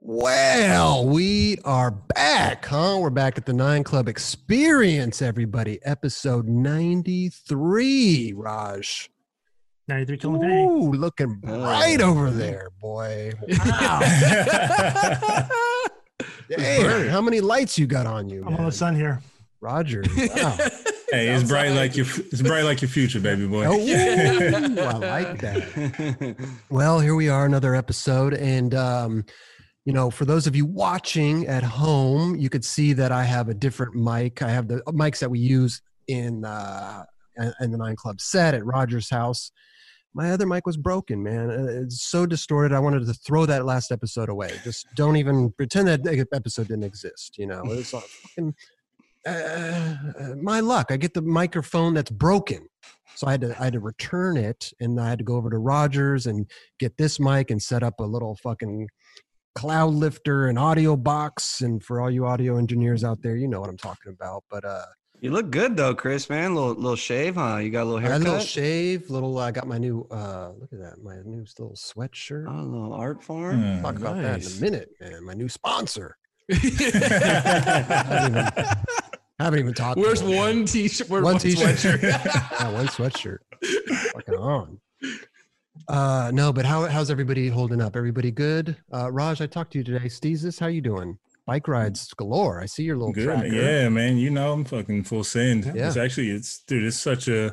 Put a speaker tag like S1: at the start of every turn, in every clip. S1: Well, we are back, huh? We're back at the Nine Club Experience, everybody. Episode 93, Raj.
S2: 93 Colin Penny.
S1: Ooh, looking bright over there, boy. Wow. Damn, how many lights you got on you,
S2: I'm on
S1: man?
S2: the sun here.
S1: Roger. Wow.
S3: Hey, it's bright like your it's bright like your future, baby boy.
S1: Oh, ooh, I like that. Well, here we are, another episode. And, um, you know, for those of you watching at home, you could see that I have a different mic. I have the uh, mics that we use in, uh, in the Nine Club set at Roger's house. My other mic was broken, man. Uh, It's so distorted. I wanted to throw that last episode away. Just don't even pretend that e- episode didn't exist. You know, it's like fucking uh, my luck. I get the microphone that's broken, so I had to I had to return it, and I had to go over to Rogers and get this mic and set up a little fucking cloud lifter and audio box. And for all you audio engineers out there, you know what I'm talking about. But uh,
S4: You look good though, Chris. Man, little little shave, huh? You got a little
S1: I had
S4: haircut.
S1: a little shave, little. I got my new. uh Look at that, my new little sweatshirt.
S4: oh, a little art form.
S3: Hmm,
S1: Talk about that in
S3: nice.
S1: a minute, man. My new sponsor.
S3: yeah,
S1: haven't even talked. to
S5: Where's
S1: them.
S5: one t-shirt? Where
S1: One
S5: one,
S1: t-shirt.
S5: sweatshirt?
S1: Yeah, one sweatshirt. Fucking on. Uh, no, but how how's everybody holding up? Everybody good? Uh, Raj, I talked to you today. Steezes, how you doing? Bike rides galore. I see your little
S3: Good,
S1: tracker.
S3: yeah, man. You know, I'm fucking full send.
S1: Yeah.
S3: It's actually, it's dude. It's such a.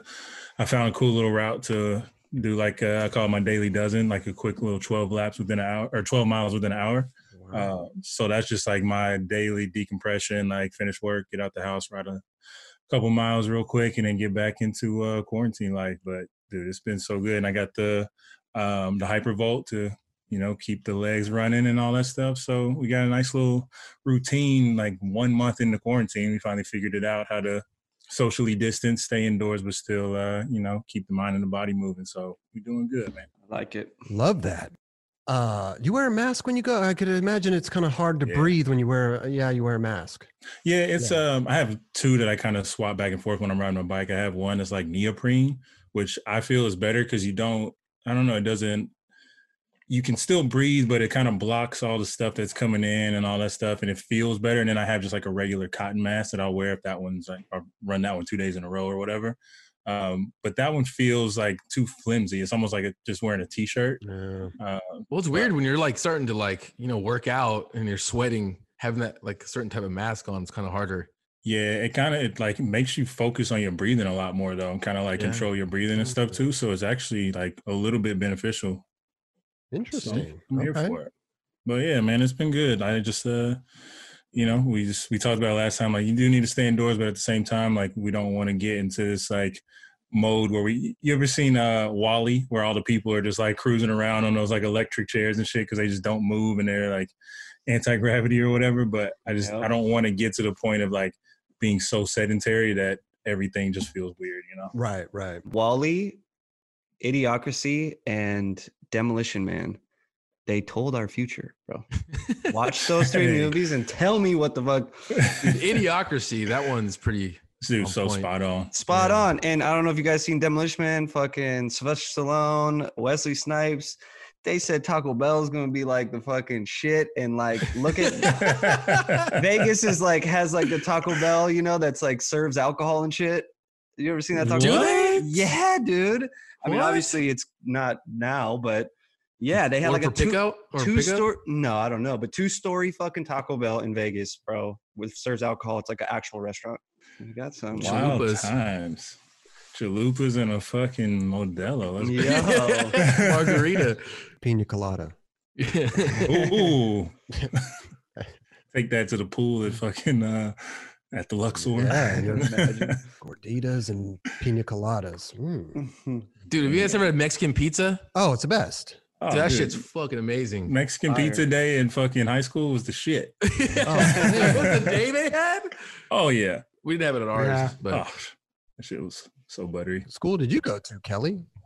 S3: I found a cool little route to do like uh, I call it my daily dozen, like a quick little 12 laps within an hour or 12 miles within an hour.
S1: Wow.
S3: Uh, so that's just like my daily decompression. Like finish work, get out the house, ride a couple miles real quick, and then get back into uh, quarantine life. But dude, it's been so good, and I got the um, the Hypervolt to you know keep the legs running and all that stuff. So we got a nice little routine. Like one month into quarantine, we finally figured it out how to socially distance, stay indoors, but still uh, you know keep the mind and the body moving. So we're doing good, man.
S4: I like it.
S1: Um, Love that. Uh, you wear a mask when you go. I could imagine it's kind of hard to
S3: Yeah.
S1: breathe when you wear. uh, Yeah, you wear a mask.
S3: Yeah, it's um I have two that I kind of swap back and forth when I'm riding my bike. I have one that's like neoprene, which I feel is better because you don't I don't know, it doesn't you can still breathe, but it kind of blocks all the stuff that's coming in and all that stuff, and it feels better. And then I have just like a regular cotton mask that I'll wear if that one's like I run that one two days in a row or whatever. Um, but that one feels like too flimsy. It's almost like it just wearing a t-shirt.
S1: Yeah.
S3: Uh,
S5: well, it's weird when you're like starting to like you know work out and you're sweating. Having that like certain type of mask on is kind of harder.
S3: Yeah, it kind of it like makes you focus on your breathing a lot more though, and kind of like
S5: Yeah.
S3: control your breathing and stuff too. So it's actually like a little bit beneficial. So
S1: Interesting.
S3: I'm here
S1: Okay.
S3: for it. But yeah, man, it's been good. I just uh, you know, we just we talked about last time like you do need to stay indoors, but at the same time, like we don't want to get into this like mode where we you ever seen uh Wally where all the people are just like cruising around on those like electric chairs and shit because they just don't move and they're like anti gravity or whatever. But I just
S4: Yep.
S3: I don't want to get to the point of like being so sedentary that everything just feels weird, you know.
S1: Right. Right.
S4: Wally, Idiocracy, and Demolition Man. They told our future, bro. Watch those three
S3: Hey.
S4: movies and tell me what the fuck.
S5: Dude, Idiocracy, that one's pretty.
S3: This dude's so
S5: On point.
S3: spot on.
S4: Spot
S5: Yeah.
S4: on. And I don't know if you guys seen Demolition Man, fucking Sylvester Stallone, Wesley Snipes. They said Taco Bell's gonna be like the fucking shit. And like, look at Vegas is like has like the Taco Bell, you know, that's like serves alcohol and shit. You ever seen that Taco
S3: Do
S4: Bell?
S3: they?
S4: Yeah, dude. I mean,
S5: What?
S4: obviously it's not now, but yeah, they had
S5: One
S4: like
S5: for
S4: a two,
S5: pickout or
S4: two
S5: pickup?
S4: story. No, I don't know, but two story fucking Taco Bell in Vegas, bro, with serves alcohol. It's like an actual restaurant. You got some.
S3: Wild
S5: Chalupas.
S3: times. Chalupas and a fucking Modelo. That's
S4: Yo.
S5: Margarita.
S1: Pina colada.
S3: Ooh. Take that to the pool at fucking uh at the Luxor.
S1: Yeah, you
S4: imagine.
S1: Gorditas and pina coladas. Mm.
S5: Dude, have you guys ever had Mexican pizza?
S1: Oh, it's the best.
S3: Oh,
S5: Dude, that
S3: dude.
S5: shit's fucking amazing.
S3: Mexican
S4: fire.
S3: pizza day in fucking high school was the shit.
S4: Oh.
S5: Dude, what the day they had?
S3: Oh yeah.
S5: We didn't have it at ours,
S2: Yeah.
S5: but
S3: oh, that shit was so buttery.
S1: School did you go to, Kelly?
S4: Oh.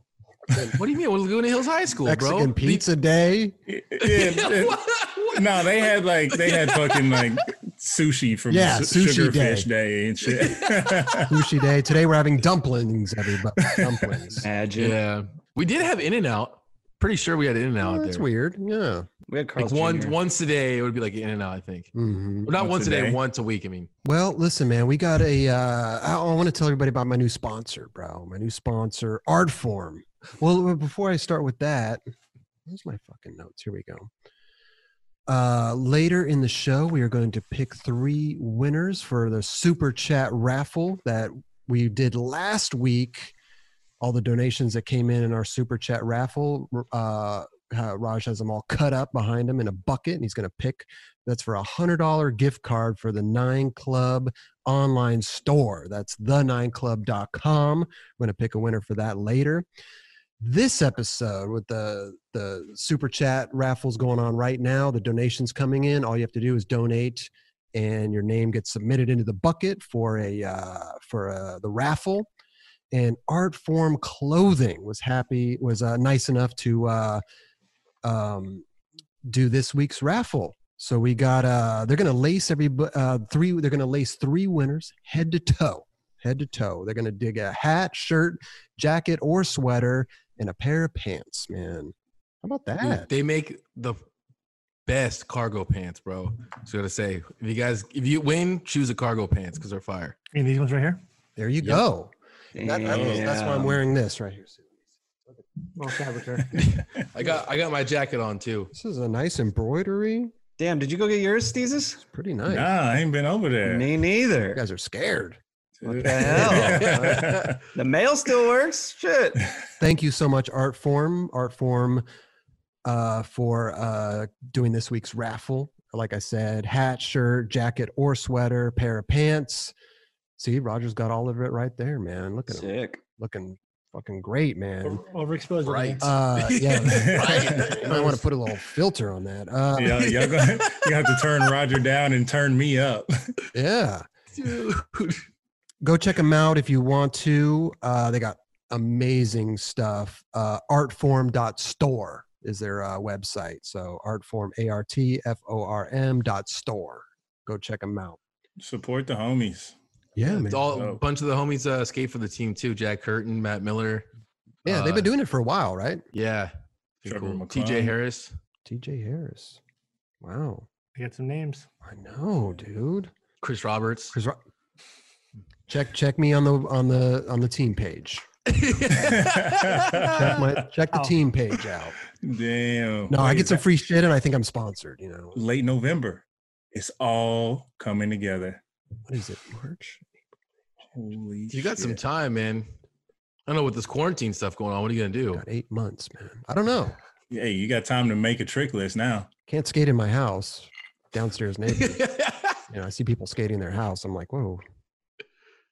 S5: what do you mean? We're Laguna Hills High School,
S1: Mexican
S5: bro.
S1: pizza day.
S3: Yeah,
S5: Yeah,
S3: it-
S5: what- what-
S3: no, they had like they had fucking like sushi from
S1: Yeah,
S3: su-
S1: sushi
S3: Sugarfish Day and shit.
S1: Sushi day. Today we're having dumplings, everybody. Dumplings.
S4: Imagine.
S5: Yeah. We did have In N Out pretty sure we had in and out
S1: Oh,
S5: there.
S1: that's weird. Yeah.
S4: We had
S5: Like
S4: Carl's
S5: one
S4: Jr.
S5: once a day, it would be like in and out. I think.
S1: Mhm.
S5: Well, not
S3: Once
S5: once
S3: a
S5: a day,
S3: day.
S5: once a week. I mean,
S1: Well, listen, man, we got a. Uh, I, want to tell everybody about my new sponsor, bro. My new sponsor, Artform. Well, uh, before I start with that, where's my fucking notes? Here we go. Uh, later in the show, we are going to pick three winners for the super chat raffle that we did last week. All the donations that came in in our super chat raffle, uh, uh, Raj has them all cut up behind him in a bucket, and he's going to pick. That's for a hundred dollar gift card for the Nine Club online store. That's thenineclub.com. I'm going to pick a winner for that later. This episode with the the super chat raffles going on right now, the donations coming in. All you have to do is donate, and your name gets submitted into the bucket for a uh, for uh the raffle. And Art Form Clothing was happy was uh, nice enough to uh, um, do this week's raffle. So we got uh they're gonna lace every uh three they're gonna lace three winners head to toe, head to toe. They're gonna dig a hat, shirt, jacket, or sweater, and a pair of pants, man. How about
S5: dude,
S1: that?
S5: they make the best cargo pants, bro. So I gotta say, if you guys, if you win, choose a cargo pants because they're fire.
S2: And these ones right here.
S1: There you
S5: Yep.
S1: go. That- that- that's why I'm
S4: Damn.
S1: wearing this right here.
S2: Well, fabricator.
S5: I got, I got my jacket on too.
S1: This is a nice embroidery.
S4: Damn, did you go get yours, Thesis?
S1: It's pretty nice.
S3: Nah, I ain't been over there.
S4: Me
S1: You
S4: neither.
S1: guys are scared.
S4: What the hell? the mail still works. Shit.
S1: Thank you so much, Artform. Artform uh, for uh, doing this week's raffle. Like I said, hat, shirt, jacket, or sweater, pair of pants. See, Roger's got all of it right there, man. Look at him,
S4: Sick.
S1: looking fucking great, man.
S2: Over- Overexposed.
S5: Right.
S1: Uh, yeah, right. You might want
S2: Nice.
S1: to put a little filter on that. Uh,
S3: y'all, y'all gonna, you have to turn Roger down and turn me up.
S1: yeah.
S5: Dude.
S1: go check them out if you want to. Uh, they got amazing stuff. Uh, artform.store is their uh, website. So artform, A R T F O R M dot store. Go check them out.
S3: Support the homies.
S1: Yeah,
S5: It's all a
S3: Oh.
S5: bunch of the homies uh, skate for the team too. Jack Curtin, Matt Miller.
S1: yeah, they've been doing it for a while, right?
S5: Yeah. Pretty
S3: Trevor
S5: cool.
S3: McClung.
S5: TJ Harris.
S1: TJ Harris. Wow.
S2: I got some names.
S1: I know, dude.
S5: Chris Roberts.
S1: Chris Ro- check check me on the on the on the team page. Check my check the
S2: Wow.
S1: team page out.
S3: Damn.
S1: No, I
S3: Wait,
S1: get some
S3: that-
S1: free shit and I think I'm sponsored, you know.
S3: late November. It's all coming together.
S1: What is it? March?
S3: Holy
S5: you got some
S3: shit.
S5: time, man. I don't know with this quarantine stuff going on. What are you gonna do?
S1: Got 8 months, man. I don't know.
S3: Hey, you got time to make a trick list now.
S1: can't skate in my house downstairs neighbor you know i see people skating in their house i'm like whoa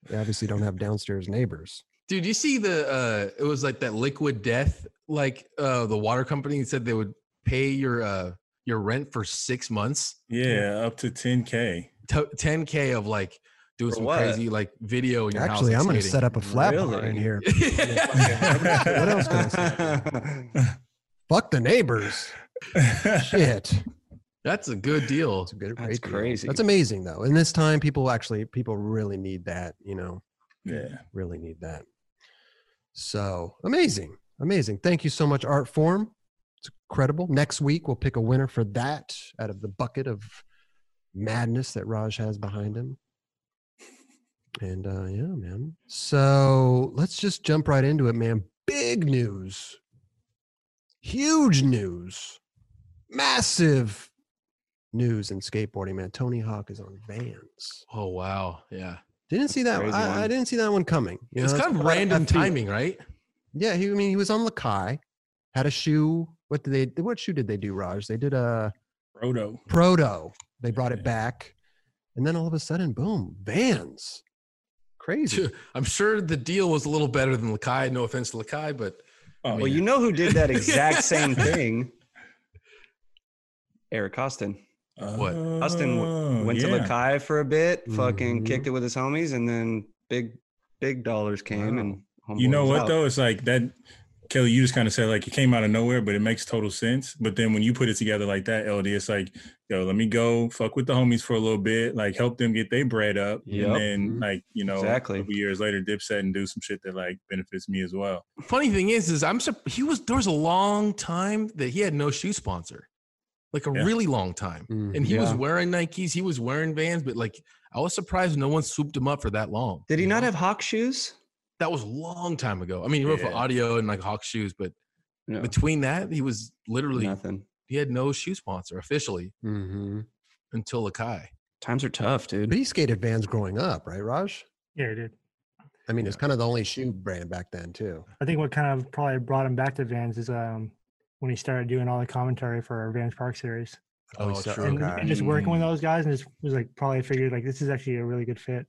S1: they obviously don't have downstairs neighbors
S5: Dude, you see the uh it was like that liquid death, like uh the water company said they would pay your uh your rent for six months,
S3: Yeah, up to 10K.
S5: T- 10k of like doing
S4: For
S5: some
S4: what?
S5: crazy like video in your
S1: actually
S5: house.
S1: i'm gonna set up a flat bar
S4: Really?
S1: in here
S5: up
S1: What else can I fuck the neighbors shit
S5: That's a good deal.
S1: that's a good
S4: That's
S1: great deal.
S4: crazy.
S1: that's amazing though and this time people actually people really need that you know
S3: yeah.
S1: really need that so amazing amazing thank you so much art form it's incredible next week we'll pick a winner for that out of the bucket of madness that raj has behind him and uh yeah man so let's just jump right into it man big news huge news massive news in skateboarding man tony hawk is on vans
S5: Oh wow. Yeah.
S1: didn't see that.
S4: crazy
S1: I, I
S4: one.
S1: didn't see that one coming. you
S5: it's
S1: know,
S5: kind of
S1: what I-
S5: random
S1: I feel-
S5: timing, right?
S1: Yeah, he, I mean, he was on Lakai, had a shoe. What did they? What shoe did they do, Raj? They did a
S3: Roto.
S1: proto. They brought it
S3: Yeah.
S1: back, and then all of a sudden, boom, Vans. Crazy.
S5: I'm sure the deal was a little better than Lakai. No offense to Lakai, but
S3: Oh,
S4: Well,
S3: yeah.
S4: you know who did that exact same thing? Eric Austin.
S5: What?
S4: Austin
S3: Oh,
S4: Went to
S3: yeah.
S4: Lakai for a bit, fucking
S1: Mhm.
S4: kicked it with his homies, and then big, big dollars came.
S1: Wow.
S4: And
S3: You
S4: homeboy
S3: know
S4: was
S3: what
S4: out.
S3: though? It's like that Kelly, you just kind of said like it came out of nowhere, but it makes total sense. But then when you put it together like that, LD, it's like, yo, let me go fuck with the homies for a little bit, like help them get their bread up,
S4: Yep.
S3: and then like you know,
S4: Exactly.
S3: a couple years later, Dipset and do some shit that like benefits me as well.
S5: Funny thing is, is I'm sur- he was there was a long time that he had no shoe sponsor, like a
S3: Yeah.
S5: really long time,
S1: Mm,
S5: and he was
S4: yeah.
S5: wearing Nikes, he was wearing Vans, but like I was surprised no one swooped him up for that long.
S4: Did he
S5: you
S4: not
S5: know?
S4: have hawk shoes?
S5: That was a long time ago. I mean, he wrote for
S3: Yeah.
S5: audio and like Hawk shoes, but
S4: No,
S5: between that, he was literally
S4: nothing.
S5: he had no shoe sponsor officially
S1: Mhm.
S5: until Akai.
S4: Times are tough,
S1: But
S4: dude.
S1: he skated Vans growing up, right, Raj?
S2: Yeah, he did.
S1: I mean, it's kind of the only shoe brand back then, too.
S2: I think what kind of probably brought him back to Vans is um when he started doing all the commentary for our Vans Park series.
S1: Oh,
S5: Oh,
S1: so-
S5: true.
S2: And,
S1: Okay.
S2: and just working with
S3: Mm.
S2: those guys and just was like probably figured like this is actually a really good fit.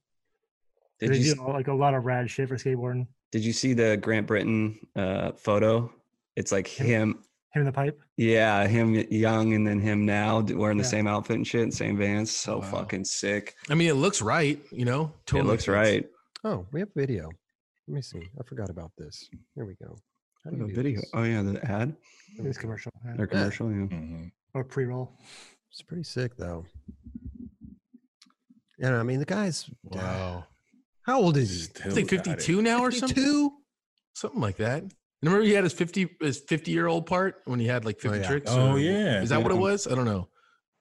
S4: Did
S2: they
S4: you
S2: do like a lot of rad shit for skateboarding.
S4: did you see the Grant Britton uh, photo? It's like
S2: Him.
S4: him,
S2: Him in the pipe.
S4: yeah, him young, and then him now d- wearing the
S2: Yeah.
S4: same outfit and shit, and same Vans. So
S5: Wow.
S4: fucking sick.
S5: I mean, it looks right, you know.
S4: it looks
S5: fits.
S4: right.
S1: Oh, we have video. Let me see. I forgot about this. Here we go. How do
S4: The
S1: you do
S4: video.
S1: this?
S4: Oh yeah, the ad
S1: There we
S2: It's
S1: go.
S2: commercial. yeah.
S4: or commercial. Yeah.
S3: Mhm.
S2: Or pre roll.
S1: It's pretty sick, though. And I mean, the guy's
S5: Wow.
S1: How old is he?
S5: He's
S3: Still
S5: like
S3: got it.
S5: 52 now or something.
S1: Two.
S5: something like that. And remember, he had his fifty his fifty year old part when he had like
S1: Oh,
S5: fifty
S1: yeah.
S5: tricks.
S3: Oh
S5: or-
S3: yeah,
S5: is that what it
S4: Yeah.
S5: was? I don't know.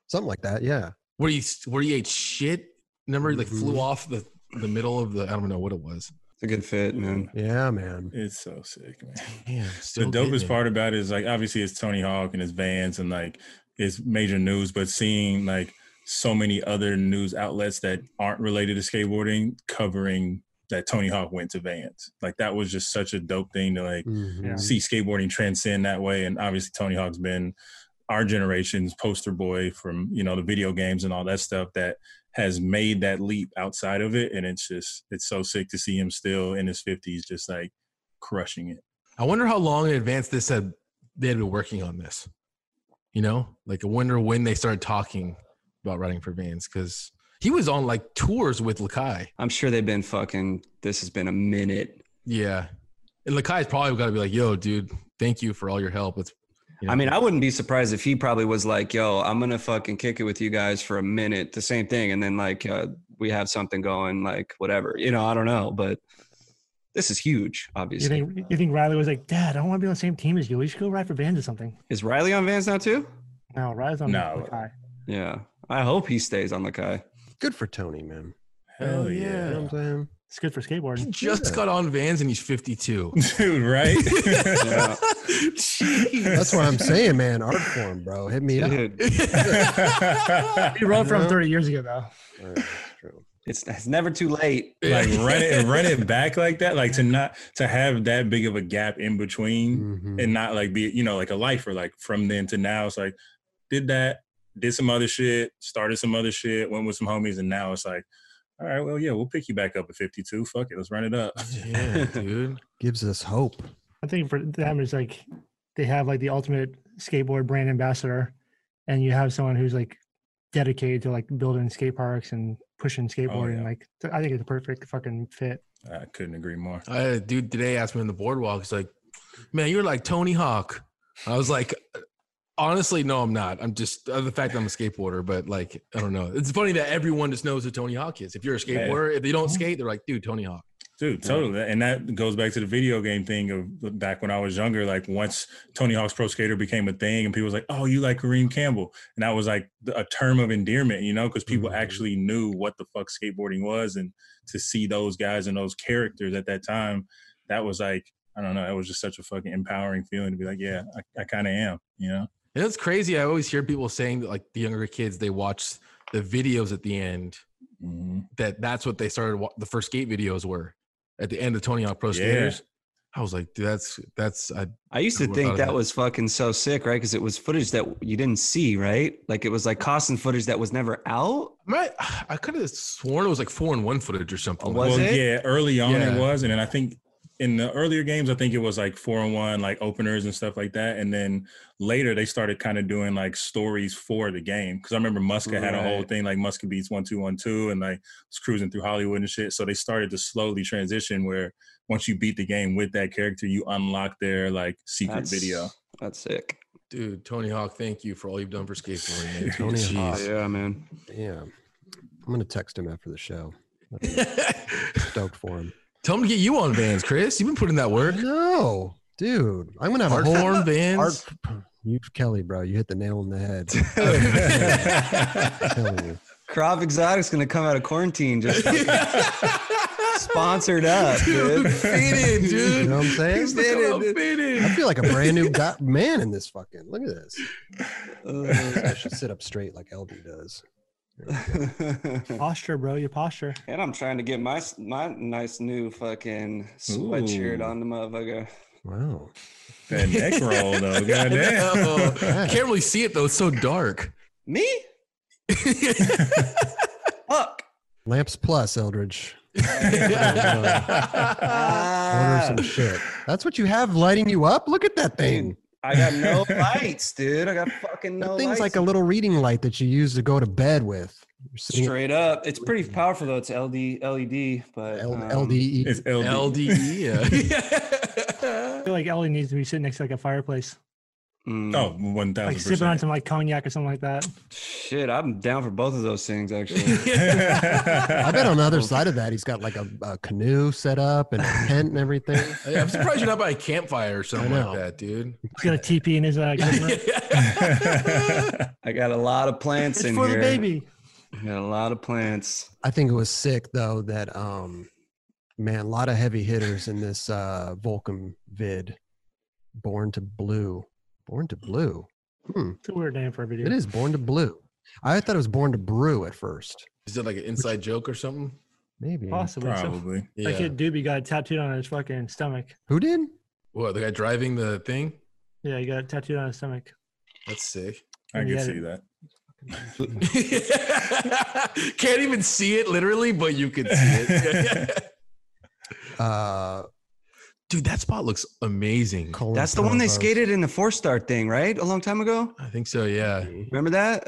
S1: something like that. Yeah.
S5: Where he s- where he ate shit. Remember, he like
S1: Mhm.
S5: flew off the the middle of the. I don't know what it was.
S4: It's a good fit, man.
S1: Yeah, man.
S3: It's so sick, man.
S5: Damn,
S3: the
S5: still getting
S3: dopest
S5: it.
S3: part about it is like obviously it's Tony Hawk and his Vans and like it's major news, but seeing like so many other news outlets that aren't related to skateboarding covering that Tony Hawk went to Vans, like that was just such a dope thing to like
S1: Mhm.
S5: Mm-hmm.
S3: see skateboarding transcend that way. And obviously Tony Hawk's been our generation's poster boy from you know the video games and all that stuff that has made that leap outside of it, and it's just it's so sick to see him still in his fifties, just like crushing it.
S5: I wonder how long in advance this had they had been working on this. You know, like I wonder when they started talking about writing for Vans because he was on like tours with Lakai.
S4: I'm sure they've been fucking. This has been a minute.
S5: Yeah, and Lakai's probably got to be like, "Yo, dude, thank you for all your help." It's, you
S4: I
S5: know,
S4: mean, I wouldn't be surprised if he probably was like, "Yo, I'm gonna fucking kick it with you guys for a minute." The same thing, and then like uh, we have something going, like whatever. You know, I don't know, but this is huge.
S2: You
S4: Obviously,
S2: think you think Riley was like, Dad, I don't want to be on the same team as you. We should go ride for Vans or something.
S4: is Riley on Vans now too?
S2: No, Riley's on
S3: No.
S2: the high.
S4: Yeah, I hope he stays on the Kai.
S1: Good for Tony, man.
S5: Hell
S1: You know
S5: yeah.
S1: what I'm saying?
S2: It's good for
S5: he
S2: skateboarding.
S5: just
S1: Yeah.
S5: got on Vans and he's fifty-two.
S3: dude right
S4: Yeah.
S1: That's what I'm saying, man. Art form, bro. Hit me up.
S4: Dude,
S2: He rode from
S1: Yeah.
S2: 30 years ago though.
S1: Alright, that's true.
S4: it's it's never too late.
S3: like run it run it back like that like to not to have that big of a gap in between
S1: Mhm.
S3: and not like be you know like a lifer like from then to now it's like did that did some other shit started some other shit went with some homies and now it's like all right well yeah we'll pick you back up at 52 fuck it let's run it up
S5: yeah, dude.
S1: Gives us hope.
S2: I think for them it's like they have like the ultimate skateboard brand ambassador, and you have someone who's like dedicated to like building skate parks and pushing skateboarding.
S3: Oh, yeah.
S2: Like th- I think it's a perfect fucking fit.
S3: i couldn't agree more
S5: I had a dude today asked me on the boardwalk. He's like, "Man, you're like Tony Hawk." I was like, "Honestly, no, I'm not. I'm just uh, the fact that I'm a skateboarder, but like, I don't know. It's funny that everyone just knows who Tony Hawk is. If you're a
S3: Yeah.
S5: skateboarder, if they don't skate, they're like, "Dude, Tony Hawk."
S3: Dude, totally. And that goes back to the video game thing of back when I was younger. Like once Tony Hawk's Pro Skater became a thing, and people was like, "Oh, you like Kareem Campbell," and that was like the- a term of endearment, you know, because people
S1: Mhm.
S3: actually knew what the fuck skateboarding was, and to see those guys and those characters at that time, that was like, I don't know, that was just such a fucking empowering feeling to be like, "Yeah, I, I kind of am," you know.
S5: And it's crazy. I always hear people saying that like the younger kids they watch the videos at the end.
S3: Mhm.
S5: That that's what they started. wa- The first skate videos were at the end of Tony Hawk Pro
S3: Yeah.
S5: Skaters. I was like, "Dude, that's that's I
S4: I used
S5: I
S4: to
S5: would've
S4: think
S5: thought of
S4: that
S5: that.
S4: was fucking so sick, right? Because it was footage that you didn't see, right? Like it was like costing footage that was never out.
S5: might I could have sworn it was like four and one footage or something.
S4: Was
S3: well,
S4: it?
S3: Yeah, early on
S5: Yeah.
S3: it was, and then I think in the earlier games, I think it was like four and one, like openers and stuff like that. And then later they started kind of doing like stories for the game. Cause I remember Muska had a whole
S5: Right.
S3: thing like Muska beats one, two, one, two, and like was cruising through Hollywood and shit. So they started to slowly transition where once you beat the game with that character, you unlock their like secret video.
S4: That's sick.
S5: Dude, Tony Hawk, thank you for all you've done for skateboarding. man.
S1: Tony
S5: Jeez.
S1: Hawk.
S4: Oh, yeah, man.
S1: Yeah. I'm gonna text him after the show. Stoked for him.
S5: Tell him to get you on Vans, Chris. You've been putting that work.
S1: No, dude. I'm gonna have
S5: Art
S1: a whole
S5: form Vans.
S1: art. You Kelly, bro. You hit the nail on the head. Telling you.
S4: Crop Exotic's gonna come out of quarantine just sponsored up,
S5: dude,
S4: dude.
S5: fitted,
S1: You
S5: dude.
S1: know what I'm saying?
S5: He's looking all fitted.
S1: I feel like a brand new go- man in this fucking. Look at this. I
S4: Uh,
S1: should sit up straight like LD does.
S2: Posture, bro. Your posture.
S4: and I'm trying to get my s- my nice new fucking sweatshirt
S3: Ooh.
S4: on the motherfucker.
S1: Wow.
S3: that neck roll though,
S5: know. I
S3: goddamn.
S5: can't really see it though. It's so dark.
S4: Me? Fuck.
S1: Lamps Plus, Eldridge. Order
S4: Ah,
S1: some shit. That's what you have lighting you up. Look at that thing.
S4: I got no lights, dude. I got fucking
S1: That
S4: no
S1: thing's
S4: lights.
S1: like a little reading light that you use to go to bed with. You're sitting
S4: Straight up, it's pretty powerful though. It's LD LED, E but
S1: L- E.
S4: um,
S1: LDE.
S3: it's LD.
S5: E,
S1: E,
S2: I
S5: LDE.
S2: feel like Ellie needs to be sitting next to like a fireplace,
S4: mm,
S3: Oh, 1000
S2: like sipping on
S3: percent.
S2: some like cognac or something like that.
S4: shit, I'm down for both of those things actually.
S1: I bet on the other side of that, he's got like a, a canoe set up and a tent and everything.
S5: I'm surprised you're not by a campfire or something
S1: know.
S5: like that, dude.
S2: He's got a TP in his uh, camera.
S4: I got a lot of plants
S2: It's
S4: in
S2: for
S4: here.
S2: the baby.
S4: I got a lot of plants.
S1: I think it was sick though that um man, a lot of heavy hitters in this uh Vulcan vid. Born to Blue. Born to Blue. Hmm,
S2: It's a weird name for a video.
S1: It is Born to Blue. I thought it was Born to Brew at first.
S5: Is it like an inside joke or something?
S1: Maybe.
S2: possibly. So,
S3: Probably.
S2: That kid Doobie got tattooed on his fucking stomach.
S1: Who did?
S5: What, the guy driving the thing?
S2: Yeah, he got tattooed on his stomach.
S5: That's sick.
S3: I
S2: Yeah.
S3: can see that.
S5: Can't even see it literally, but you can see it.
S1: Uh
S5: Dude, that spot looks amazing.
S1: Colin
S4: That's the one they
S1: Provost.
S4: skated in the four star thing, right? A long time ago.
S5: I think so, yeah.
S4: Remember that,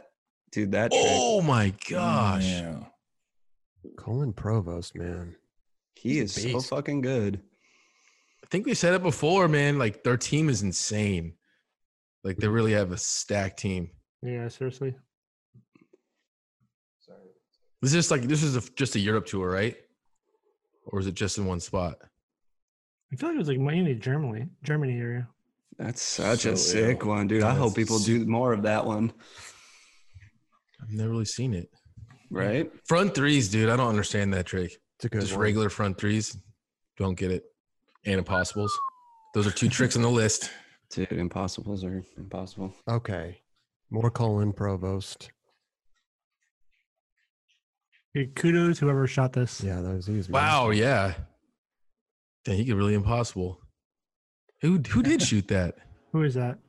S4: dude? That trick.
S5: Oh my gosh.
S3: Yeah.
S1: Colin Provost, man.
S4: he is so
S5: beast.
S4: fucking good.
S5: I think we said it before, man. Like their team is insane. Like they really have a stacked team.
S2: Yeah, seriously.
S5: This is like this is a, just a Europe tour, right? Or is it just in one spot?
S2: I feel like it was like mainly Germany, Germany area.
S4: That's such
S3: So
S4: a sick
S3: ill.
S4: one, dude. I hope people
S5: That's-
S4: do more of that one,
S5: I've never really seen it.
S4: right?
S5: Front threes, dude. I don't understand that trick.
S1: It's a good
S5: just
S1: one.
S5: regular front threes. Don't get it. And impossibles. Those are two tricks on the list.
S4: Dude, impossibles are impossible.
S1: Okay. More Colin Provost.
S2: Dude, kudos whoever shot this.
S1: Yeah, that was he was
S5: Wow, yeah. Dang, you get really impossible. Who who did shoot that?
S2: Who is that?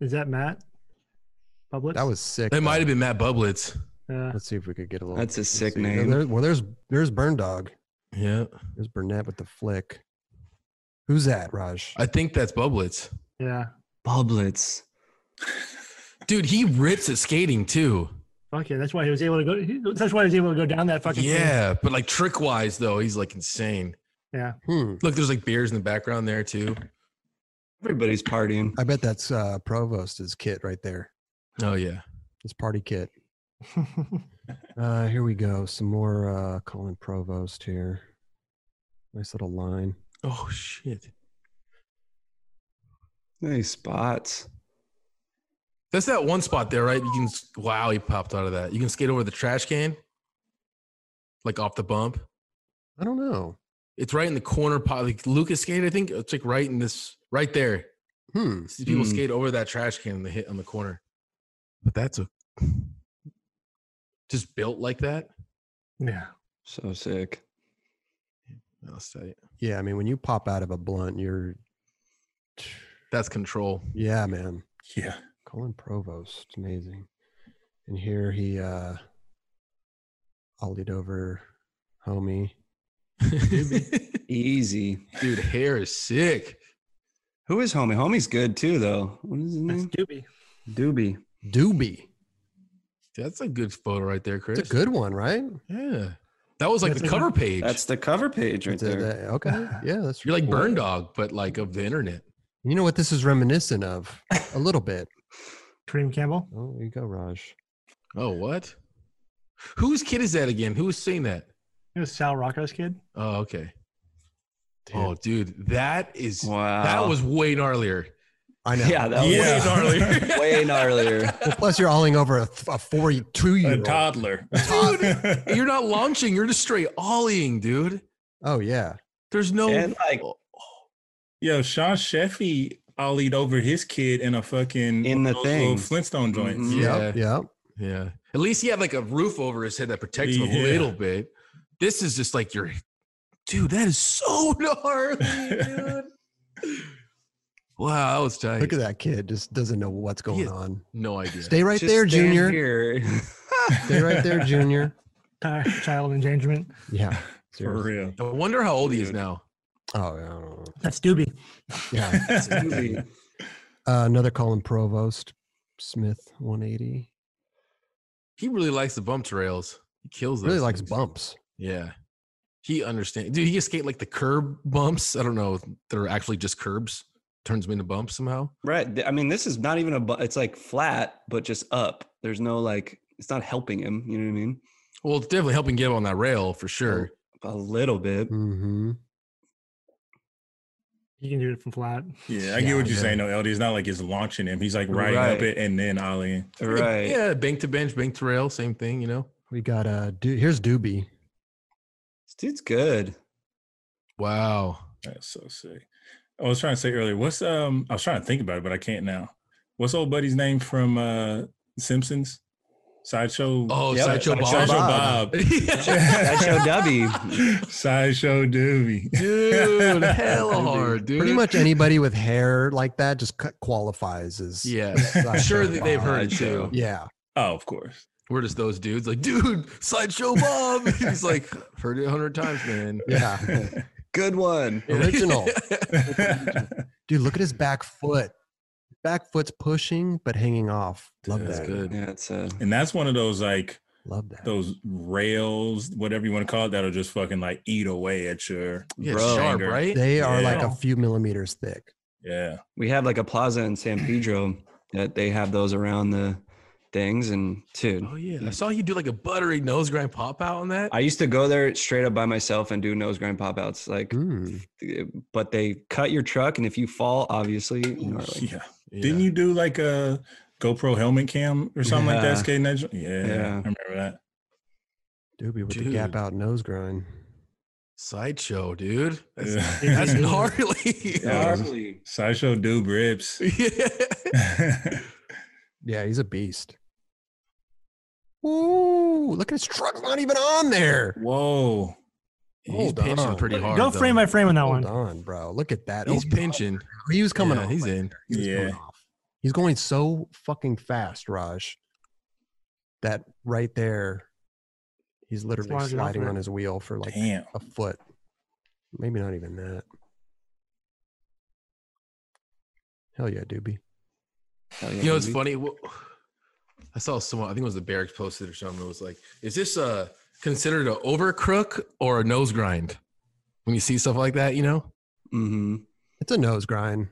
S2: Is that Matt? Public.
S1: That was sick.
S5: that
S1: though.
S5: might have been Matt Bublitz.
S2: Yeah.
S1: Let's see if we could get a little.
S4: That's a
S1: let's
S4: sick
S1: see.
S4: name.
S1: There- well, there's there's Burn Dog.
S5: Yeah.
S1: There's Burnett with the flick. Who's that, Raj?
S5: I think that's Bublitz.
S2: yeah.
S4: Bublets.
S5: Dude, he rips at skating too.
S2: Fuck yeah. That's why he was able to go. he- That's why he was able to go down that fucking. thing.
S5: Yeah, but like trick wise though, he's like insane.
S2: Yeah.
S1: Hmm.
S5: Look, there's like beers in the background there too.
S4: Everybody's partying.
S1: I bet that's uh, Provost's kit right there.
S5: Oh yeah.
S1: His party kit. Uh, here we go. Some more uh, Colin Provost here. Nice little line.
S5: Oh shit.
S4: Nice spots.
S5: That's that one spot there, right? You can s- wow, he popped out of that. You can skate over the trash can, like off the bump.
S1: I don't know.
S5: It's right in the corner pot. Like Lucas skate, I think it's like right in this, right there.
S1: Hmm.
S5: See people
S4: Hmm.
S5: skate over that trash can and they hit on the corner. But that's a just built like that.
S2: Yeah.
S4: So sick.
S5: That's tight.
S1: Yeah, I mean, when you pop out of a blunt, you're.
S5: That's control.
S1: Yeah, man.
S3: Yeah.
S1: Colin Provost, amazing. And here he uh ollied over homie.
S4: Easy.
S5: Dude, hair is sick.
S4: Who is homie? Homie's good too, though. What is his
S2: That's
S4: name?
S2: Doobie.
S4: Doobie.
S1: Doobie.
S5: That's a good photo right there, Chris.
S1: It's a good one, right?
S5: yeah. That was like
S2: That's
S5: the
S2: a
S5: cover page.
S4: That's the cover page right
S1: It's a-
S4: there.
S1: that- okay. Yeah, that's
S5: You're like
S1: cool.
S5: Burn Dog, but like of the internet.
S1: You know what this is reminiscent of? A little bit.
S2: Kareem Campbell.
S1: Oh, there you go, Raj.
S5: Oh, what? Whose kid is that again? Who was saying that?
S2: It was Sal Rocco's kid.
S5: Oh, okay.
S1: Dude.
S5: Oh, dude, that is
S4: Wow.
S5: that was way gnarlier.
S1: I know.
S4: Yeah, that
S3: Yeah.
S4: was way gnarlier.
S1: Well, plus, you're hauling over a, th- a 42 year
S3: A
S1: old.
S3: toddler.
S5: You're not launching. You're just straight ollieing, dude.
S1: Oh, yeah.
S5: There's no.
S4: And like
S1: oh,
S3: Yo, Sean Sheffy ollied over his kid in a fucking
S4: In the
S3: those little
S4: thing.
S3: Flintstone joints.
S5: Mm-hmm.
S4: Mhm.
S1: Yep. Yep.
S5: Yeah. At least he had like a roof over his head that protects him
S3: Yeah.
S5: a little bit. This is just like your dude. That is so gnarly, dude. wow, that was tight.
S1: Look at that kid. Just doesn't know what's going
S5: Yeah.
S1: on.
S5: No idea.
S1: Stay right
S4: just
S1: there,
S4: stand
S1: Junior.
S4: here.
S1: Stay right there, Junior.
S2: Ti- Child endangerment.
S1: Yeah.
S3: For
S1: Seriously.
S3: real.
S5: I wonder how old he is
S3: Dude.
S5: now.
S1: Oh, yeah. I don't know.
S2: That's Doobie.
S1: yeah.
S4: Doobie.
S1: Uh, another Colin Provost, Smith 180.
S5: He really likes the bump trails. He kills.
S1: Really
S5: those
S1: likes
S5: things.
S1: bumps.
S5: Yeah. He understands. Dude, he can skate like the curb bumps. I don't know if they're actually just curbs. Turns them into bumps somehow.
S4: Right. th- I mean, this is not even a. bu- It's like flat, but just up. There's no like. It's not helping him. You know what I mean? Oh,
S5: Well, it's definitely helping get him on that rail for sure.
S3: Oh,
S4: A little bit.
S1: Mm-hmm.
S2: You can do it from flat.
S3: Yeah, I get what you're
S5: Yeah.
S3: saying, though, LD. It's not like it's launching him. He's like riding up
S4: Right.
S3: it and then ollieing.
S4: Right.
S5: Yeah, bank to bench, bank to rail, same thing, you know.
S1: We got uh, do- here's Doobie.
S4: This dude's good.
S5: Wow.
S3: That's so sick. I was trying to say earlier, what's um? I was trying to think about it, but I can't now. What's old buddy's name from uh Simpsons? Sideshow.
S5: Oh,
S4: Yep.
S5: Sideshow Bob.
S3: Sideshow
S4: Bob.
S3: Bob.
S4: That show W.
S3: Sideshow Doobie.
S5: dude, hella
S3: Doobie.
S5: hard, dude.
S1: Pretty much anybody with hair like that just cu- qualifies as.
S5: Yeah.
S1: Sideshow
S5: I'm sure that they've
S1: Bob.
S5: heard it
S4: Sideshow.
S5: too.
S1: Yeah.
S3: Oh, of course.
S5: We're just those dudes like, dude, Sideshow Bob. He's like, heard it a hundred times, man.
S1: Yeah.
S4: Good one.
S1: Original. Dude, look at his back foot. Back foot's pushing but hanging off. Love
S5: That's
S1: that.
S5: good.
S4: Yeah, it's uh,
S3: and that's one of those like
S1: Love that.
S3: those rails, whatever you want to call it, that'll just fucking like eat away at your
S5: Yeah,
S4: Bro.
S5: sharp,
S3: Anger.
S5: right?
S1: They are like a
S3: Yeah.
S1: few millimeters thick.
S3: yeah.
S4: we have like a plaza in San Pedro that they have those around the things. And dude,
S5: Oh yeah, I saw you do like a buttery nose grind pop out on that.
S4: I used to go there straight up by myself and do nose grind pop outs. Like, eh,
S1: Mm.
S4: but they cut your truck, and if you fall, obviously, gnarly.
S3: Yeah. Didn't you do like a GoPro helmet cam or something like
S4: Yeah.
S3: that? Skating that? jo- Yeah,
S4: Yeah.
S3: I remember that.
S1: Doobie with the
S5: Dude.
S1: gap out nose grind.
S5: sideshow, dude? That's,
S3: Yeah.
S5: that's gnarly.
S3: Yeah. Sideshow Doob rips.
S5: yeah.
S1: Yeah, he's a beast. Ooh, look at his truck's not even on there.
S3: Whoa.
S5: He's
S1: Hold
S5: pinching
S1: on.
S5: pretty hard.
S2: Don't frame by frame on that
S1: Hold
S2: one.
S1: on, bro. Look at that.
S5: He's
S1: Oh,
S5: pinching.
S1: He was coming
S5: Yeah,
S1: off.
S5: he's
S1: like
S5: in.
S1: that. He was
S3: Yeah.
S1: coming off. He's going so fucking fast, Raj. That right there, he's literally
S2: wanted it off
S1: sliding
S2: of
S1: on
S2: it.
S1: his wheel for like
S3: Damn.
S1: a foot. Maybe not even that. Hell yeah, Doobie.
S4: Hell yeah,
S5: You know, it's
S4: baby.
S5: funny. wh- I saw someone. I think it was the barracks posted or something. It was like, is this uh considered an over crook or a nose grind? When you see stuff like that, you know,
S4: Mhm.
S1: It's a nose grind.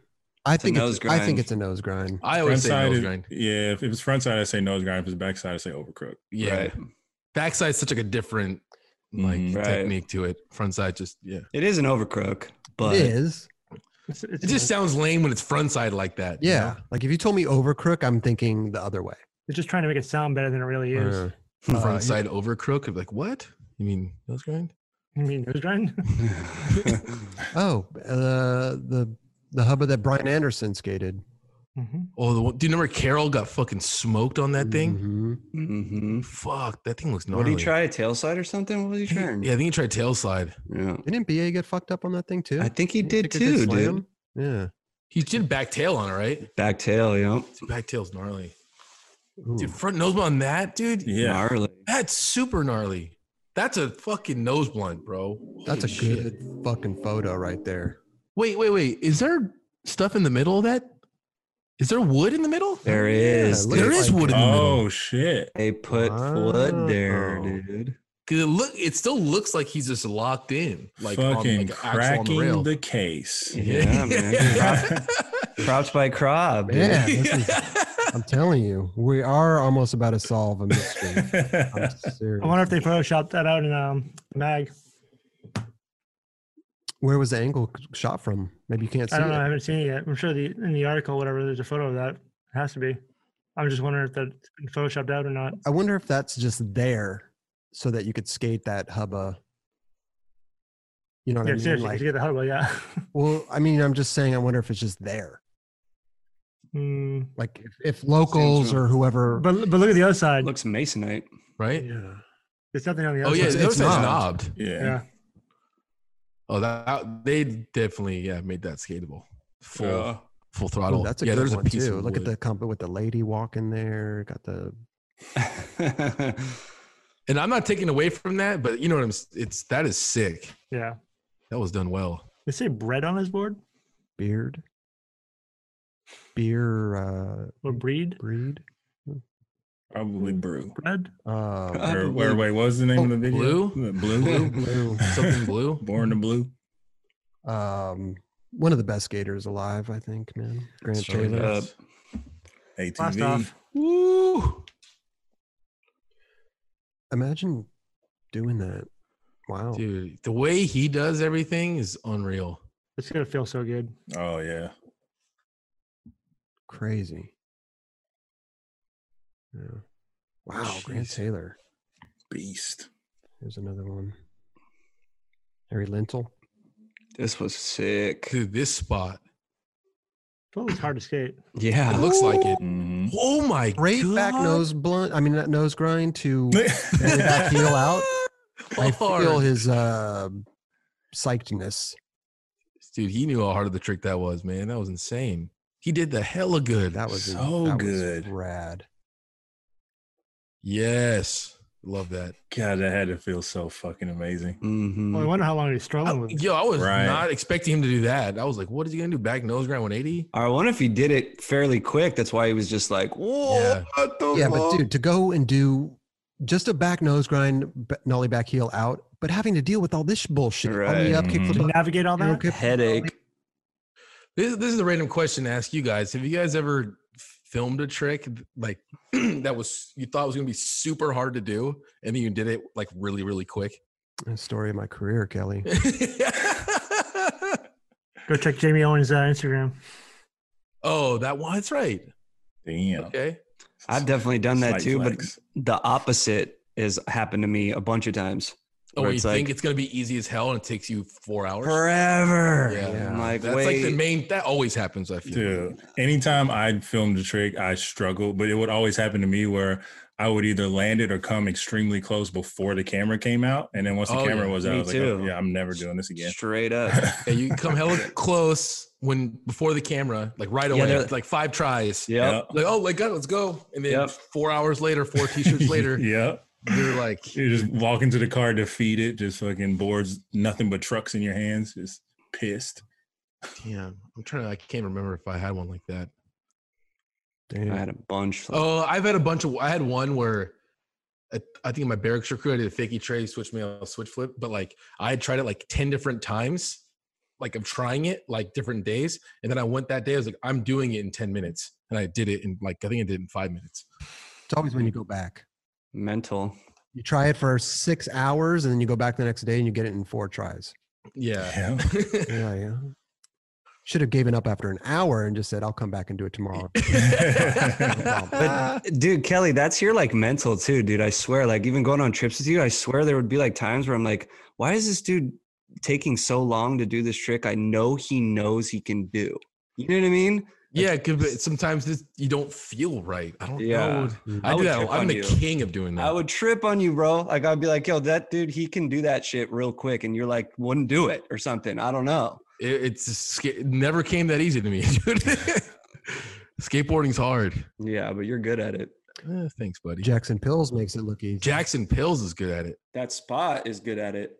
S1: I
S4: a
S1: think
S4: nose
S1: it's, I think
S4: grind.
S1: it's a nose grind.
S5: I
S3: Front
S5: always say
S3: side
S5: nose
S3: is-
S5: grind.
S3: Yeah, if it's front side, I say nose grind. If it's back side, I say overcrook.
S5: Yeah,
S4: Right.
S5: backside's such like a different like
S3: Mhm.
S4: Mm-hmm. Right.
S5: technique to it. Front side just yeah.
S4: It is an overcrook, but
S1: it is.
S2: It's, it's
S5: It just
S2: just,
S5: sounds lame when it's front side like that. you
S1: Yeah.
S5: know?
S1: Like if you told me overcrook, I'm thinking the other way.
S2: it's just trying to make it sound better than it really is.
S1: Uh,
S4: Uh,
S5: front side over crook. I'm like, what? You mean nose grind?
S2: I mean, nose grind.
S1: oh, uh, the the hubba that Brian Anderson skated.
S2: Mhm.
S5: Oh, the one, do you remember Carol got fucking smoked on that thing?
S1: Mhm.
S4: Mhm.
S5: Fuck, that thing looks
S4: What
S5: gnarly.
S4: did he try? A tail slide or something? What was he trying?
S5: Yeah, I think he tried tail slide.
S4: Yeah.
S1: Didn't BA get fucked up on that thing too?
S4: I think he did
S1: Think it
S4: too,
S1: slam?
S4: dude.
S1: Yeah.
S5: He did back tail on it, right?
S4: Back tail, yeah.
S5: Back tail's gnarly.
S1: Ooh.
S5: Dude, front nose on that, dude.
S3: Yeah.
S4: Gnarly.
S5: That's super gnarly. That's a fucking nose blunt, bro.
S1: That's a
S5: Holy shit.
S1: good fucking photo right there.
S5: Wait, wait, wait. Is there stuff in the middle of that? Is there wood in the middle?
S4: There is.
S1: look
S5: There
S1: at
S5: is
S1: it like
S5: wood in the middle.
S3: Oh shit!
S4: They put
S1: Wow.
S4: flood there, dude.
S5: 'Cause it look, it still looks like he's just locked in, like
S3: Fucking
S5: on like axle on the
S3: cracking
S5: rail.
S3: the case.
S4: Yeah, man. Props by Crob. dude.
S1: Yeah, this is, I'm telling you, we are almost about to solve a mystery. I'm serious.
S2: I wonder if they photoshopped that out in um mag.
S1: Where was the angle shot from? Maybe you can't see
S2: I don't know. I
S1: it.
S2: haven't seen it yet. I'm sure the in the article, whatever, there's a photo of that. It has to be. I'm just wondering if that's been photoshopped out or not.
S1: I wonder if that's just there so that you could skate that hubba. You know what
S2: yeah,
S1: I mean?
S2: seriously, 'cause
S1: Like,
S2: you get the hubba, yeah.
S1: well, I mean, I'm just saying, I wonder if it's just there.
S2: Mm.
S1: Like, if, if locals
S4: room.
S1: or whoever.
S2: But but look at the other side.
S4: Looks Masonite.
S5: right?
S1: yeah.
S2: There's nothing on the
S5: Oh
S2: other
S5: yeah,
S1: It's-
S5: it's,
S2: side.
S1: it's
S5: it's
S1: knobbed.
S5: knobbed.
S3: Yeah.
S2: yeah.
S5: Oh, that, that- they definitely yeah made that skatable full
S3: Yeah.
S5: full
S1: Ooh,
S5: throttle.
S1: that's a
S5: yeah,
S1: good
S5: there's
S1: one
S5: a piece
S1: too.
S5: of
S1: Look at
S5: wood.
S1: the company with the lady walking there. Got the
S5: And I'm not taking away from that, but you know what I'm. s- It's that is sick.
S2: Yeah.
S5: That was done well.
S2: They say bread on his board
S1: beard. Beer uh,
S2: or breed
S1: breed.
S3: Probably brew.
S2: bread.
S1: Uh,
S3: Or, or wait, what was the name of the video?
S5: Oh, Blue?
S3: Blue.
S5: Blue? Something blue.
S3: Born to blue.
S1: um, one of the best skaters alive, I think, man. Grant
S5: Straight
S1: Taylor.
S4: up.
S2: Blast
S3: ATV.
S2: off.
S1: Oh.
S5: Woo!
S1: Imagine doing that. Wow.
S5: Dude, the way he does everything is unreal.
S2: It's gonna feel so good.
S3: Oh yeah.
S1: Crazy. Yeah. Wow, Grant
S3: Jeez.
S1: Taylor.
S3: Beast.
S1: There's another one. Harry Lintle.
S4: This was sick.
S5: Dude, this spot.
S2: Well, it's hard to skate.
S5: It
S4: Yeah.
S5: looks like it.
S3: Mhm.
S5: Oh my
S1: Great
S5: god.
S1: back nose blunt. I mean, that nose grind to
S3: Mm-hmm.
S1: Very back heel out. I feel
S5: Hard.
S1: his uh, psychedness.
S5: Dude, he knew how hard of the trick that was, man. That was insane. He did the hella good.
S1: That was
S3: So
S1: that was
S3: good.
S1: rad.
S5: yes. Love that.
S3: God, that had to feel so fucking amazing.
S1: Mm.
S2: Well, I
S4: Mhm.
S2: wonder how long he's
S1: Oh,
S2: struggling with. it.
S5: Yo, I was
S3: Right.
S5: not expecting him to do that. I was like, what is he gonna do? Back nose grind 180?
S4: I wonder if he did it fairly quick. That's why he was just like, whoa,
S5: Yeah.
S4: what the
S1: Yeah, but
S4: fuck?"
S1: dude, to go and do just a back nose grind, b- nollie back heel out, but having to deal with all this bullshit,
S4: Right.
S1: right. up, kick
S3: Mhm.
S1: flip,
S2: Did Mm-hmm. you navigate all that?
S1: up, kick-
S4: headache.
S5: This, this is a random question to ask you guys. Have you guys ever filmed a trick like that was you thought was gonna be super hard to do, and then you did it like really, really quick?
S1: Story of my career, Kelly.
S2: Go check Jamie Owens' uh, Instagram.
S5: oh, that one. That's right.
S3: Damn.
S5: Okay.
S4: I've definitely done that
S3: Slight
S4: too,
S3: flex.
S4: but the opposite has happened to me a bunch of times.
S5: Oh,
S4: Where
S5: you
S4: it's like-
S5: think it's gonna be easy as hell, and it takes you four hours.
S4: Forever.
S5: Yeah.
S1: Yeah.
S4: I'm like,
S5: That's
S4: wait.
S5: like the main. That always happens. I feel.
S3: Dude, anytime I filmed a trick, I struggled, but it would always happen to me where I would either land it or come extremely close before the camera came out. And then once the
S5: Oh,
S3: camera
S5: yeah.
S3: was out, I
S4: Me
S3: was like, oh,
S4: too.
S3: yeah, I'm never doing this again.
S4: Straight up.
S5: Yeah, you come hella close when before the camera, like right away,
S4: they're-
S5: after, like five tries.
S4: Yep.
S5: Like oh my god, let's go! And then
S4: Yep.
S5: four hours later, four t-shirts later,
S3: yep.
S5: you're like,
S3: You just walk into the car defeated, just fucking boards, nothing but trucks in your hands, just pissed.
S5: damn, I'm trying to. I can't remember if I had one like that.
S1: Damn.
S4: I had a bunch. Like,
S5: Oh, I've had a bunch of. I had one where I, I think in my barracks crew, I did a fakie tray, switch mail, switch flip, but like I had tried it like 10 different times, like I'm trying it like different days. And then I went that day, I was like, I'm doing it in 10 minutes. And I did it in like, I think I did it in five minutes.
S1: It's always when you go back.
S4: mental.
S1: You try it for six hours, and then you go back the next day, and you get it in four tries.
S5: Yeah.
S3: Yeah.
S1: Yeah, Oh, yeah. Should have given up after an hour and just said, "I'll come back and do it tomorrow."
S5: Ah.
S4: But dude, Kelly, that's your like mental too, dude. I swear, like even going on trips with you, I swear there would be like times where I'm like, why is this dude taking so long to do this trick? I know he knows he can do. You know what I mean?
S5: yeah. it could be- sometimes it's, you don't feel right. I don't
S4: Yeah.
S5: know.
S1: Mm.
S5: I,
S4: I
S5: do
S4: would
S5: that.
S4: trip
S5: I'm
S4: on
S5: the
S4: you.
S5: king of doing that.
S4: I would trip on you, bro. Like I'd be like, yo, that dude, he can do that shit real quick, and you're like, wouldn't do it or something. I don't know.
S5: It, it's just sca- it never came that easy to me. dude. Skateboarding's hard.
S4: Yeah, but you're good at it.
S5: Eh, thanks, buddy.
S1: Jackson Pills makes it look easy.
S5: Jackson Pills is good at it.
S6: That spot is good at it.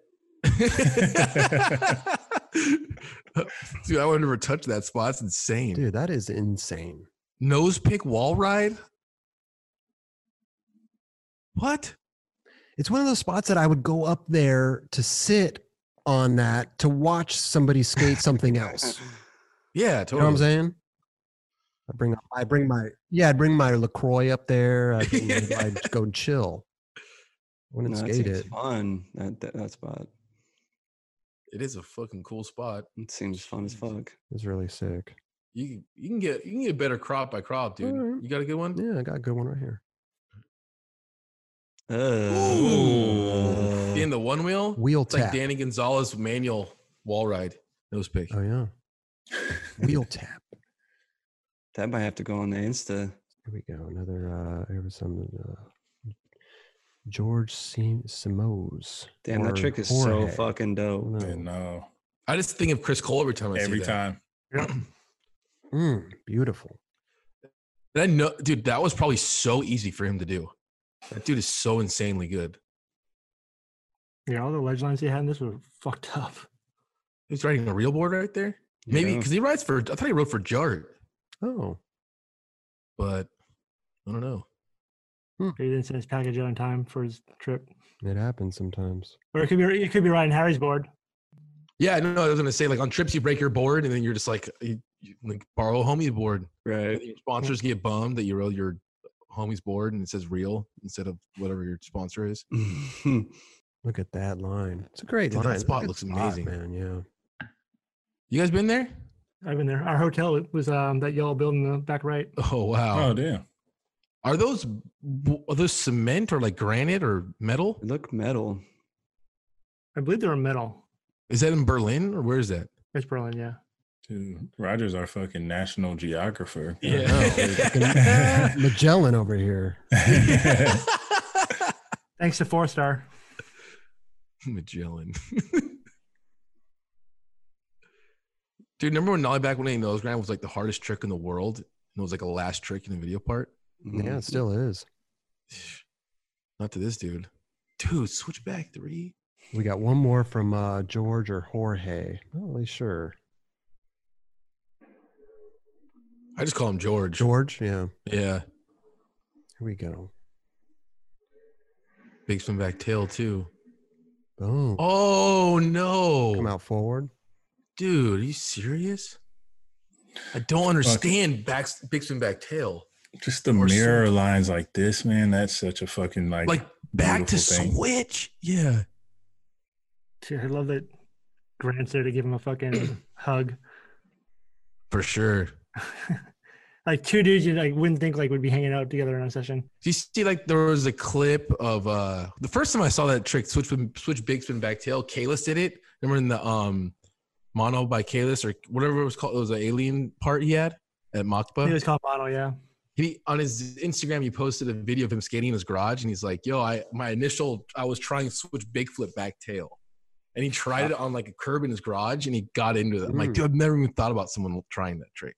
S5: Dude, I would never touch that spot. It's insane.
S1: Dude, that is insane.
S5: Nose pick wall ride. What?
S1: It's one of those spots that I would go up there to sit on that to watch somebody skate something else. You know
S5: Yeah,
S1: what I'm
S5: totally.
S1: saying? I bring up, I bring my yeah, I bring my Lacroix up there. I
S5: Yeah.
S1: would go and chill. I wouldn't
S4: No, that
S1: skate
S4: seems
S1: it.
S4: fun. That, that that spot.
S5: it is a fucking cool spot.
S4: It seems fun as fuck.
S1: It's really sick.
S5: You you can get you can get a better crop by crop, dude.
S1: Alright.
S5: You got a good one?
S1: Yeah, I got a good one right here.
S4: Uh,
S5: In the one wheel,
S1: Wheel
S5: it's like
S1: tap.
S5: Danny Gonzalez manual wall ride nose pick.
S1: oh yeah, wheel tap.
S4: that might have to go on the Insta.
S1: Here we go. Another uh, here was some uh, George Sim- Oh, Simos.
S4: Damn,
S1: or
S4: that trick is so
S1: Jorge.
S4: fucking
S1: I
S4: dope.
S1: don't know.
S3: And no,
S5: I just think of Chris Cole every time I
S3: every
S5: see that.
S3: time.
S1: Mm, beautiful.
S5: And I know, dude, that was probably so easy for him to do. That dude is so insanely good.
S2: Yeah, all the ledge lines he had in this were fucked up.
S5: He's riding a real board right there. Maybe
S4: Yeah.
S5: because he rides for. I thought he rode for Jart,
S1: Oh,
S5: but I don't know.
S2: He didn't send his package out in time for his trip,
S1: it happens sometimes.
S2: or it could be it could be riding Harry's board.
S5: Yeah, no, I was gonna say like on trips you break your board and then you're just like you, you, like borrow a homie's board.
S4: Right.
S5: Your sponsors get bummed that you rode your homie's board and it says real instead of whatever your sponsor is.
S1: Look at that line. It's a great
S5: Dude, that
S1: line.
S5: spot
S1: Good
S5: looks amazing.
S1: man. Yeah.
S5: You guys been there?
S2: I've been there. Our hotel it was um, that yellow building in the back right.
S5: Oh wow.
S3: Oh damn.
S5: Are those w- are those cement or like granite or metal?
S4: Look metal.
S2: I believe they were metal.
S5: Is that in Berlin or where is that?
S2: It's Berlin, yeah.
S3: Dude, Rogers our fucking national geographer.
S1: Yeah. Magellan over here.
S2: Thanks to Four Star.
S5: Magellan. Dude, remember when Nolly back when he nose grind was like the hardest trick in the world? And it was like a last trick in the video part?
S4: Mm.
S1: Yeah, it still is.
S5: Not to this dude. Dude, switch back three.
S1: We got one more from uh, George or Jorge. Not really sure.
S5: I just call him George.
S1: George. Yeah.
S5: Yeah.
S1: Here we go.
S5: Big swim back tail too.
S1: Boom.
S5: Oh
S1: Come
S5: no.
S1: out forward.
S5: Dude, are you serious? I don't understand back big swim back tail.
S3: Just the
S5: Or
S3: mirror lines like this, man. That's such a fucking like.
S5: Like back to
S3: Beautiful thing.
S5: switch. Yeah.
S2: Dude, I love that Grant's there to give him a fucking hug.
S5: For sure.
S2: Like two dudes you like wouldn't think like would be hanging out together in a session.
S5: Do you see like there was a clip of uh the first time I saw that trick switch switch big spin back tail, Kalis did it. Remember in the um mono by Kalis or whatever it was called, it was an alien part he had at
S2: He
S5: Machba.
S2: was called Mono, yeah.
S5: He on his Instagram he posted a video of him skating in his garage and he's like, Yo, I my initial I was trying switch big flip back tail. And he tried it on like a curb in his garage and he got into it. I'm like,
S1: Mm.
S5: dude, I've never even thought about someone trying that trick.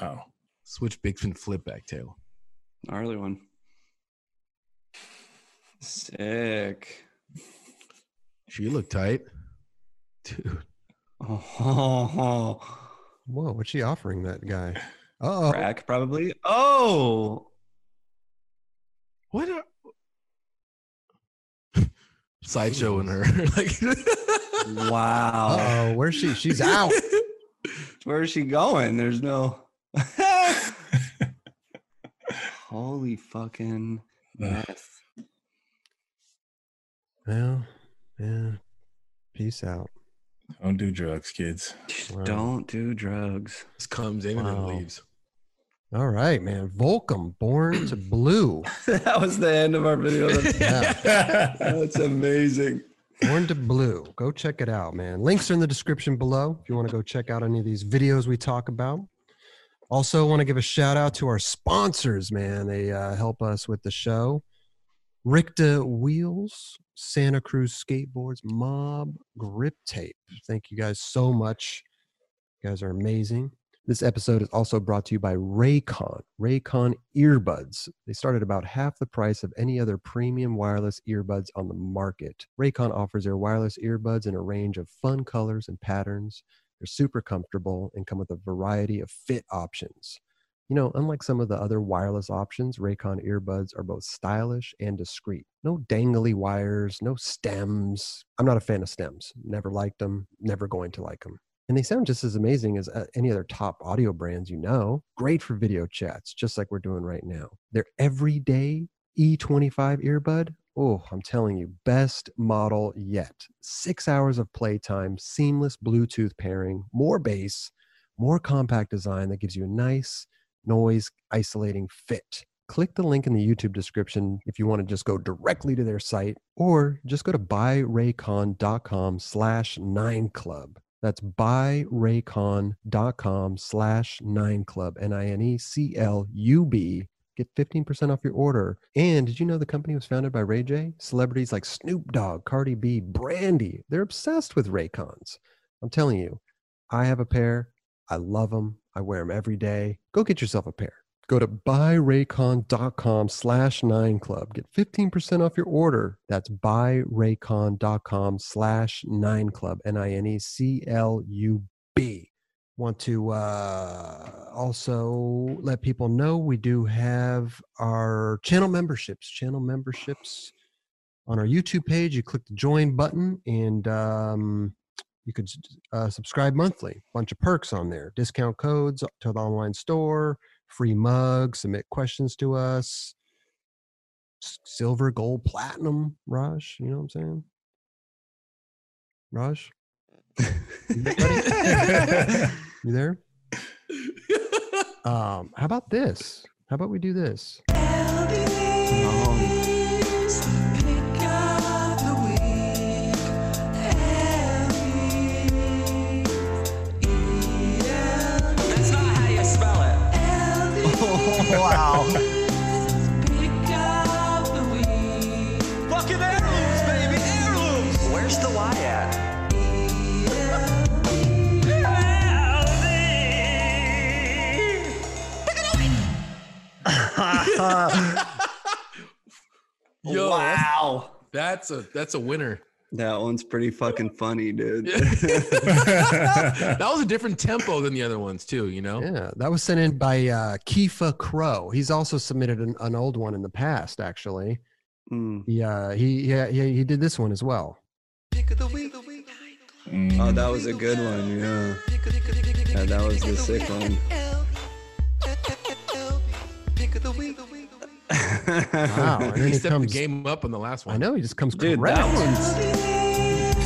S3: wow.
S5: Switch big spin flip back tail.
S4: Gnarly one. Sick.
S5: She looked tight. Dude.
S4: Oh,
S1: Whoa, what's she offering that guy? Uh oh.
S4: crack probably. Oh,
S5: What are sideshowing her? like
S4: wow.
S1: Uh oh. Where's she? She's out.
S4: Where is she going? There's no. Holy fucking mess.
S1: well, yeah. Peace out.
S3: Don't do drugs, kids.
S4: Just
S1: Wow.
S4: Don't do drugs.
S5: Just comes in and
S1: Wow.
S5: then leaves.
S1: All right, man. Volcom, born to blue.
S4: that was the end of our video.
S1: Yeah.
S4: That's amazing.
S1: Born to Blue. Go check it out, man. Links are in the description below if you want to go check out any of these videos we talk about. Also, want to give a shout out to our sponsors, man. They uh, help us with the show. Richta Wheels, Santa Cruz Skateboards, Mob Grip Tape. Thank you guys so much. You guys are amazing. This episode is also brought to you by Raycon. Raycon earbuds. They started about half the price of any other premium wireless earbuds on the market. Raycon offers their wireless earbuds in a range of fun colors and patterns. They're super comfortable and come with a variety of fit options. You know, unlike some of the other wireless options, Raycon earbuds are both stylish and discreet. No dangly wires, no stems. I'm not a fan of stems. Never liked them, never going to like them. And they sound just as amazing as uh, any other top audio brands you know. Great for video chats, just like we're doing right now. Their everyday E25 earbud, oh, I'm telling you, best model yet. Six hours of playtime, seamless Bluetooth pairing, more bass, more compact design that gives you a nice, noise isolating fit. Click the link in the YouTube description if you want to just go directly to their site, or just go to buyraycon.com slash nine club. That's buyraycon.com slash nine club, N I N E C L U B. Get 15% off your order. And did you know the company was founded by Ray J? Celebrities like Snoop Dogg, Cardi B, Brandy, they're obsessed with Raycons. I'm telling you, I have a pair. I love them. I wear them every day. Go get yourself a pair. Go to buyraycon.com slash nine club. Get 15% off your order. That's buyraycon.com slash nine club, N I N E C L U B. Want to uh, also let people know we do have our channel memberships. Channel memberships on our YouTube page. You click the join button and um, you could uh, subscribe monthly bunch of perks on there discount codes to the online store free mug submit questions to us S- silver gold platinum raj you know what i'm saying raj you there um how about this how about we do this
S7: That's not how you spell it. E
S4: wow.
S7: Fucking heirlooms, baby, heirlooms. Where's the Y at? E.
S5: Yo, that's,
S4: wow.
S5: that's a that's a winner.
S4: That one's pretty fucking funny, dude.
S5: that was a different tempo than the other ones too. You know.
S1: Yeah, that was sent in by uh, Kifa Crow. He's also submitted an, an old one in the past, actually.
S4: Mm.
S1: He, uh, he, yeah, he, he did this one as well.
S6: Mm.
S4: Oh, that was a good one. Yeah. Yeah, that was the sick one.
S1: Wow. and then
S5: He
S1: he
S5: stepped
S1: comes,
S5: the game up on the last one.
S1: I know, he just comes
S6: Dude,
S1: correct.
S6: that one's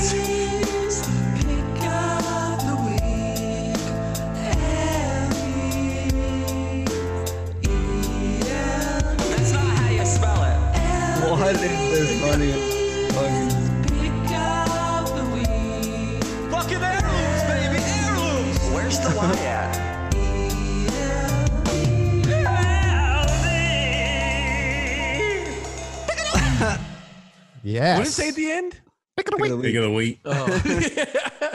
S7: That's not how you spell it.
S4: What is this funny? Fucking
S7: Fucking heirlooms, baby, heirlooms. Where's the Y at?
S1: Yes.
S5: What did it say at the end?
S1: Pick it
S4: pick
S1: away.
S4: of the
S3: Pick
S4: week.
S3: of the week.
S5: Oh.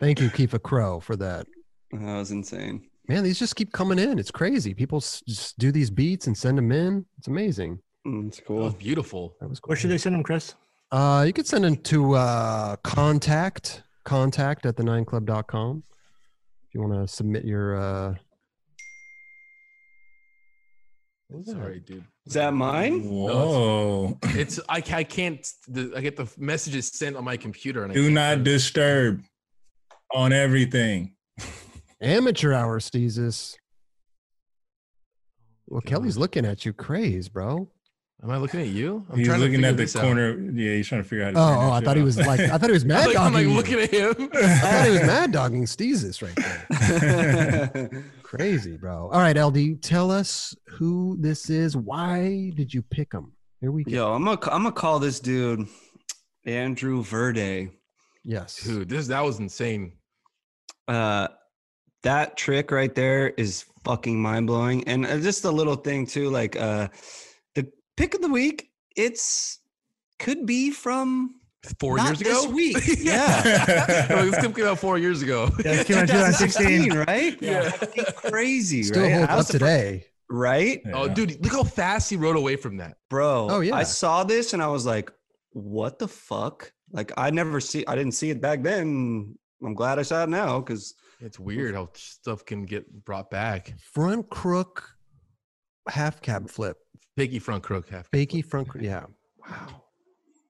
S1: Thank you, Kifa Crow, for that.
S4: That was insane.
S1: Man, these just keep coming in. It's crazy. People s- just do these beats and send them in. It's amazing.
S4: Mm, It's
S5: That was
S4: cool.
S5: beautiful.
S1: That was cool.
S2: Where should they send them, Chris?
S1: Uh, you could send them to uh, contact, contact at the nineclub.com if you want to submit your. Uh... What was that?
S5: Sorry, dude.
S4: Is that mine?
S3: Whoa.
S5: It's I, I can't. The, I get the messages sent on my computer, and I
S3: Do
S5: can't
S3: not
S5: send-
S3: disturb on everything.
S1: Amateur hour, Steezus. Well,
S5: God.
S1: Kelly's looking at you crazed, bro.
S5: Am I looking at you? I'm
S3: he's
S5: trying to
S3: looking
S5: figure
S3: at the
S5: this out.
S3: corner. Yeah, he's trying to figure out.
S1: Oh, oh, I thought he was like, I thought he was
S5: I'm
S1: mad
S5: like, I'm
S1: dogging.
S5: like
S1: you.
S5: looking at him.
S1: I thought he was mad dogging Steezus right there. Crazy, bro. All right, LD, tell us who this is. Why did you pick him? Here we go.
S4: Yo, I'm gonna I'm gonna call this dude Andrew Verde.
S1: Yes.
S5: Dude, this that was insane.
S4: Uh, that trick right there is fucking mind blowing, and uh, just a little thing too, like uh, the pick of the week. It's could be from
S5: four
S1: Not
S5: years ago.
S1: this week.
S5: yeah, like, this clip came out four years ago.
S2: Yeah, it came out in 2016.
S4: right?
S5: Yeah.
S4: Fucking crazy,
S1: Still
S4: right?
S1: holds
S4: I was
S1: up today.
S4: surprised- right,
S5: Oh, dude, look how fast he rode away from that.
S4: bro?
S1: Oh, yeah.
S4: I saw this and I was like, "What the fuck?" Like, I never see. I didn't see it back then. I'm glad I saw it now because
S5: It's weird how stuff can get brought back.
S1: Front crook, half cab flip,
S5: Piggy front crook half.
S1: fakie front. cro- Yeah,
S4: wow,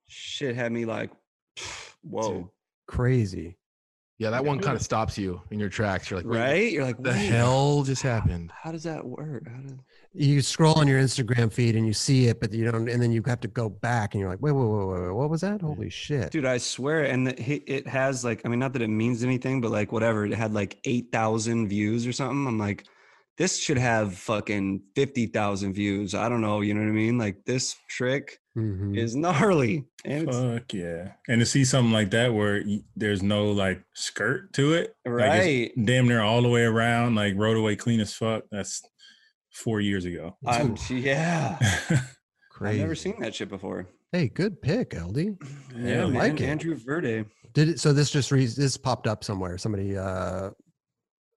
S4: shit had me like, whoa,
S1: crazy.
S5: Yeah, that one kind of stops you in your tracks. You're like, wait,
S4: right? You're like,
S5: What the
S4: "Wait,
S5: hell just happened?
S4: How does that work? How does-
S1: You scroll on your Instagram feed and you see it, but you don't. And then you have to go back and you're like, wait, wait, wait, wait, wait what was that? Holy shit!
S4: Dude, I swear, and the- he- it has like, I mean, not that it means anything, but like, whatever, it had like 8,000 views or something. I'm like, this should have fucking 50,000 views. I don't know. You know what I mean? Like, this trick
S1: Mhm.
S4: is gnarly. And it's,
S3: Fuck yeah! And to see something like that where y- there's no like skirt to it, like, it's
S4: right.
S3: damn near all the way around, like road away clean as fuck. That's four years ago.
S4: I'm, yeah.
S1: Crazy.
S4: I've never seen that shit before.
S1: Hey, good pick, LD.
S3: Yeah, I
S1: like it.
S4: Andrew Verde.
S1: Did it? So this just re- this popped up somewhere. Somebody uh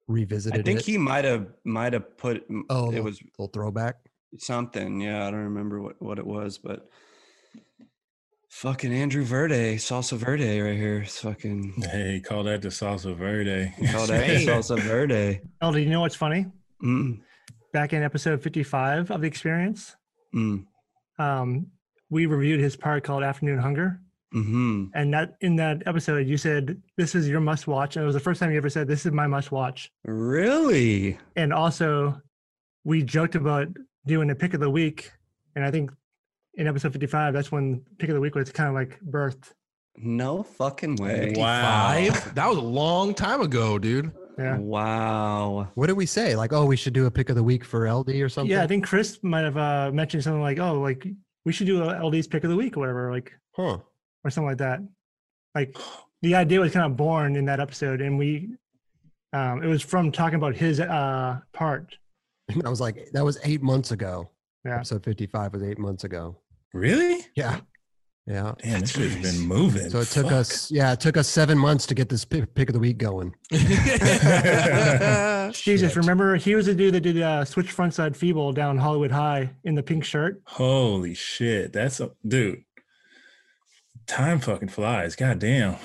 S1: revisited
S4: I think
S1: it.
S4: he might have, might have put,
S1: Oh,
S4: oh, it was
S1: little throwback.
S4: something. Yeah, I don't remember what, what it was, but fucking Andrew Verde, Salsa Verde right here. It's fucking
S3: hey, call that the salsa verde.
S4: called that the Salsa Verde.
S2: Elder, you know what's funny?
S4: Mm,
S2: Back in episode 55 of the experience,
S4: mm,
S2: um, we reviewed his part called Afternoon Hunger.
S4: mm-hmm.
S2: And that in that episode, you said, This is your must watch. And it was the first time you ever said, This is my must watch.
S4: Really?
S2: And also, we joked about doing a pick of the week. And I think in episode 55, that's when pick of the week was kind of like birthed.
S4: No fucking way.
S3: Wow.
S5: Five? That was a long time ago, dude.
S2: Yeah.
S4: Mm, Wow.
S1: What did we say? Like, oh, we should do a pick of the week for LD or something.
S2: Yeah. I think Chris might have uh, mentioned something like, Oh, like we should do a LD's pick of the week or whatever, like,
S1: Huh.
S2: or something like that. Like the idea was kind of born in that episode. And we, um, it was from talking about his uh, part.
S1: And I was like, that was eight months ago.
S2: Yeah.
S1: Episode 55 was eight months ago.
S3: Really?
S1: Yeah. Yeah.
S3: Damn, this shit's been moving.
S1: So it took
S3: Fuck.
S1: us, yeah, it took us seven months to get this pi- pick of the week going.
S2: Jesus,
S1: Shit.
S2: remember he was the dude that did uh, switch frontside feeble down Hollywood High in the pink shirt.
S3: Holy shit. That's a dude. Time fucking flies. God damn.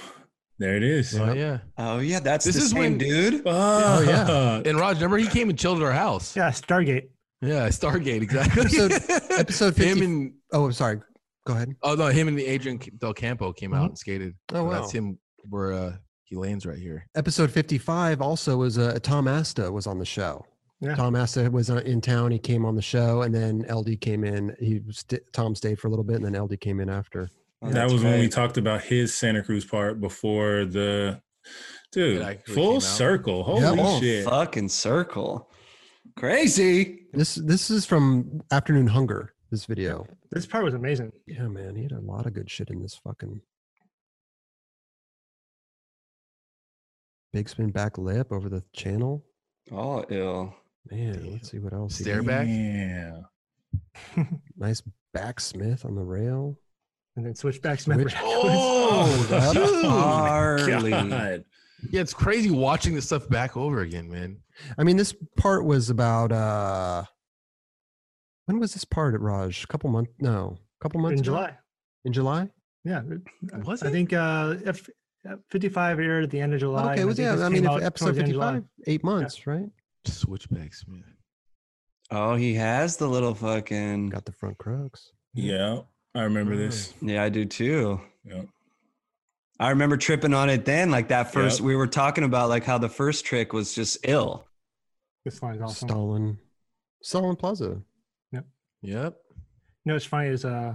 S3: There it is.
S5: oh, yeah.
S4: Oh yeah, that's
S5: This
S4: the
S5: is
S4: same
S5: when-
S4: dude.
S3: Oh,
S1: yeah.
S5: And Raj, remember he came and chilled at our house.
S2: Yeah, Stargate.
S5: Yeah, Stargate, exactly.
S1: Episode- Episode 50.
S5: him and
S1: oh, I'm sorry. Go ahead.
S5: oh no, him and Adrian Del Campo came out and skated.
S1: Oh,
S5: And
S1: wow.
S5: That's him where uh, he lands right here.
S1: Episode 55 also was uh, Tom Asta was on the show.
S2: Yeah.
S1: Tom Asta was uh, in town. He came on the show and then LD came in. He st- Tom stayed for a little bit and then LD came in after.
S4: Oh,
S3: that
S4: that's
S3: was when we
S4: right.
S3: talked about his Santa Cruz part before the dude
S5: It actually came
S3: full
S5: out.
S3: circle. Holy
S1: oh,
S3: shit.
S4: fucking circle. Crazy.
S1: This this is from Afternoon Hunger, this video.
S2: This part was amazing.
S1: Yeah, man. He had a lot of good shit in this fucking big spin back lip over the channel.
S4: Oh ill.
S1: Man,
S5: Damn.
S1: let's see what else. he
S5: Stare
S1: did.
S5: back?
S3: Yeah.
S1: Nice backsmith on the rail.
S2: And then switchbacks. Remember?
S1: Switch-
S5: Oh,
S1: that's
S5: dude.
S4: Gnarly.
S3: God.
S5: yeah, it's crazy watching this stuff back over again, man.
S1: I mean, this part was about uh when was this part at Raj? A couple months no. A couple months
S2: in
S1: ago?
S2: July.
S1: In July?
S2: Yeah. I-
S5: Was
S2: I
S5: it?
S2: think uh, F- uh, 55 aired at the end of July.
S1: okay,
S2: and
S1: well,
S2: think
S1: yeah.
S2: this
S1: I
S2: came
S1: mean,
S2: out
S1: if episode
S2: towards the end of July.
S1: 55, eight months, right?
S5: Switchbacks, man.
S4: Oh, he has the little fucking
S1: Got the front crooks.
S3: Yeah. I
S1: Mm.
S3: remember this.
S4: Yeah, I do too.
S3: Yeah.
S4: I remember tripping on it then, like that first
S3: Yep.
S4: we were talking about like how the first trick was just ill.
S2: This line's awesome. You
S1: Stalin. Stalin Plaza.
S5: Yep.
S2: know what's funny is uh,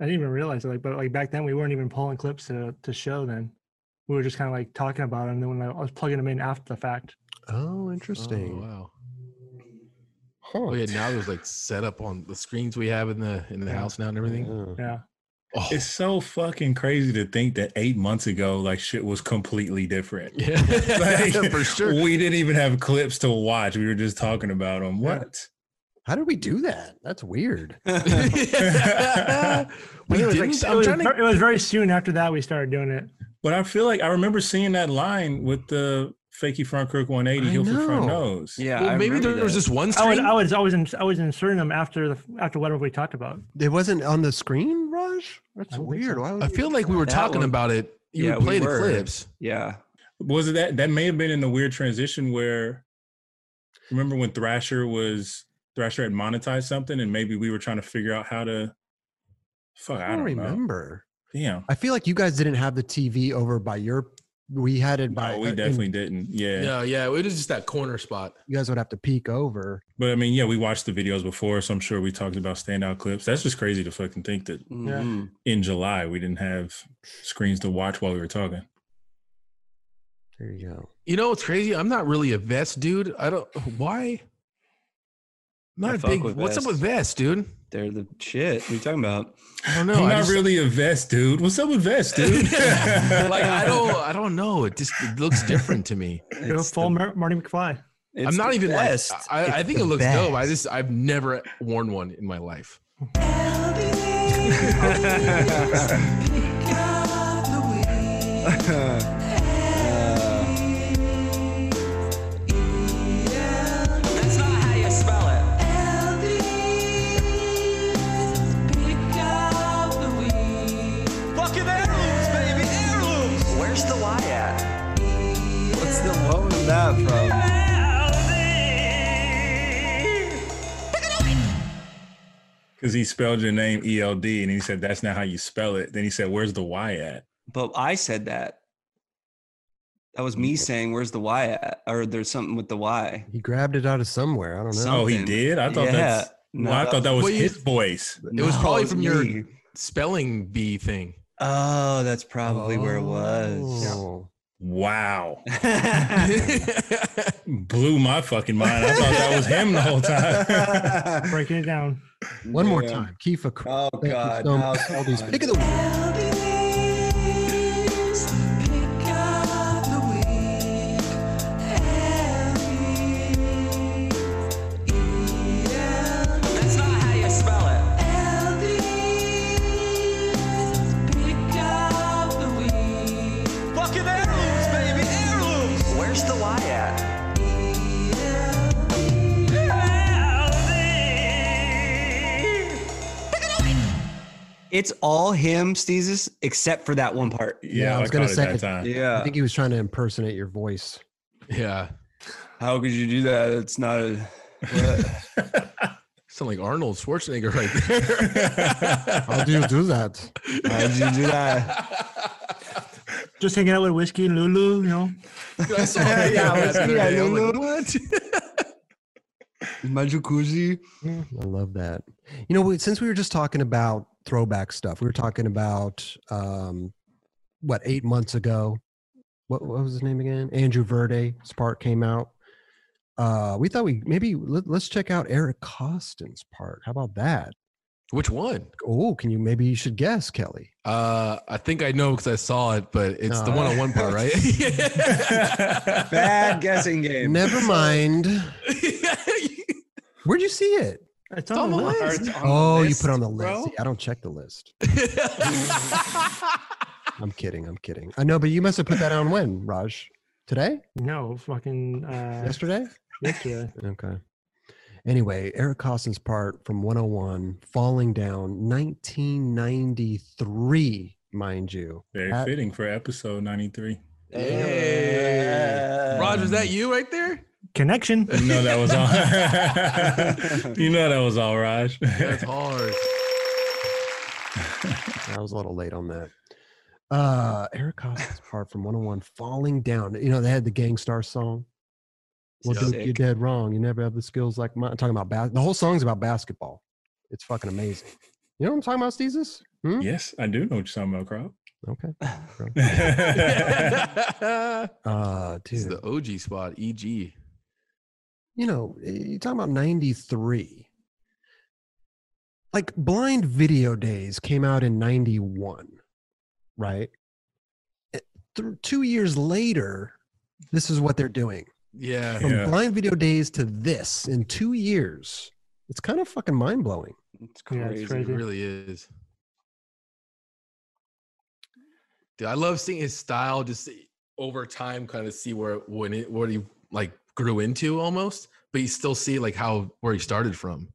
S2: I didn't even realize it, like, but like back then we weren't even pulling clips to, to show then. We were just kind of like talking about it. And then when I was plugging them in after the fact,
S1: Oh, interesting.
S5: Oh, wow.
S1: Huh.
S5: Oh yeah, now there's like set up on the screens we have in the in the
S2: Yeah.
S5: house now and everything.
S1: Yeah.
S2: yeah.
S5: Oh,
S3: It's so fucking crazy to think that eight months ago, like shit was completely different.
S5: yeah,
S3: Like,
S5: for sure.
S3: We didn't even have clips to watch. We were just talking about them. What?
S1: How did we do that? That's weird.
S5: we
S2: it was,
S5: didn't.
S2: like, it,
S5: I'm
S2: was,
S5: trying
S2: ver-
S5: to.
S2: it was very soon after that we started doing it.
S3: But I feel like I remember seeing that line with the fakie front crook 180
S1: I
S3: heel for front
S1: know.
S3: nose.
S4: Yeah,
S5: Well,
S4: I
S5: maybe
S4: remember
S5: there was
S4: that.
S5: this one
S2: I was,
S5: screen.
S2: I was always in, I was inserting them after the after whatever we talked about.
S1: It wasn't on the screen, Raj. That's
S2: I don't think
S1: weird.
S2: so.
S1: Why would
S5: I feel like we were
S4: That
S5: talking
S4: one.
S5: about it. You
S4: Yeah,
S5: would
S4: we
S5: play the
S4: were.
S5: clips.
S4: Yeah,
S3: Was it that that may have been in the weird transition where remember when Thrasher was Thrasher had monetized something and maybe we were trying to figure out how to fuck,
S1: I
S3: I
S1: don't
S3: don't know.
S1: remember.
S3: Damn.
S1: I feel like you guys didn't have the TV over by your. We had it by.
S3: No, we
S1: uh, in-
S3: definitely didn't. Yeah.
S5: Yeah, yeah. It was just that corner spot.
S1: You guys would have to peek over.
S3: But I mean, yeah, we watched the videos before, so I'm sure we talked about standout clips. That's just crazy to fucking think that
S4: Mhm.
S3: in July we didn't have screens to watch while we were talking.
S1: There you go.
S5: You know what's crazy? I'm not really a vest dude. I don't why.
S4: I
S5: Not a
S4: fuck
S5: big.
S4: with
S5: What's up with
S4: vests.
S5: vests, dude?
S4: they're the shit. What are you talking about?
S5: I don't know.
S3: I'm
S5: I
S3: not
S5: just-
S3: really a vest, dude. What's up with vest, dude?
S5: like I don't. I don't know. It just it looks different to me.
S2: Go
S4: It's
S2: full
S4: the-
S2: Mar- Marty McFly.
S4: it's
S5: I'm not
S4: the
S5: even
S4: best.
S5: like. I- I, I
S1: It's
S5: think
S1: the
S5: it looks dope. I
S1: best.
S5: just I've never worn one in my life.
S4: Uh,
S7: That's not how you spell it. Fucking heirlooms, baby, heirlooms. Where's the Y at?
S4: what's the what was that from?
S3: Because he spelled your name E L D and he said, That's not how you spell it. Then he said, Where's the Y at?
S4: But I said that. That was
S5: Mm.
S4: me saying, "Where's the Y at?" Or there's something with the Y.
S1: He grabbed it out of somewhere. I don't know.
S4: Some-
S3: Oh, he
S4: Something.
S3: did? I thought
S4: Yeah.
S3: that's
S4: No,
S3: well, I thought that was
S5: Well, you-
S3: his voice.
S5: It was
S4: No,
S5: probably
S4: it's
S5: from your
S4: me.
S5: spelling bee thing.
S4: Oh, that's probably where it was.
S1: Oh.
S3: Wow. Blew my fucking mind. I thought that was him the whole time.
S2: Breaking it down.
S1: One more
S4: Yeah.
S1: time, Kifa. Cr-
S4: Oh
S1: thank you
S4: God!
S1: so
S4: now
S1: much.
S4: come
S1: All these
S4: on.
S1: pick of the week.
S7: That's not how you spell it. Fucking heirlooms, baby, heirlooms. Where's the Y at?
S4: It's all him, Steezus, except for that one part.
S3: Yeah, I was gonna say that time.
S1: I
S4: Yeah.
S1: think he was trying to impersonate your voice.
S5: Yeah,
S4: How could you do that? It's not a. what?
S5: sound like Arnold Schwarzenegger right there.
S1: How do you do that?
S4: How did you do that?
S2: Just hanging out with whiskey and Lulu, you know.
S5: I saw a video
S4: Yeah,
S5: of that the other
S4: yeah,
S5: day. I was
S4: no,
S5: like,
S4: no.
S5: what?
S4: My jacuzzi.
S1: I love that. You know, we- since we were just talking about throwback stuff, we were talking about um, what eight months ago. What, what was his name again? Andrew Verde. Spark came out. Uh, we thought we maybe let, let's check out Eric Costin's part. How about that?
S5: Which one?
S1: Oh, can you maybe you should guess, Kelly?
S5: Uh, I think I know because I saw it, but it's the
S1: No.
S5: one on one part, right?
S4: Bad guessing game.
S1: Never mind.
S5: it's
S1: Where'd you see it?
S2: It's
S5: on the list.
S1: oh, you put on the list.
S5: bro.
S1: See, I don't check the list. I'm kidding. I'm kidding. I know, but you must have put that on when, Raj? Today?
S2: No, fucking uh,
S1: Yesterday?
S2: yesterday.
S1: Okay. Anyway, Eric Costin's part from 101 falling down 1993, mind you.
S3: Very
S1: That-
S3: fitting for episode 93.
S5: Hey. Roger, is that you right there?
S2: Connection.
S3: You know that was all You know that was all Raj.
S5: That's hard.
S1: I was a little late on that. Uh, Eric Costin's part from 101 falling down. You know, they had the Gangstar song. Well,
S4: Sick.
S1: dude, you're dead wrong. You never have the skills like mine. talking about bas- the whole song's about basketball. It's fucking amazing. You know what I'm talking about, Steezus? Hmm?
S3: yes, I do know what you're talking about, Crop.
S1: Okay.
S5: this
S1: Uh, dude.
S5: is the OG spot, E EG.
S1: you know, you're talking about 93. Like Blind Video Days came out in 91, right? Eh, th- two years later, this is what they're doing.
S5: Yeah.
S1: From
S3: Yeah.
S1: Blind Video Days to this in two years, It's kind of fucking mind blowing.
S6: It's
S2: Yeah, it's
S6: crazy.
S5: It
S2: crazy.
S5: really is. Dude, I love seeing his style just see- over time kind of see where when it what he like grew into almost, but you still see like how where he started from.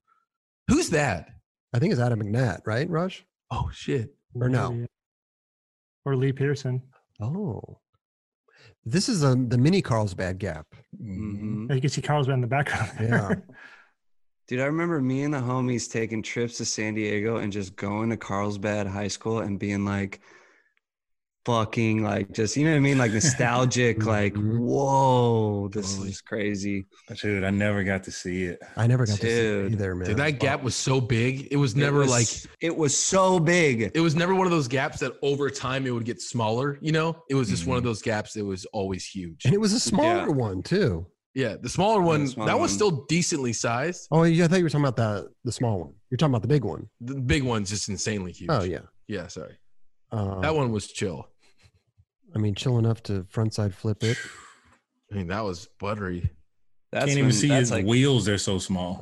S5: Who's that?
S1: I think it's Adam McNatt, right, Raj?
S5: Oh shit.
S1: Or no.
S2: Maybe. Or Lee Peterson.
S1: Oh, this is um the mini Carlsbad Gap.
S4: Mm-hmm.
S6: Mhm.
S2: Yeah, You can see Carlsbad in the background.
S1: Yeah.
S4: Dude, I remember me and the homies taking trips to San Diego and just going to Carlsbad High School and being like, fucking, like, just, you know what I mean? Like, nostalgic, like,
S1: Mhm.
S4: whoa, this
S5: Mm-hmm. Totally.
S4: is crazy.
S3: Dude, I never got to see it.
S1: I never got to see it
S4: Dude.
S1: either, man.
S5: Dude, that gap was so big. It was
S4: It
S5: never
S4: was-
S5: like
S4: it was so big.
S5: it was never one of those gaps that over time it would get smaller, you know? It was just one of those gaps that was always huge.
S1: and it was a smaller
S6: Yeah.
S1: one too.
S5: Yeah, the smaller one,
S4: smaller
S5: that was
S4: one.
S5: still decently sized.
S1: Oh, yeah, I thought you were talking about the the small one. You're talking about the big one.
S5: The big one's just insanely huge.
S1: Oh yeah.
S5: Yeah, sorry.
S1: Uh,
S5: That one was chill.
S1: I mean, chill enough to frontside flip it.
S5: I mean, that was buttery.
S4: That's
S3: Can't even
S4: when-
S3: see
S4: that's
S3: his
S4: like- Oh,
S3: wheels. They're so small.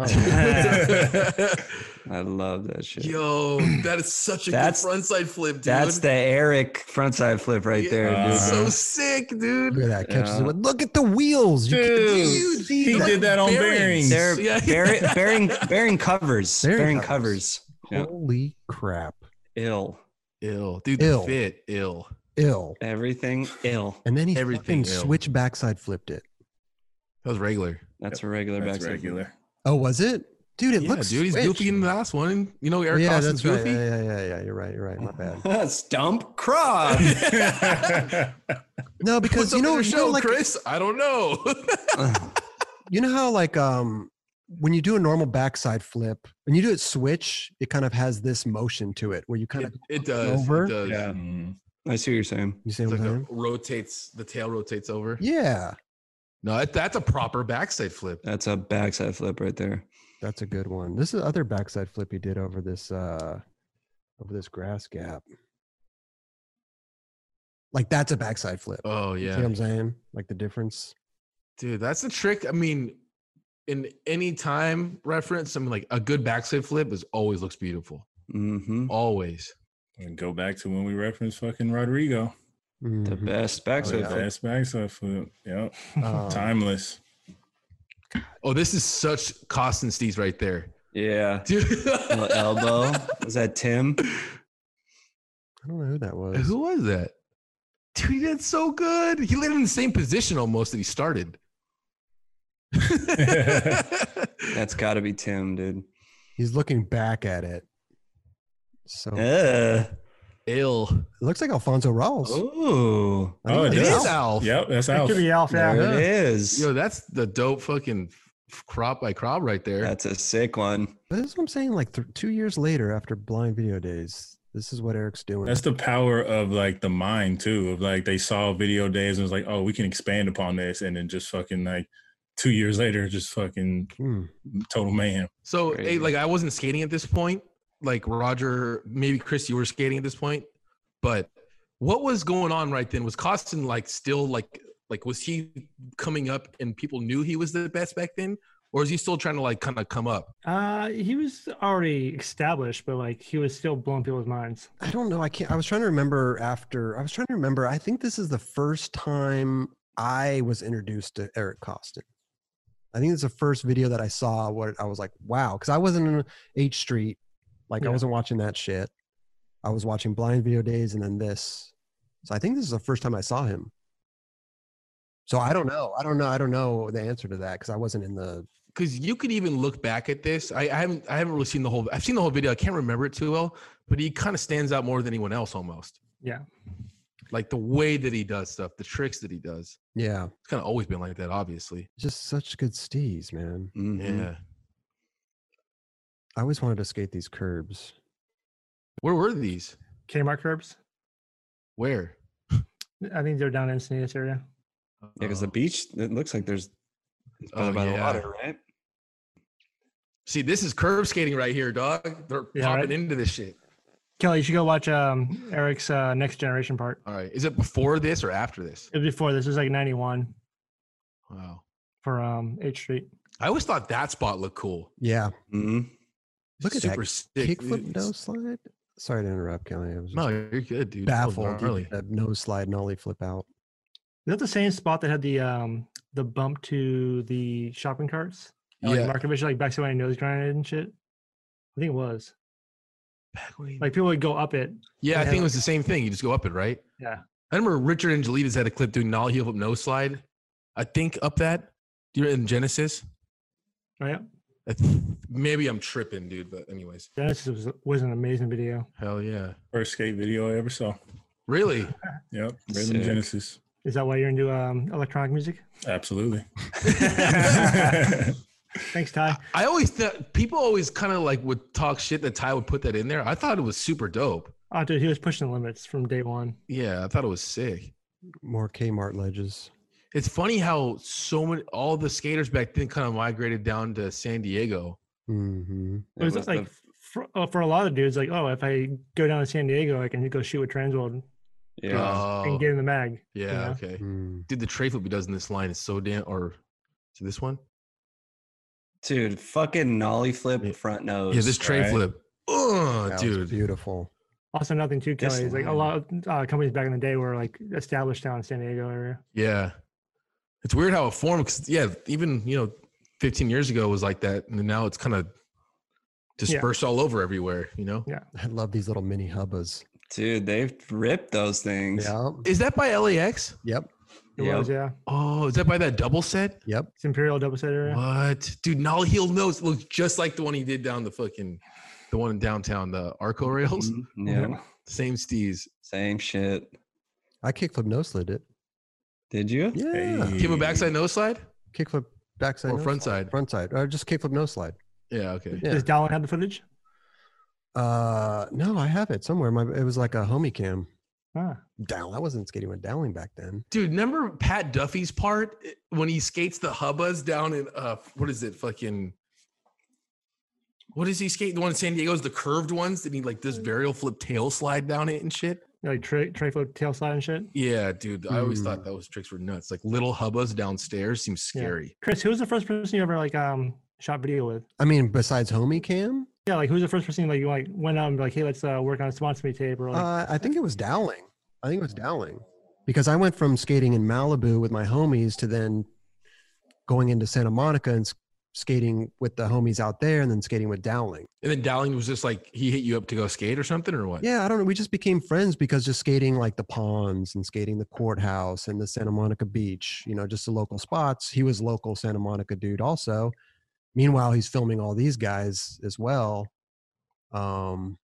S4: I love that shit.
S5: Yo, that is such a
S4: That's-
S5: good frontside flip, dude.
S4: that's the Eric frontside flip right
S5: Yeah.
S4: there, dude.
S3: Uh,
S1: Uh-huh.
S5: so sick, dude.
S1: Look at that. Catches it
S4: Yeah.
S1: with, look at the wheels. You can-
S3: Dude, he
S5: like
S3: did that on bearings.
S5: bearings.
S4: They're
S5: Yeah.
S4: bearing, bearing, bearing covers.
S1: Bearing
S4: Bearing,
S1: covers.
S4: covers. Yeah.
S1: Holy crap.
S4: Ill.
S5: Ill, dude. the
S1: Ill.
S5: fit, ill.
S1: Ill.
S4: Everything ill.
S1: And then he
S5: Everything
S1: fucking
S5: ill.
S1: switch backside flipped it.
S5: That was regular.
S4: That's a regular
S3: That's
S4: backside flip.
S3: regular.
S1: Oh, was it? Dude, it
S5: yeah,
S1: looks
S5: dude. He's
S1: switched.
S5: goofy in the last one. You know,
S1: Oh,
S5: Eric
S1: yeah,
S5: Costin's
S1: that's right.
S5: goofy.
S1: Yeah, yeah, yeah, yeah. You're right. You're right. My bad.
S4: Stump crop.
S1: No,
S5: What's
S1: because you
S5: up with
S1: know,
S5: your
S1: you
S5: show,
S1: know, like
S5: Chris? I don't know.
S1: you know how like um when you do a normal backside flip when you do it switch, it kind of has this motion to it where you kind
S5: it,
S1: of
S5: it does.
S1: Over?
S5: It does.
S3: Yeah. Mm-hmm.
S4: I see what you're saying.
S1: you see
S5: It's
S1: what
S5: like
S1: I'm
S5: a,
S1: saying?
S5: rotates the tail rotates over.
S1: Yeah,
S5: No, that, that's a proper backside flip.
S4: That's a backside flip right there.
S1: that's a good one. This is the other backside flip he did over this uh over this grass gap. Like that's a backside flip.
S5: Oh
S1: You
S5: yeah.
S1: see what I'm saying? Like the difference.
S5: Dude, that's the trick. I mean, in any time reference, something like a good backslide flip is always looks beautiful.
S4: hmm
S5: Always.
S3: And go back to when we referenced fucking Rodrigo.
S4: The
S5: Mm-hmm.
S1: Mhm.
S4: best backside
S5: Oh,
S1: yeah.
S4: flip.
S3: That's backside flip. Yep.
S1: Um,
S3: Timeless.
S5: Oh, this is such constancies right there.
S4: Yeah.
S5: Dude.
S4: Little elbow. Is that Tim?
S1: I don't know who that was.
S5: Who was that? Dude, he did so good. He landed in the same position almost that he started.
S4: That's got to be Tim, dude.
S1: He's looking back at it.
S5: Oh.
S1: So it
S4: Uh,
S5: ill.
S1: looks like Alfonso Rawls.
S4: Oh. ooh.
S1: I think
S3: Oh, it
S5: It
S1: that's
S3: does.
S5: is Alf.
S3: Yep. That's
S2: It
S3: Alf.
S2: could be Alf. Yeah.
S4: There
S1: Yeah.
S4: it is.
S5: Yo, that's the dope fucking f- crop by crop right there.
S4: That's a sick one.
S1: But that's what I'm saying. Like th- two years later, after Blind Video Days, this is what Eric's doing.
S3: That's the power of like the mind too. Of like they saw video days and was like, oh, we can expand upon this, and then just fucking like two years later, just fucking
S1: Hmm.
S3: total mayhem.
S5: So, hey,
S4: Crazy.
S5: like, I wasn't skating at this point. Like Roger, maybe Chris, you were skating at this point. But what was going on right then? Was Costin like still like like was he coming up and people knew he was the best back then, or is he still trying to like kind of come up?
S2: Uh, he was already established, but like he was still blowing people's minds.
S1: I don't know. I can't. I was trying to remember after. I was trying to remember. I think this is the first time I was introduced to Eric Costin. I think it's the first video that I saw. What I was like, wow, because I wasn't in H Street. Like
S2: Yeah.
S1: I wasn't watching that shit. I was watching Blind Video Days and then this. So I think this is the first time I saw him. So I don't know. I don't know. I don't know the answer to that because I wasn't in the.
S5: Because you could even look back at this. I, I haven't I haven't really seen the whole. I've seen the whole video. I can't remember it too well, but he kind of stands out more than anyone else almost.
S2: Yeah.
S5: Like the way that he does stuff, the tricks that he does.
S1: Yeah,
S5: It's kind of always been like that, obviously.
S1: just such good stees, man.
S4: Mhm.
S5: Yeah.
S1: I always wanted to skate these curbs.
S5: Where were these?
S2: Kmart curbs.
S5: Where?
S2: I think they're down in Encinitas area.
S4: Yeah, because the
S5: Uh,
S4: beach, it looks like there's it's
S5: Oh,
S4: probably by
S5: yeah.
S4: the water, right?
S5: See, this is curb skating right here, dog. They're
S2: Yeah,
S5: popping
S2: right?
S5: into this shit.
S2: Kelly, you should go watch um Eric's uh, Next Generation part.
S5: All right. Is it before this or after this?
S2: It was before this it was like '91
S5: Wow.
S2: for um H Street.
S5: I always thought that spot looked cool.
S1: Yeah.
S4: Mhm.
S1: Look at that
S5: Super sick.
S1: Kickflip no slide. Sorry to interrupt, Kelly. I was just
S5: No, you're good, dude. That was
S1: baffled.
S5: gnarly.
S1: Really? That nose slide nollie flip out.
S2: that the same spot that had the um the bump to the shopping carts? And,
S5: Yeah.
S2: Like Markovich like backs away and nose grinded and shit. I think it was. Like people would go up it.
S5: Yeah, I
S2: Yeah.
S5: think it was the same thing. You just go up it, right?
S2: Yeah.
S5: I remember Richard Angelides had a clip doing nollie heel flip no slide. I think up that. Do you remember in Genesis?
S2: Oh yeah.
S5: I th- maybe I'm tripping, dude. But anyways,
S2: Genesis was was an amazing video.
S5: hell yeah.
S3: First skate video I ever saw.
S5: Really?
S3: Yep, Rhythm
S6: Sick.
S3: Genesis.
S2: Is that why you're into um electronic music?
S3: Absolutely.
S2: Thanks, Ty.
S5: I always thought people always kind of like would talk shit that Ty would put that in there. I thought it was super dope.
S2: Oh dude, he was pushing the limits from day one.
S5: Yeah, I thought it was sick.
S1: More Kmart ledges.
S5: It's funny how so many all the skaters back then kind of migrated down to San Diego.
S1: hmm
S2: It was, Oh, like
S6: the-
S2: for, uh, for a lot of dudes, like, oh, if I go down to San Diego, I can go shoot with Transworld
S6: yeah.
S5: Oh,
S2: and get in the mag.
S5: yeah,
S2: yeah.
S5: okay.
S1: mm-hmm.
S5: Dude, the tray flip he does in this line is so damn or to this one?
S4: Dude, fucking nollie flip
S5: Yeah.
S4: front nose.
S5: Yeah, this tray
S3: right?
S5: flip. Oh, dude.
S1: beautiful.
S2: Also, nothing too
S4: This
S2: Kelly. It's like a
S4: line.
S2: lot of uh, companies back in the day were like established down in San Diego area.
S5: Yeah. It's weird how it formed because yeah, even you know, 15 years ago was like that, and now it's kind of dispersed all over everywhere, you know?
S1: I love these little mini hubbas.
S4: Dude, they've ripped those things.
S1: Yeah.
S5: Is that by LAX?
S1: Yep.
S2: It
S4: Yep.
S2: was, yeah.
S5: Oh, is that by that double set?
S1: Yep.
S2: It's Imperial double set area.
S5: What? Dude, Nolly Heel nose looks just like the one he did down the fucking the one in downtown, the Arco
S1: Mm-hmm.
S5: rails.
S4: Mhm. Yeah.
S5: Same steez.
S4: Same shit.
S1: I kickflip no slid it.
S4: Did you?
S1: Yeah.
S5: Came a backside no slide?
S1: Kickflip backside
S5: Or
S1: no
S5: front
S1: slide.
S5: side.
S1: Front side. Or just kickflip no slide.
S5: Yeah, okay.
S1: Yeah.
S2: Does Dallin have the footage?
S1: Uh, no, I have it somewhere. My it was like a homie cam.
S2: Ah,
S1: Down. I wasn't skating with Dowling back then.
S5: Dude, remember Pat Duffy's part eh, when he skates the hubbas down in uh what is it fucking what is he skate? The one in San Diego's the curved ones that he like this varial flip tail slide down it and shit.
S2: like tray tray flip tail slide and shit.
S5: Yeah, dude. I always
S1: Mm.
S5: thought those tricks were nuts. Like little hubbas downstairs seems
S2: Yeah.
S5: scary.
S2: Chris, who was the first person you ever like um shot video with?
S1: I mean, besides homie cam,
S2: Yeah, like who's the first person like you like went out and be like, hey, let's uh, work on a sponsor me tape or like,
S1: uh, I think it was Dowling. I think it was Dowling because I went from skating in Malibu with my homies to then going into Santa Monica and s- skating with the homies out there and then skating with Dowling.
S5: And then Dowling was just like he hit you up to go skate or something or what?
S1: Yeah, I don't know. We just became friends because just skating like the ponds and skating the courthouse and the Santa Monica beach, you know, just the local spots. He was local Santa Monica dude also. Meanwhile, he's filming all these guys as well. Um,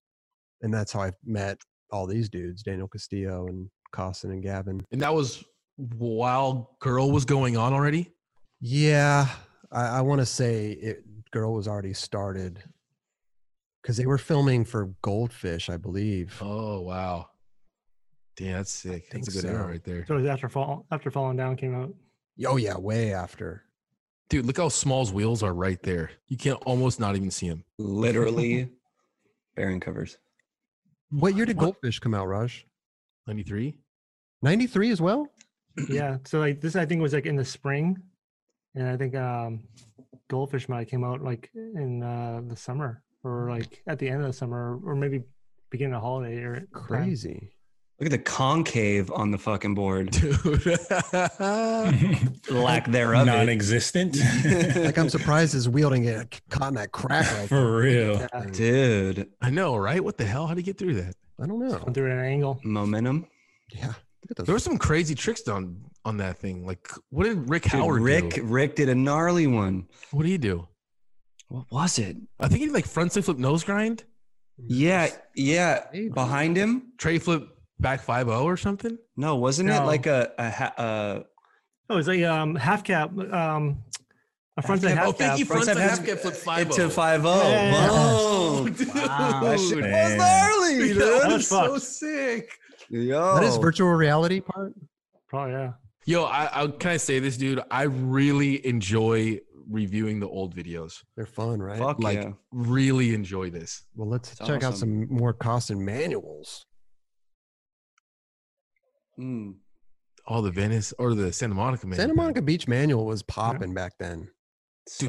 S1: and that's how I met all these dudes, Daniel Castillo and Costin and Gavin.
S5: And that was while girl was going on already.
S1: Yeah, I, I want to say it, Girl was already started because they were filming for Goldfish, I believe.
S5: Oh wow. Damn, that's sick.
S1: think
S5: That's a good era
S1: so.
S5: right there.
S2: so it was after fall after falling down came out.
S1: Oh, yeah, way after.
S5: Dude, look how small's wheels are right there. You can't almost not even see them.
S4: Literally bearing covers.
S1: What year did
S5: What-
S1: Goldfish come out, Raj?
S5: 93?
S1: 93 as well?
S2: yeah. So like this I think was like in the spring. And I think um Goldfish might have came out like in uh the summer or like at the end of the summer or maybe beginning of holiday or time.
S1: Crazy.
S4: Look at the concave on the fucking board.
S5: Dude.
S4: Lack thereof.
S3: non
S4: it.
S3: existent.
S1: Like I'm surprised his wielding it c- caught in that crack like
S3: For real.
S2: Yeah.
S4: Dude,
S5: I know, right? What the hell? How'd he get through that?
S1: I don't know.
S2: Went through an angle.
S4: momentum.
S1: Yeah. Look at
S5: There were
S1: those.
S5: some crazy tricks done on that thing. Like, what did Rick
S4: Dude,
S5: Howard
S4: Rick,
S5: do?
S4: Rick did a gnarly one.
S5: What did he do?
S4: What was it?
S5: I think he did like front side flip nose grind,
S4: Yeah, yeah.
S1: Maybe.
S4: Behind him?
S5: tray flip back 5 0 or something.
S4: No, wasn't it
S2: No.
S4: like a a, ha- a
S2: Oh, it's like um half cap um a front side
S4: cap.
S5: Oh,
S2: half
S5: thank
S2: cap.
S5: you, front
S4: Frontside
S5: side
S4: has-
S5: half get flip 5
S4: into five zero?
S2: Yeah.
S4: Boom!
S5: dude.
S2: Wow.
S4: Oh, That shit was
S3: Man.
S4: gnarly,
S5: Dude,
S4: dude.
S5: that
S2: was
S5: was so
S2: fucked.
S5: sick.
S4: Yo,
S1: That
S5: Oh.
S1: is virtual reality part.
S2: Probably Oh, yeah.
S5: Yo, I, I can I say this, dude? I really enjoy reviewing the old videos.
S1: They're fun, right?
S4: Fuck
S5: Like-
S4: yeah.
S5: Really enjoy this.
S1: Well, let's
S4: It's
S1: check out
S4: awesome.
S1: some more cost and manuals.
S4: Mm.
S5: Oh, the Venice or the Santa Monica man.
S1: Santa Monica Beach manual was popping back then.
S5: Dude,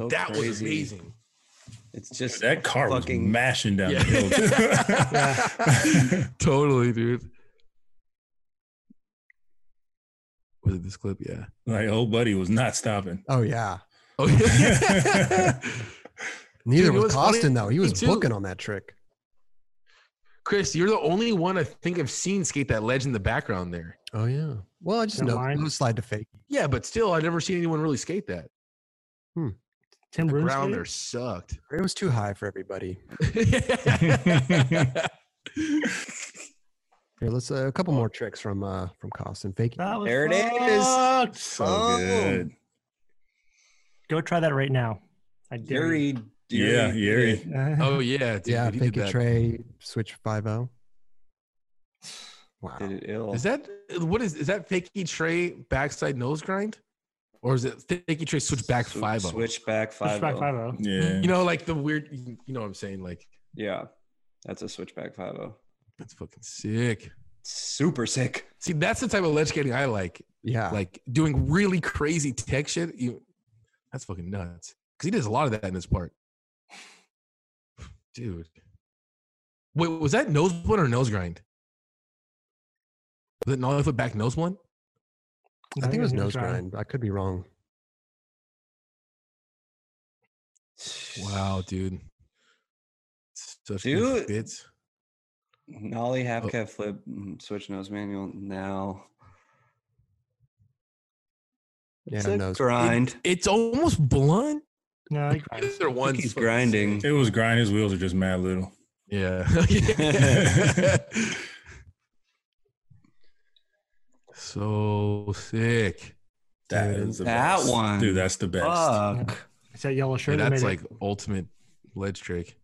S6: So
S5: that was
S6: crazy.
S5: amazing.
S6: It's just
S3: That car
S6: Fucking-
S3: was mashing down
S5: Yeah.
S3: the hill. too.
S5: Totally, dude. Was it this clip? Yeah.
S3: like old buddy was not stopping.
S1: Oh yeah.
S5: Oh yeah.
S1: Neither
S5: Dude, it
S1: was
S5: was funny
S1: Costin though. He was
S5: too.
S1: booking on that trick.
S5: Chris, you're the only one I think I've seen skate that ledge in the background there.
S1: Oh yeah. Well, I just
S2: Don't
S1: know
S2: mind.
S1: low slide to fake.
S5: Yeah, but still, I've never seen anyone really skate that.
S2: Tim
S5: The
S2: Bruce.
S5: ground
S2: did?
S5: there sucked.
S1: It was too high for everybody. Here, let's uh, a couple more tricks from uh from Costin faking.
S2: That was
S4: There it is.
S2: fucked.
S3: So
S4: Oh.
S3: good.
S2: Go try that right now. I dare you.
S6: Yuri.
S3: Yeah, Yuri.
S2: Uh,
S5: oh yeah, dude,
S1: yeah,
S5: he
S1: fake
S5: did
S1: a
S5: that.
S1: tray, switch five zero. Wow.
S6: Did it ill.
S5: Is that what is is that fakey tray backside nose grind, or is it fakey tray switch back
S6: Sw-
S5: five? oh?
S6: Switch back five.
S2: Switchback 5
S3: Yeah.
S5: You know, like the weird. You know what I'm saying? Like
S6: Yeah, that's a switchback five zero.
S4: oh.
S5: that's fucking sick.
S6: Super sick.
S5: See, that's the type of ledge skating I like.
S1: Yeah.
S5: Like doing really crazy tech shit. You, that's fucking nuts. Because he does a lot of that in this part. Dude. Wait, was that nose one or nose grind? Was it nollie foot back nose one?
S1: I think it was nose grind. I could be wrong.
S5: Wow, dude. Such
S6: Dude.
S5: good fits.
S6: Nollie half
S5: Oh.
S6: cat flip mm, switch nose manual now.
S1: Yeah,
S4: It's a
S1: nose.
S4: grind.
S5: It's almost blunt.
S2: No, he grinds.
S5: Either
S6: I think
S5: one's
S6: he's
S5: fucking
S6: grinding.
S5: sick.
S3: It was grind. His wheels are just mad little.
S5: Yeah. so sick.
S3: That
S1: Dude,
S3: is the
S4: that
S3: best.
S4: one.
S3: Dude, that's the best.
S4: Fuck.
S2: It's that yellow
S5: Yeah,
S2: shirt. that
S5: that's
S2: made
S5: like ultimate ledge trick.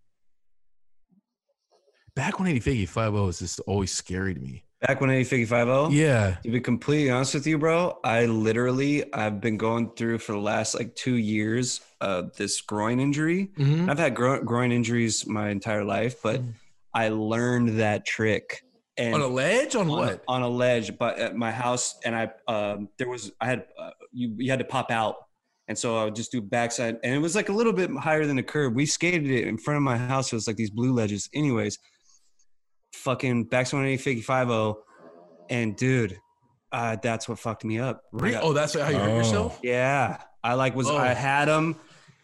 S5: Back 180 figgy 5 is just always scary to me.
S4: Back when 80 five zero.
S5: Yeah.
S4: To be completely honest with you, bro, I literally I've been going through for the last like two years uh, this groin injury.
S3: Mm-hmm.
S5: Mhm.
S4: I've had gro- groin injuries my entire life, but
S5: Mm.
S4: I learned that trick and
S5: On a ledge? On
S4: on, a,
S5: what?
S4: on a ledge, but at my house, and I um, there was I had uh, you you had to pop out, and so I would just do backside, and it was like a little bit higher than the curb. We skated it in front of my house. It was like these blue ledges, anyways. Fucking backside 180 five zero, and dude, uh, that's what fucked me up. I
S5: Re-
S4: got-
S5: oh, that's how you hurt
S3: Oh.
S5: yourself?
S4: yeah. I like was I
S5: Oh.
S4: had him.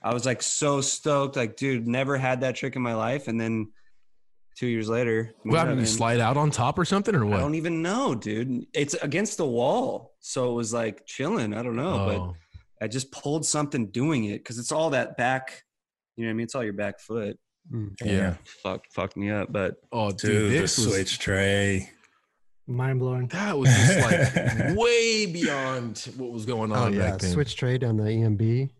S4: I was like so stoked. Like, dude, never had that trick in my life. And then two years later,
S5: What happened?
S4: man,
S5: You slide out on top or something or
S4: I
S5: what?
S4: don't even know, dude. It's against the wall. So it was like chilling. I don't know.
S5: Oh.
S4: But I just pulled something doing it because it's all that back. You know what I mean? It's all your back foot.
S5: Yeah.
S4: Fuck, fucked me up. But
S5: Oh, dude,
S3: Dude,
S5: this
S3: the
S5: was,
S3: switch tray.
S2: mind blowing.
S5: that was just like way beyond what was going
S1: Oh
S5: on
S1: yeah,
S5: back then.
S1: switch trade on the E EMB.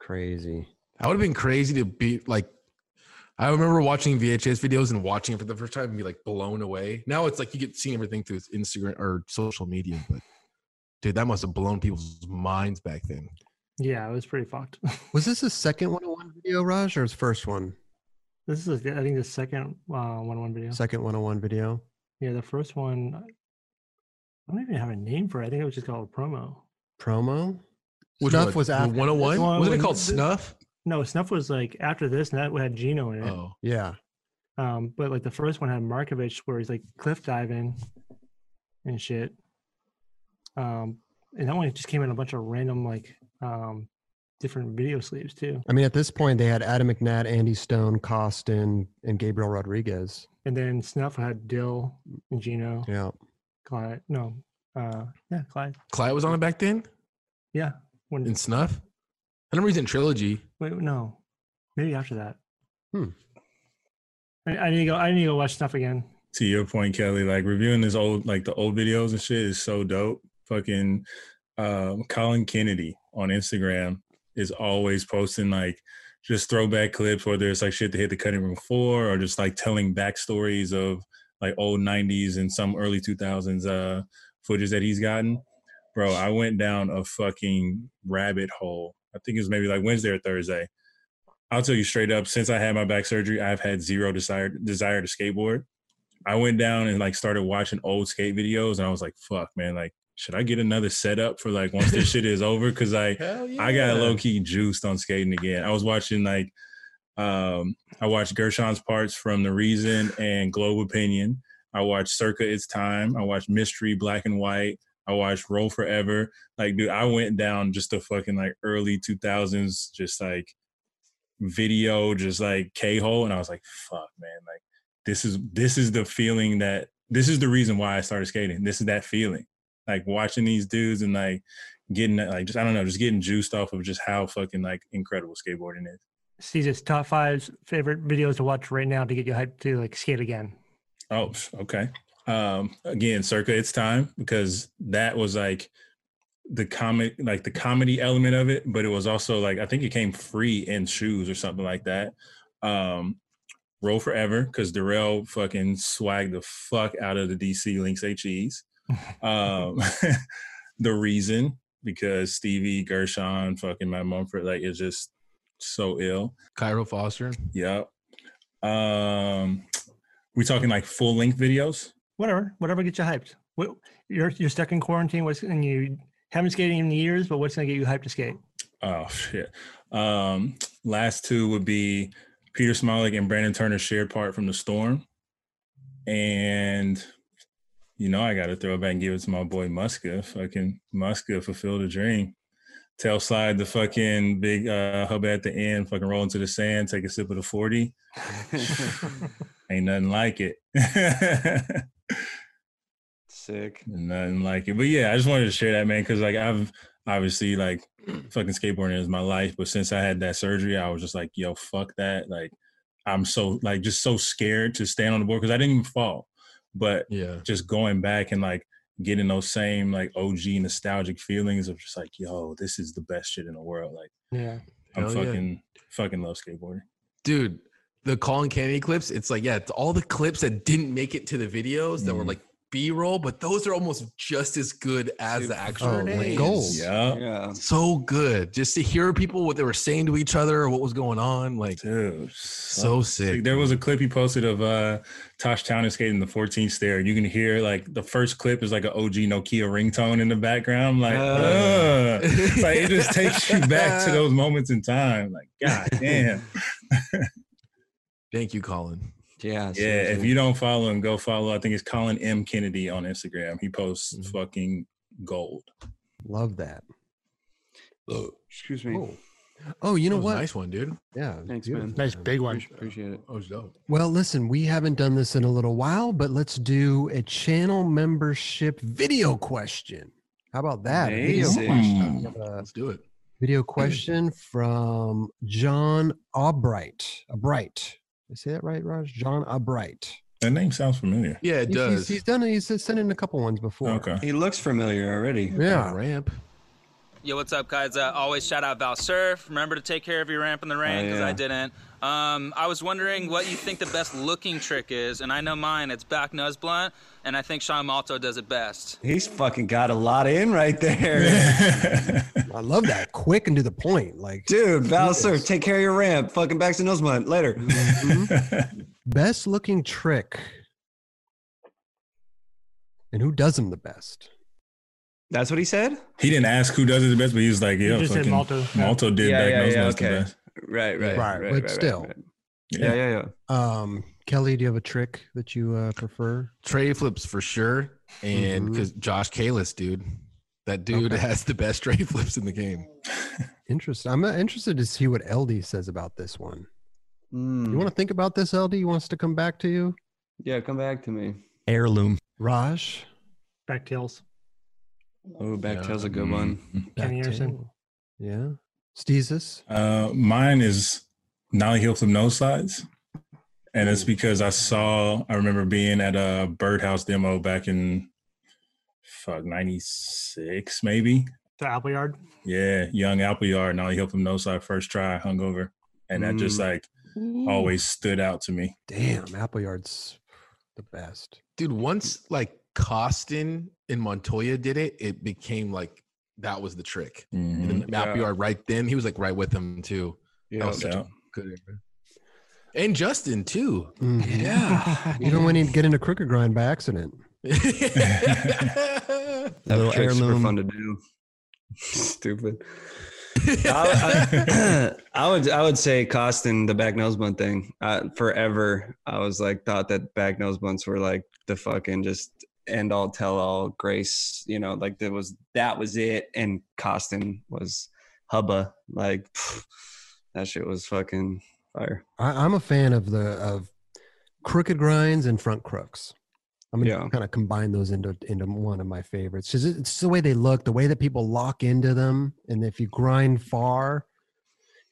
S1: Crazy.
S5: I would have been crazy to be like, I remember watching VHS videos and watching it for the first time and be like blown away. Now it's like you get seen everything through Instagram or social media, but dude, that must have blown people's minds back then.
S2: Yeah, it was pretty fucked.
S1: Was this his second 101 video, Raj, or his first one?
S2: this is, I think, the second uh, one-on-one video.
S1: Second 101 video?
S2: Yeah, the first one. I don't even have a name for it. I think it was just called a promo.
S1: Promo?
S5: Which
S1: Snuff
S5: one?
S1: was
S5: The
S1: after this
S5: 101?
S2: one
S5: Wasn't it
S2: when-
S5: called Snuff?
S2: No, Snuff was like after this, and that we had Gino in it.
S5: Oh,
S1: Yeah.
S2: Um, but like the first one had Markovich where he's like cliff diving and shit. Um, and that one just came in a bunch of random like um different video sleeves too.
S1: I mean, at this point, they had Adam McNatt, Andy Stone, Costin, and Gabriel Rodriguez.
S2: And then Snuff had Dill and Gino,
S1: Yeah.
S2: Clyde. No, uh, yeah, Clyde.
S5: Clyde was on it back then
S2: Yeah, when
S5: in Snuff. I remember he's in Trilogy.
S2: wait, no, maybe after that.
S1: Hmm.
S2: I, I need to go. I need to go watch Snuff again.
S3: To your point, Kelly, like reviewing this old, like the old videos and shit is so dope. Fucking um, Colin Kennedy on Instagram is always posting like just throwback clips, whether it's like shit they hit the cutting room floor or just like telling backstories of like old 90s and some early 2000s uh, footage that he's gotten. Bro, I went down a fucking rabbit hole. I think it was maybe like Wednesday or Thursday. I'll tell you straight up, since I had my back surgery, I've had zero desire desire to skateboard. I went down and like started watching old skate videos and I was like, fuck, man, like should I get another setup for like once this shit is over? Cause like
S5: Hell yeah.
S3: I got low key juiced on skating again. I was watching like um I watched Gershon's parts from The Reason and Globe Opinion. I watched Circa It's Time. I watched Mystery Black and White. I watched Roll Forever. Like, dude, I went down just a fucking like early two thousands, just like video, just like K hole, and I was like, fuck, man, like this is this is the feeling that this is the reason why I started skating. This is that feeling, like watching these dudes and like getting that, like just I don't know, just getting juiced off of just how fucking like incredible skateboarding is.
S2: Caesar's top five favorite videos to watch right now to get you hyped to like skate again.
S3: Oh, okay. Um, again, circa it's time because that was like the comic, like the comedy element of it, but it was also like I think it came free in shoes or something like that. Um, roll forever because Darrell fucking swagged the fuck out of the DC Links HEs. Um, the reason because Stevie Gershon, fucking Matt Mumford, like it's just so ill.
S5: Cairo Foster.
S3: Yep. Um, we talking like full length videos?
S2: Whatever, whatever gets you hyped. What, you're you're stuck in quarantine. What's and you haven't skated in years, but what's gonna get you hyped to skate?
S3: Oh shit. Um, last two would be Peter Smolik and Brandon Turner shared part from the storm, and you know I got to throw it back and give it to my boy Muska. Fucking Muska fulfilled a dream. Tail slide the fucking big uh, hub at the end. Fucking roll into the sand. Take a sip of the forty. Ain't nothing like it.
S6: Sick.
S3: Nothing like it. But yeah, I just wanted to share that, man, because like I've obviously like fucking skateboarding is my life, but since I had that surgery, I was just like, yo, fuck that. Like I'm so like just so scared to stand on the board because I didn't even fall. But
S5: Yeah.
S3: just going back and like getting those same like OG nostalgic feelings of just like, yo, this is the best shit in the world. Like
S2: Yeah.
S3: I'm
S5: Hell yeah.
S3: fucking fucking love skateboarding.
S5: Dude, the Colin Kennedy clips, it's like, yeah, it's all the clips that didn't make it to the videos that were
S3: Mhm.
S5: like B roll, but those are almost just as good as the actual
S1: Oh, like
S5: days.
S1: gold.
S3: Yeah.
S6: Yeah.
S5: So good. Just to hear people what they were saying to each other or what was going on. Like,
S3: Dude.
S5: so
S3: Like,
S5: sick.
S3: there was a clip he posted of uh Tosh Town skating the 14th stair. You can hear like the first clip is like an OG Nokia ringtone in the background. I'm like,
S6: Uh.
S3: ugh. It's like it just takes you back to those moments in time. Like, god damn.
S5: Thank you, Colin.
S6: Yeah.
S3: yeah. If you don't follow him, go follow. I think it's Colin M. Kennedy on Instagram. He posts
S6: Mm-hmm.
S5: Mhm.
S3: fucking gold.
S1: Love that.
S6: Excuse me.
S1: Oh, oh you know
S5: That was
S1: what?
S5: a nice one, dude.
S1: Yeah. it's
S6: Thanks,
S1: beautiful.
S6: man.
S2: Nice big one.
S6: Appreciate, appreciate it.
S5: That was dope.
S1: Well, listen, we haven't done this in a little while, but let's do a channel membership video question. How about that? A Video,
S6: Amazing.
S1: we
S3: Mm.
S1: have a
S5: Let's do it.
S1: video question from John Albright. Albright. Did I say that right, Raj? John Albright.
S3: That name sounds familiar.
S5: Yeah,
S1: He's-
S5: it
S1: He's,
S5: does.
S1: he's done. He's sent in a couple ones before.
S3: Okay.
S6: He looks familiar already.
S1: Yeah.
S5: Ramp.
S8: Yo, what's up, guys? Uh, always shout out Val Surf. Remember to take care of your ramp in the rain
S6: Oh,
S8: because
S6: yeah.
S8: I didn't. Um, I was wondering what you think the best looking trick is, and I know mine. It's back nose blunt, and I think Sean Malto does it best.
S6: He's fucking got a lot in right there.
S1: I love that. Quick and to the point. Like
S6: Dude, Val Surf, take care of your ramp. Fucking back to nose blunt. Later.
S1: best looking trick. And who does him the best?
S6: That's what he said?
S3: he didn't ask who does it the best, but he was like, yeah,
S2: just said uh,
S3: fucking
S2: Malto.
S3: Malto. did
S6: Yeah,
S3: back
S6: yeah,
S3: nose
S6: yeah,
S3: nuts the
S6: okay.
S3: best.
S6: Right, right.
S1: Right, but still.
S6: Yeah, yeah, yeah.
S1: Um, Kelly, do you have a trick that you uh, prefer?
S5: Trey flips for sure. And
S1: Mhm.
S5: because Josh Kalis, dude, that dude has the best tray flips in the game.
S1: Interesting. I'm uh, interested to see what LD says about this one.
S6: Mm.
S4: Hmm.
S1: You want to think about this, LD? You want us to come back to you?
S6: yeah, come back to me.
S9: Heirloom.
S1: Raj?
S2: Back tails.
S6: Oh, back
S5: Yeah,
S6: tail's a good
S3: Mm.
S6: one.
S2: Kenny
S1: Back
S2: Anderson.
S1: tail. Yeah. Steezus?
S3: Uh, mine is Nolly Hill from Nose Slides. And it's because I saw, I remember being at a birdhouse demo back in fuck 96, maybe.
S2: The Apple Yard.
S3: Yeah, young Appleyard, Nolly Hill from Nose Slide, first try, hungover. And that just
S6: Mm.
S3: like always stood out to me.
S1: Damn, Appleyard's the best.
S5: Dude, once like Costin and Montoya did it, it became like that was the trick. And then
S3: Mhm.
S5: Map
S6: Yeah.
S5: Yard right then, he was like right with them too.
S6: Yeah.
S5: was-
S3: Yeah.
S5: Good. era. And Justin too.
S1: Mhm.
S5: Yeah.
S1: Mm-hmm. Even when he'd get into crooked grind by accident.
S4: That
S6: little
S4: trick's super
S6: heirloom.
S4: fun to do. Stupid. I, would- I would I would say costing the back nose bun thing. I, forever, I was like thought that back nose buns were like the fucking just end all tell all grace. You know, like that was that was it, and costing was hubba. Like pff, that shit was fucking fire.
S1: I, I'm a fan of the of crooked grinds and front crooks. I'm gonna
S4: Yeah.
S1: kind of combine those into into one of my favorites because it's just the way they look, the way that people lock into them, and if you grind far,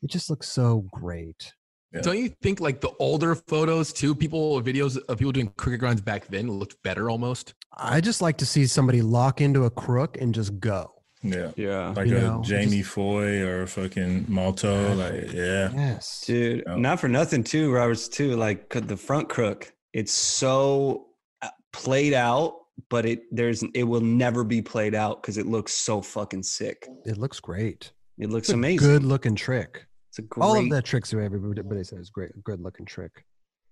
S1: it just looks so great.
S3: Yeah.
S5: Don't you think like the older photos too, people videos of people doing cricket grinds back then looked better almost?
S1: I just like to see somebody lock into a crook and just go.
S3: yeah.
S4: Yeah,
S3: Like
S1: You
S3: a
S1: know, it
S3: Jamie
S1: just-
S3: Foy or a fucking Malto. Like, yeah.
S1: Yes.
S4: dude.
S3: Yeah.
S4: Not for nothing too, Roberts. Too like could the front crook. It's so uh, played out, but it there's it will never be played out because it looks so fucking sick.
S1: It looks great.
S4: It looks
S1: It's a
S4: amazing.
S1: Good looking trick.
S4: It's a great.
S1: All of the tricks that everybody says is great, good looking trick.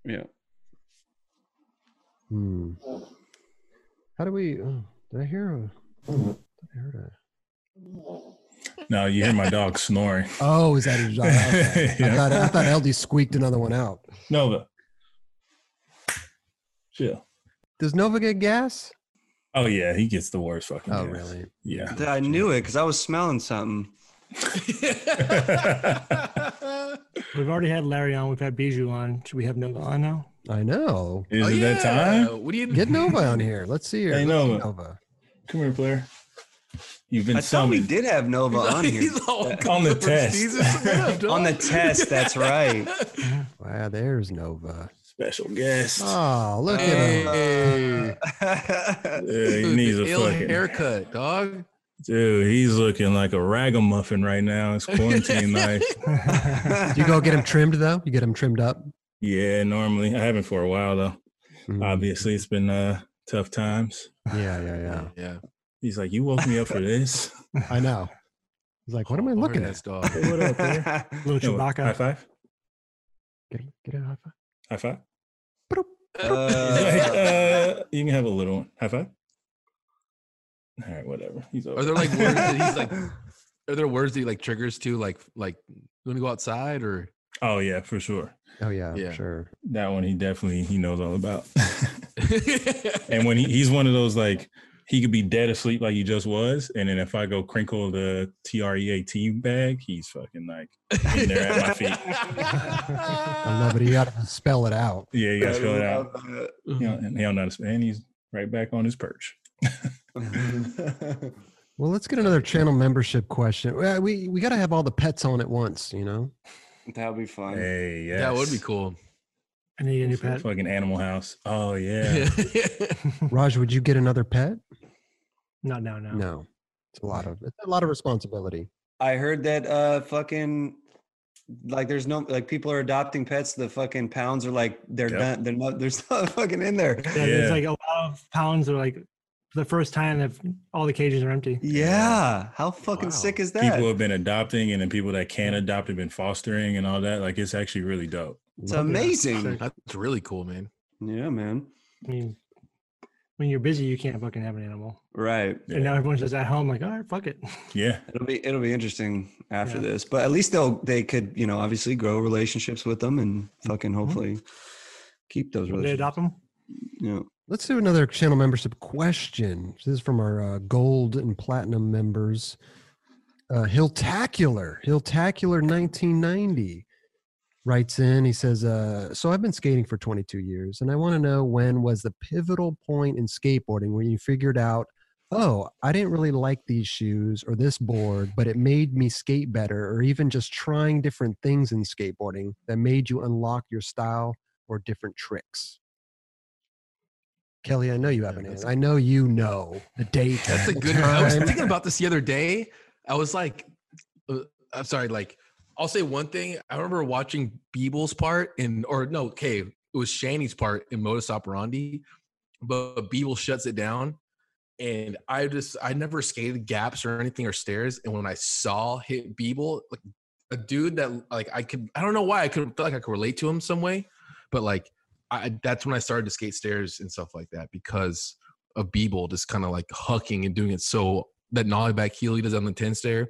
S4: Yeah.
S1: Hmm. How do we? Oh, did I hear? A, I heard a,
S3: No, you hear my dog snoring.
S1: Oh, is that a job? Okay. I,
S3: Yeah.
S1: thought, I thought LD squeaked another one out.
S3: Nova. Chill.
S1: Does Nova get gas?
S3: Oh, yeah. He gets the worst fucking.
S1: Oh,
S3: gas.
S1: really?
S3: Yeah.
S4: I knew it because I was smelling something.
S2: We've already had Larry on. We've had Bijou on. Should we have Nova on now?
S1: I know.
S3: Is
S5: Oh,
S3: it
S5: yeah.
S3: that time?
S5: What do you
S1: Get Nova on here. Let's see her.
S3: Hey,
S1: Let's see
S3: Nova. Come here, player. You've been
S4: I thought we
S3: summoned.
S4: did have Nova on here
S5: He's all
S3: On the
S5: covered.
S3: test.
S5: Jesus, what up, dog?
S4: on the test. That's right.
S1: Wow, there's Nova.
S3: Special guest.
S1: Oh, look at him.
S5: Hey,
S3: yeah, he
S5: dude,
S3: needs a
S5: ill
S3: fucking
S5: haircut, dog.
S3: dude. He's looking like a ragamuffin right now. It's quarantine life.
S1: Do you go get him trimmed though? You get him trimmed up?
S3: Yeah, normally I haven't for a while though.
S1: Mm.
S3: Obviously, it's been uh, tough times.
S1: Yeah, yeah, yeah.
S5: yeah.
S3: He's like, "You woke me up for this."
S1: I know. He's like, what am I looking
S5: Hard-ass
S1: at?
S5: dog?
S2: Hey, what up, there? Little
S3: No, high
S2: Chewbacca.
S3: five.
S1: Get, get a high five.
S3: High five.
S4: Uh,
S3: uh, you can have a little one. High five. All right, whatever. He's over.
S5: Are there like words that he's like? Are there words that he like triggers to? Like, like, you want to go outside or?
S3: oh yeah, for sure.
S1: Oh yeah,
S5: Yeah.
S1: sure.
S3: That one he definitely he knows all about. and when he, he's one of those like he could be dead asleep like he just was, and then if I go crinkle the T R E A T bag, he's fucking like in there at my feet.
S1: I love it. You got to spell it out.
S3: Yeah, you gotta fill it out.
S5: it.
S3: You know, and he don't know how to spell- and he's right back on his perch.
S1: Well, let's get another channel membership question. Well, We we got to have all the pets on at once, you know.
S4: that would be fun.
S3: Hey, yes.
S5: That would be cool.
S2: I need a new pet.
S3: Fucking Animal House. Oh yeah.
S1: Raj, would you get another pet?
S2: No, no, no.
S1: No, it's a lot of it's a lot of responsibility.
S4: I heard that uh fucking like there's no like people are adopting pets. The fucking pounds are like they're
S3: Yep.
S4: done. They're not. There's not fucking in there.
S2: Yeah,
S3: Yeah.
S2: There's like a lot of pounds are like the first time that all the cages are empty.
S4: Yeah. How fucking sick is that?
S3: people have been adopting, and then people that can't adopt have been fostering and all that. Like it's actually really dope.
S4: it's
S1: Love it.
S4: amazing.
S5: That's really cool, man.
S4: Yeah, man.
S2: I mean, when you're busy, you can't fucking have an animal.
S4: Right.
S2: And
S3: Yeah.
S2: now everyone's just at home, like, all right, fuck it.
S3: Yeah.
S4: It'll be it'll be interesting after
S2: Yeah.
S4: this, but at least they'll they could you know obviously grow relationships with them and fucking hopefully keep those
S2: Would they
S4: relationships.
S2: adopt them?
S4: Yeah.
S1: Let's do another channel membership question. This is from our uh, gold and platinum members. Uh, Hilltacular, Hilltacular 1990 writes in. He says, uh, So I've been skating for 22 years, and I want to know when was the pivotal point in skateboarding where you figured out, oh, I didn't really like these shoes or this board, but it made me skate better, or even just trying different things in skateboarding that made you unlock your style or different tricks? Kelly, I know you have an answer. I know you know the date.
S5: That's a
S1: the
S5: good. I was
S1: time.
S5: thinking about this the other day. I was like, uh, I'm sorry. Like, I'll say one thing. I remember watching Beeble's part in, or no, okay, it was Shani's part in Modus Operandi, but Beeble shuts it down. And I just, I never skated gaps or anything or stairs. And when I saw hit Beeble, like a dude that like I could, I don't know why I could feel like I could relate to him some way, but like I, that's when I started to skate stairs and stuff like that because a Beeble just kind of like hucking and doing it so that nollyback heel he does on the 10 stair.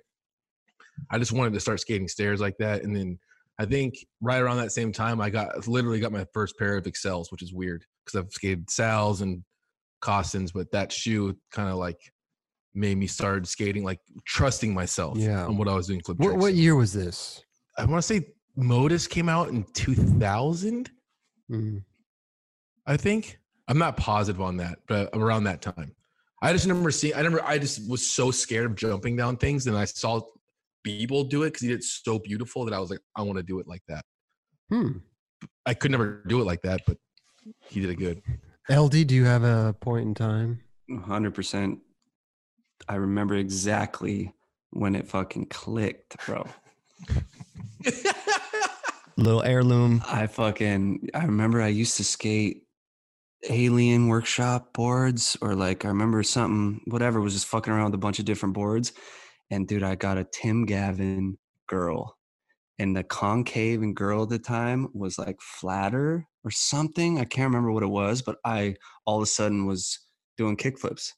S5: I just wanted to start skating stairs like that. And then I think right around that same time, I got literally got my first pair of Excels, which is weird because I've skated Sal's and Costins, but that shoe kind of like made me start skating, like trusting myself
S1: Yeah.
S5: on what I was doing. Flip
S1: What,
S5: tricks.
S1: what year was this?
S5: I want to say Modus came out in 2000,
S1: Mm.
S5: I think. I'm not positive on that, but around that time. I just remember seeing, I remember I just was so scared of jumping down things. And I saw Beeble do it because he did it so beautiful that I was like, I want to do it like that.
S1: Hmm.
S5: I could never do it like that, but he did it good.
S1: LD, do you have a point in time?
S4: 100%. I remember exactly when it fucking clicked, bro.
S6: Little heirloom.
S4: I fucking I remember I used to skate alien workshop boards or like I remember something whatever was just fucking around with a bunch of different boards and dude I got a Tim Gavin girl and the concave and girl at the time was like flatter or something I can't remember what it was but I all of a sudden was doing kickflips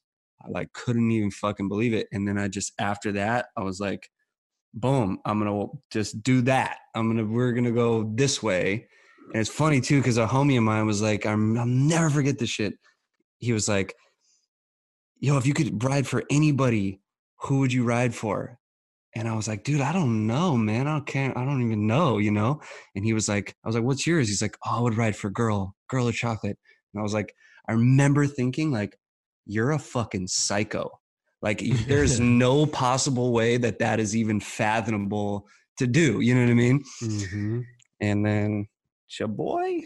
S4: I like couldn't even fucking believe it and then I just after that I was like boom i'm gonna just do that i'm gonna we're gonna go this way and it's funny too because a homie of mine was like I'm, i'll never forget this shit he was like yo if you could ride for anybody who would you ride for and i was like dude i don't know man i don't can't i don't even know you know and he was like i was like what's yours he's like oh i would ride for girl girl or chocolate and i was like i remember thinking like you're a fucking psycho like y- there's no possible way that that is even fathomable to do. You know what I mean?
S1: Mm-hmm.
S4: And then, it's your boy.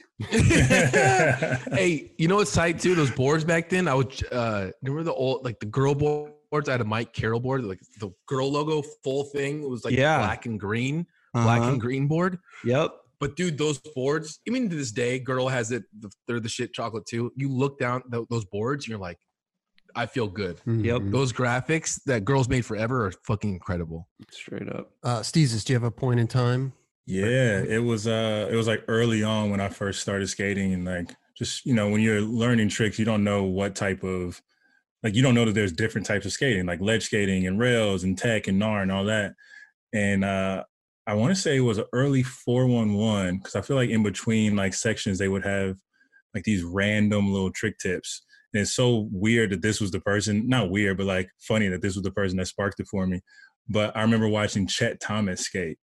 S5: hey, you know what's tight too? Those boards back then, I would uh remember the old like the girl boards. I had a Mike Carroll board, like the girl logo full thing was like
S4: Yeah.
S5: black and green, black
S4: Uh-huh.
S5: and green board.
S4: Yep.
S5: But dude, those boards, even to this day, girl has it. the- They're the shit chocolate too. You look down th- those boards, and you're like, I feel good.
S4: Yep.
S1: Hmm. Mm-hmm.
S5: Those graphics that girls made forever are fucking incredible.
S4: Straight up.
S1: Uh, Steezus, do you have a point in time?
S3: Yeah, it was uh it was like early on when I first started skating and like just you know when you're learning tricks you don't know what type of like you don't know that there's different types of skating like ledge skating and rails and tech and gnar and all that. And uh I want to say it was an early 411 cuz I feel like in between like sections they would have like these random little trick tips. And it's so weird that this was the person, not weird, but like funny that this was the person that sparked it for me. But I remember watching Chet Thomas skate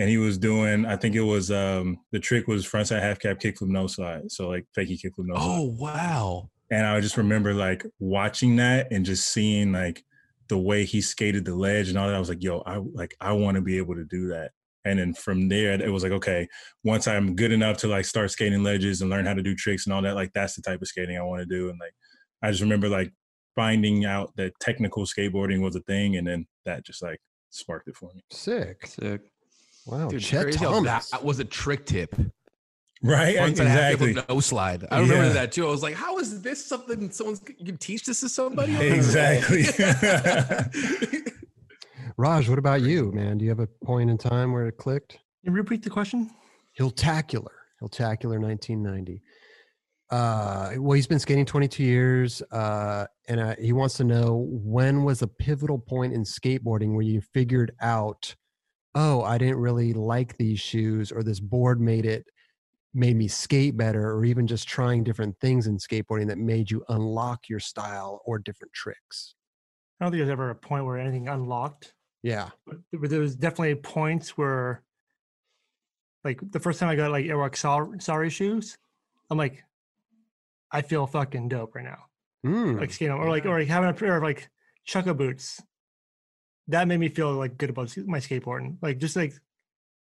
S3: and he was doing i think it was um the trick was frontside half cap kickflip no slide so like fakey kickflip no slide
S5: Oh wow!
S3: and i just remember like watching that and just seeing like the way he skated the ledge and all that i was like yo i like i want to be able to do that and then from there it was like okay once i'm good enough to like start skating ledges and learn how to do tricks and all that like that's the type of skating i want to do and like i just remember like finding out that technical skateboarding was a thing and then that just like sparked it for me
S1: Sick.
S4: Sick.
S1: Wow.
S5: Dude,
S1: Oh, Chet
S5: crazy how
S1: Thomas.
S5: That was a trick tip.
S3: right
S5: Frontside half flip, No slide. I remember
S3: Yeah.
S5: that too. I was like, how is this something someone's you can teach this to somebody?
S3: Exactly.
S1: Raj, what about you, man? Do you have a point in time where it clicked?
S2: Can you repeat the question?
S1: Hilltacular. Hilltacular 1990. Uh, well, he's been skating 22 years, uh, and uh, he wants to know when was the pivotal point in skateboarding where you figured out, oh, I didn't really like these shoes, or this board made it made me skate better, or even just trying different things in skateboarding that made you unlock your style or different tricks.
S2: I don't think there's ever a point where anything unlocked,
S1: Yeah.
S2: but there- but there was definitely points where, like the first time I got like Airwalk Sor- Sorry shoes, I'm like, I feel fucking dope right now.
S1: Mm.
S2: Like skating, or like or like having a pair of like Chukka boots, that made me feel like good about sk- my skateboarding. Like just like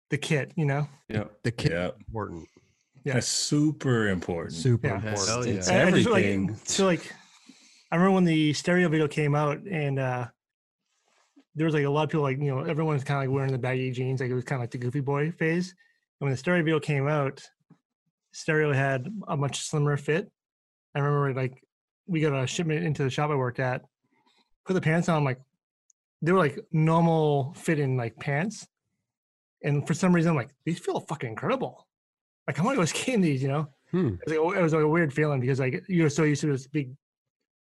S2: the kit, you know.
S1: the kit
S3: Yeah.
S1: important.
S2: Yeah.
S3: That's super important.
S1: Super
S2: Yeah.
S1: important.
S5: Hell
S4: It's
S5: yeah.
S2: I- I just, like,
S4: everything.
S2: so like i remember when the stereo video came out and uh there was like a lot of people like you know everyone's kind of like wearing the baggy jeans like it was kind of like the goofy boy phase and when the stereo video came out stereo had a much slimmer fit i remember like we got a shipment into the shop i worked at put the pants on like they were like normal fitting like pants and for some reason I'm like these feel fucking incredible like oh, i want to go skin these you know
S1: Hmm.
S2: it was, like, a- it was like a weird feeling because like you're so used to this big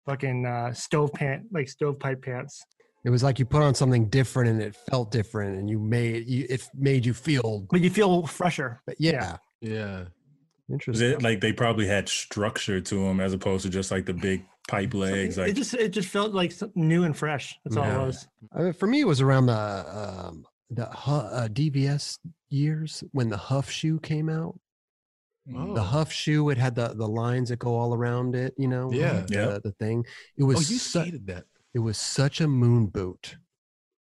S2: fucking uh, stove pant, like stovepipe pants.
S1: It was like you put on something different and it felt different and you made you, it made you feel
S2: But you feel fresher.
S1: but yeah.
S5: Yeah.
S3: Is
S1: Interesting.
S3: it like they probably had structure to them as opposed to just like the big pipe legs?
S2: it
S3: Like
S2: just it just felt like something new and fresh. That's all
S1: Yeah.
S2: it was.
S1: I mean, for me, it was around the um, the Hu- uh, DBS years when the Huff shoe came out.
S5: Oh.
S1: The Huff shoe, it had the the lines that go all around it. You know,
S5: Yeah.
S1: the,
S3: Yeah.
S1: the thing. It
S5: Oh,
S1: was
S5: you
S1: su-
S5: skated that.
S1: it was such a moon boot,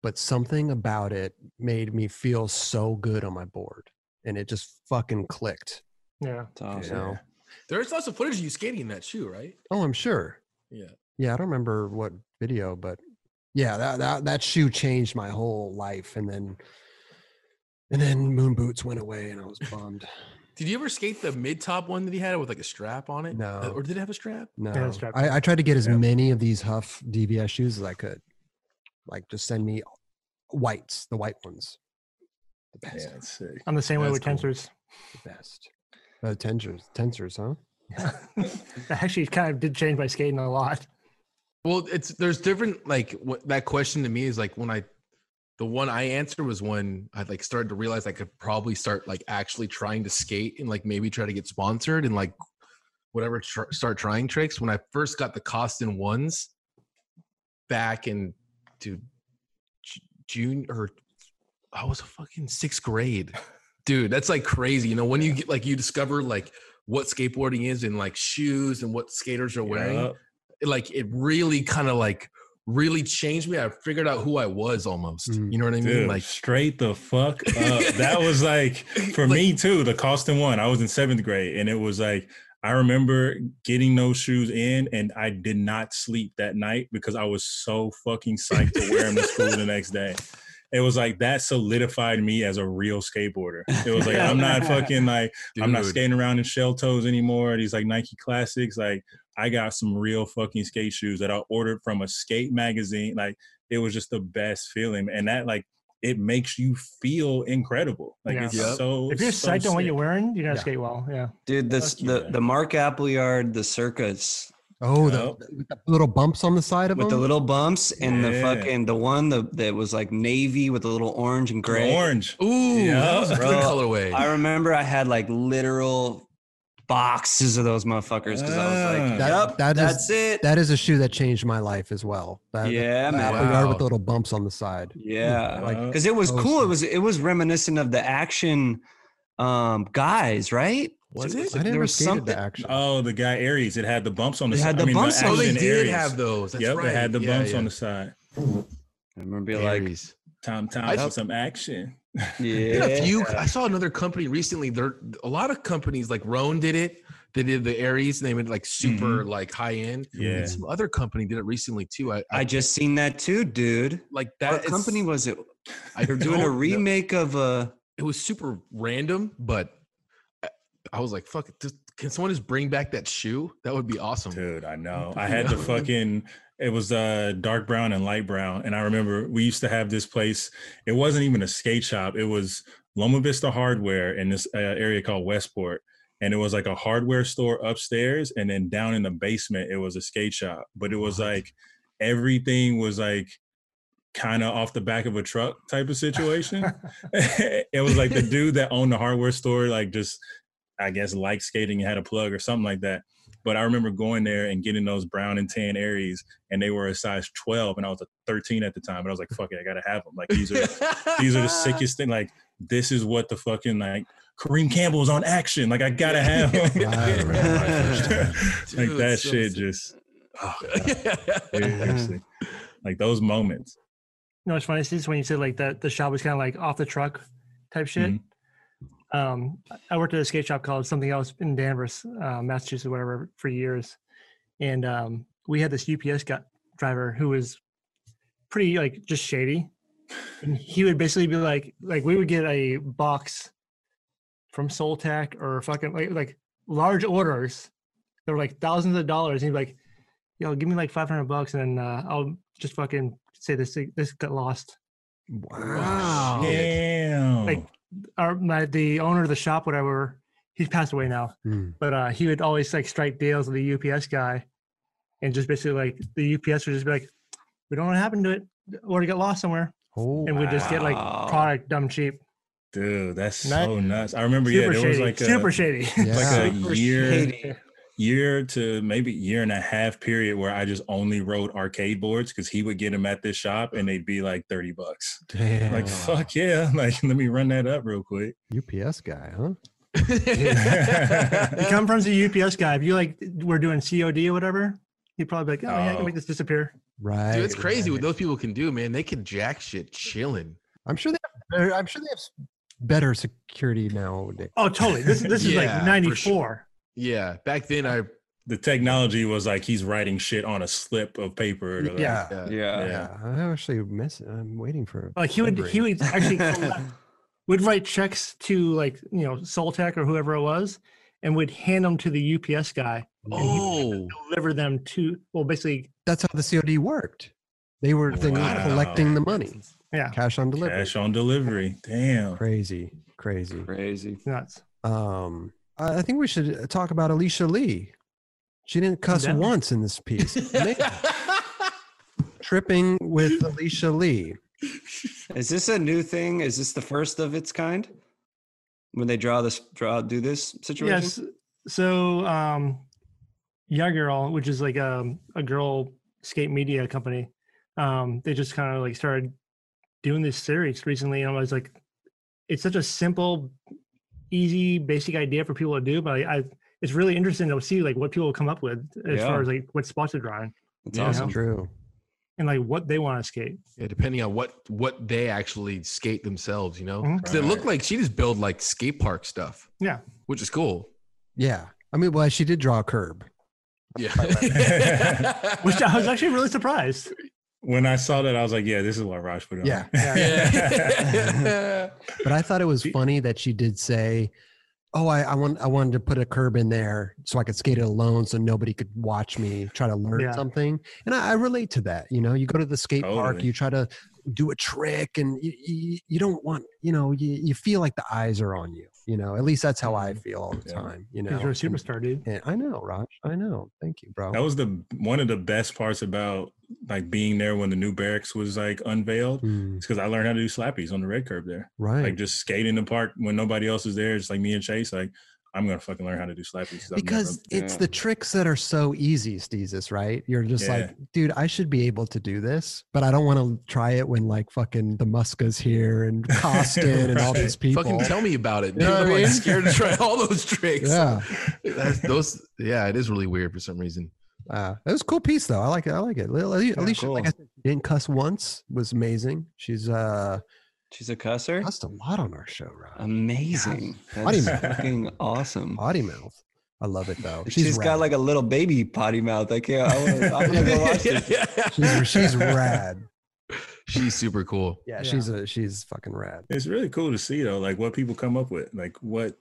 S1: but something about it made me feel so good on my board, and it just fucking clicked.
S2: Yeah.
S4: It's awesome.
S1: You know?
S5: There's lots of footage of you skating in that shoe, right?
S1: Oh, I'm sure.
S5: Yeah.
S1: Yeah, I don't remember what video, but yeah, that that, that shoe changed my whole life, and then and then moon boots went away, and I was bummed.
S5: Did you ever skate the mid top one that he had with like a strap on it?
S1: No.
S5: Uh, Or did it have a strap?
S1: No,
S2: Yeah, strap
S1: I, I tried to get as
S3: Yeah.
S1: many of these Huff DBS shoes as I could. Like, just send me whites, the white ones, the
S3: yeah,
S1: best,
S3: it's uh, sick.
S2: I'm the same way
S5: That's
S2: with
S5: cool.
S2: tensors.
S1: the best. Uh, tensors, tensors, huh?
S2: That actually kind of did change my skating a lot.
S5: Well, it's there's different like what that question to me is like when I the one I answered was when I like started to realize I could probably start like actually trying to skate and like maybe try to get sponsored and like whatever tr- start trying tricks when I first got the Costin ones back in dude J- June or I was fucking sixth grade. Dude, that's like crazy. You know, when you get like you discover like what skateboarding is and like shoes and what skaters are wearing
S3: Yup.
S5: like it really kind of like really changed me. I figured out who I was almost.
S1: Mm.
S5: You know what I mean?
S3: Dude,
S5: Like
S3: straight the fuck up. that was like for me too. The Costin one. I was in seventh grade, and it was like I remember getting those shoes in, and I did not sleep that night because I was so fucking psyched to wear them to school the next day. It was like that solidified me as a real skateboarder. It was like I'm not fucking like I'm not
S5: dude,
S3: skating around in shell toes anymore. These like Nike classics. Like I got some real fucking skate shoes that I ordered from a skate magazine. Like it was just the best feeling, and that like it makes you feel incredible. Like
S2: Yeah.
S3: it's
S5: Yep.
S3: so.
S2: If you're
S3: so
S2: psyched on what
S3: sick.
S2: you're wearing, you're gonna
S1: Yeah.
S2: skate well. Yeah.
S4: Dude, this
S3: Fuck
S4: the
S3: yeah.
S4: the Mark Appleyard, the circus
S1: Oh, the,
S3: Yup.
S1: with the little bumps on the side of
S4: with the
S1: them.
S4: little bumps and the
S3: Yeah.
S4: fucking the one the, that was like navy with the little orange and gray.
S3: orange.
S5: ooh, that
S3: Yeah.
S5: was a good
S4: Bro,
S5: colorway.
S4: I remember I had like literal boxes of those motherfuckers because I was
S3: Ah.
S4: like,
S1: That-
S4: "Yep,
S1: that is-
S4: that's it."
S1: that is a shoe that changed my life as well. That,
S4: yeah,
S1: that
S4: man.
S1: Apple Yard
S5: Wow.
S1: with the little bumps on the side.
S4: Yeah,
S1: Like,
S3: Uh,
S4: because it was
S1: Oh,
S4: cool. It
S1: shit.
S4: was it was reminiscent of the action um guys, right?
S5: was
S4: it
S5: it?
S4: was-
S1: I
S4: there
S1: never skated
S4: something-
S1: the action.
S3: oh, the guy Aries. It had the bumps on the
S4: It had
S3: side.
S4: the bumps on
S5: Oh, they
S4: Ashton
S5: did have those. That's
S3: yep,
S5: right.
S3: they had the
S5: Yeah,
S3: bumps
S5: yeah.
S3: on the side.
S4: I remember being like,
S5: Aries.
S3: Tom,
S5: I
S3: Tom, for
S5: just-
S3: some action.
S5: They had
S4: yeah,
S5: a few. I saw another company recently. There, a lot of companies like Roan did it. They did the Aries, and they went like super like high end.
S3: Mm-hmm. Yeah.
S5: And some other company did it recently too. I,
S4: I just seen that too, dude.
S5: like that.
S4: What
S5: is-
S4: company was it?
S5: I
S4: They're doing a
S5: don't know.
S4: remake of a.
S5: it was super random, but I, I was like, fuck, it, just, can someone just bring back that shoe? That would be awesome.
S3: Dude, I know. I had the fucking it was uh dark brown and light brown. And I remember we used to have this place. It wasn't even a skate shop, it was Loma Vista Hardware in this uh, area called Westport. And it was like a hardware store upstairs, and then down in the basement, it was a skate shop. But it was like everything was like kind of off the back of a truck type of situation. it was like the dude that owned the hardware store, like just I guess liked skating and had a plug or something like that. But I remember going there and getting those brown and tan Aries, and they were a size 12, and I was a 13 at the time. And I was like, "Fuck it, I gotta have them." Like these are these are the sickest thing. Like this is what the fucking like Kareem Campbell was on action. Like I gotta have them.
S1: I remember
S4: my first
S3: like that
S5: Dude, that's so
S3: shit
S5: sick.
S3: just oh, God, seriously. like those moments.
S2: No, it's funny. It's just when you said like that, the shop was kind of like off the truck type shit. Um, I worked at a skate shop called something else in Danvers, uh, Massachusetts, whatever, for years, and um, we had this UPS guy, driver who was pretty like just shady, and he would basically be like, like we would get a box from Soltech or fucking like like large orders, they were like thousands of dollars, and he'd be like, "Yo, give me like five hundred bucks, and then uh, I'll just fucking say this this got lost."
S1: Wow.
S3: Damn.
S2: Like our my the owner of the shop, whatever, he's passed away now.
S1: Hmm.
S2: But uh he would always like strike deals with the UPS guy. and just basically like the UPS would just be like, "We don't know what happened to it, or it got lost somewhere,"
S1: Oh,
S2: and we would just get like
S4: Wow.
S2: product dumb cheap.
S3: Dude, that's
S2: Not-
S3: so nuts. I remember, yeah,
S2: Super
S3: there
S2: shady.
S3: was like a,
S2: super shady.
S1: yeah.
S3: like a
S4: Super
S3: year,
S4: shady.
S3: year to maybe year and a half period where I just only rode arcade boards because he would get them at this shop and they'd be like thirty bucks.
S1: Damn.
S3: Like fuck yeah! Like let me run that up real quick.
S1: UPS guy, huh?
S2: You come from the UPS guy. If you like, were doing COD or whatever, he'd probably be like, "Oh, yeah, I
S3: Oh.
S2: can make this disappear."
S1: Right.
S5: Dude, it's crazy what
S1: right.
S5: those people can do, man. They can jack shit chilling.
S1: I'm sure they have. Better, I'm sure they have s- better security nowadays.
S2: Oh, totally. This this is
S5: Yeah,
S2: like
S5: for
S2: '94.
S5: Yeah, back then I
S3: The technology was like he's writing shit on a slip of paper. to, like,
S5: uh,
S4: Yeah.
S1: Yeah, I actually miss. I'm waiting for.
S2: Like Uh, he would he
S1: Agreed.
S2: would actually collect- would write checks to like you know Soltec or whoever it was, and would hand them to the UPS guy. and he would
S5: oh
S2: deliver them to well, basically
S1: That's how the COD worked. They were they
S3: Wow.
S1: were collecting the money,
S2: yeah,
S1: cash on delivery.
S3: Cash on delivery. Damn.
S1: Crazy, crazy.
S4: Crazy.
S2: nuts.
S1: Um, I I think we should uh, talk about Alicia Lee. She didn't cuss
S2: Definitely.
S1: once in this piece. Amazing. Tripping with Alicia Lee.
S4: Is this a new thing? Is this the first of its kind? When they draw this, draw do this situation?
S2: Yes. So, um, Yeah Girl, which is like a, a girl skate media company, um, they just kind of like started doing this series recently. And I was like, it's such a simple, easy, basic idea for people to do, but I, I it's really interesting to see like what people come up with as
S4: Yeah.
S2: far as like what spots they're drawing
S4: That's
S5: Yeah.
S4: awesome.
S1: True.
S2: and like what they want to skate.
S5: yeah, depending on what what they actually skate themselves, you know.
S2: Mhm.
S5: 'Cause It looked like she just built like skate park stuff.
S2: Yeah.
S5: which is cool.
S1: Yeah. I mean, well, she did draw a curb.
S5: Yeah,
S2: Which I was actually really surprised.
S3: When I saw that, I was like, yeah, this is why Raj put it on.
S1: Yeah.
S5: yeah.
S1: But I thought it was funny that she did say, "Oh, I, I want I wanted to put a curb in there so I could skate it alone, so nobody could watch me try to learn
S2: Yeah.
S1: something." And I, I relate to that. You know, you go to the skate park,
S3: Totally.
S1: you try to do a trick, and you, you, you don't want you know you, you feel like the eyes are on you. You know, at least that's how I feel all the
S3: Yeah.
S1: time. You know,
S2: Mm-hmm. Because you're a
S1: And-
S2: superstar, dude.
S1: and I know, Raj. I know. Thank you, bro.
S3: That was the one of the best parts about like being there when the new barracks was like unveiled.
S1: Mm,
S3: It's because I learned how to do slappies on the red curb there.
S1: right.
S3: Like just skate in the park when nobody else is there. It's like me and Chase. Like I'm gonna fucking learn how to do slappies I've never-
S1: because it's
S4: yeah.
S1: the tricks that are so easy, Steezus, right? You're just like, dude, I should be able to do this, but I don't want to try it when like fucking the Muska's here and Costin and all these people.
S5: Fucking tell me about it.
S1: You
S5: Dude.
S1: know what
S5: I'm
S1: I
S5: like
S1: mean?
S5: scared to try all those tricks.
S1: yeah,
S5: That's, those. Yeah, it is really weird for some reason.
S1: uh, that was a cool piece though. I like it. I like it. Li- li- Alicia, like I said, she didn't cuss once was amazing. She's uh
S4: She's a cusser.
S1: cussed a lot on our show, right?
S4: Um, Amazing.
S1: Potty
S4: That's
S3: mouth.
S4: fucking awesome.
S1: Body mouth. I love it though.
S4: She's got
S1: rad.
S4: like a little baby potty mouth. I can't. I wanna, I'm gonna go watch this.
S1: she's, she's rad.
S5: She's super cool.
S1: Yeah,
S2: Yeah.
S1: she's a she's fucking rad.
S3: It's really cool to see though, like what people come up with, like what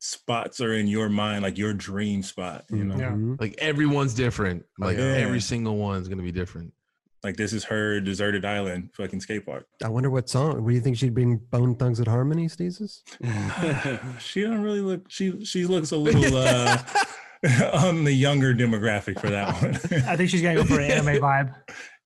S3: spots are in your mind, like your dream spot. You know,
S2: Yeah.
S1: Mhm.
S5: Like everyone's different.
S1: Oh,
S5: Like
S3: Yeah.
S5: every single one's gonna be different.
S3: like this is her deserted island, fucking skate park.
S1: I wonder what song. What do you think she'd bring? Bone Thugs at Harmony, Steezus?
S3: she don't really look. She she looks a little uh, on the younger demographic for that
S2: I
S3: one.
S2: think she's gonna go for an anime vibe.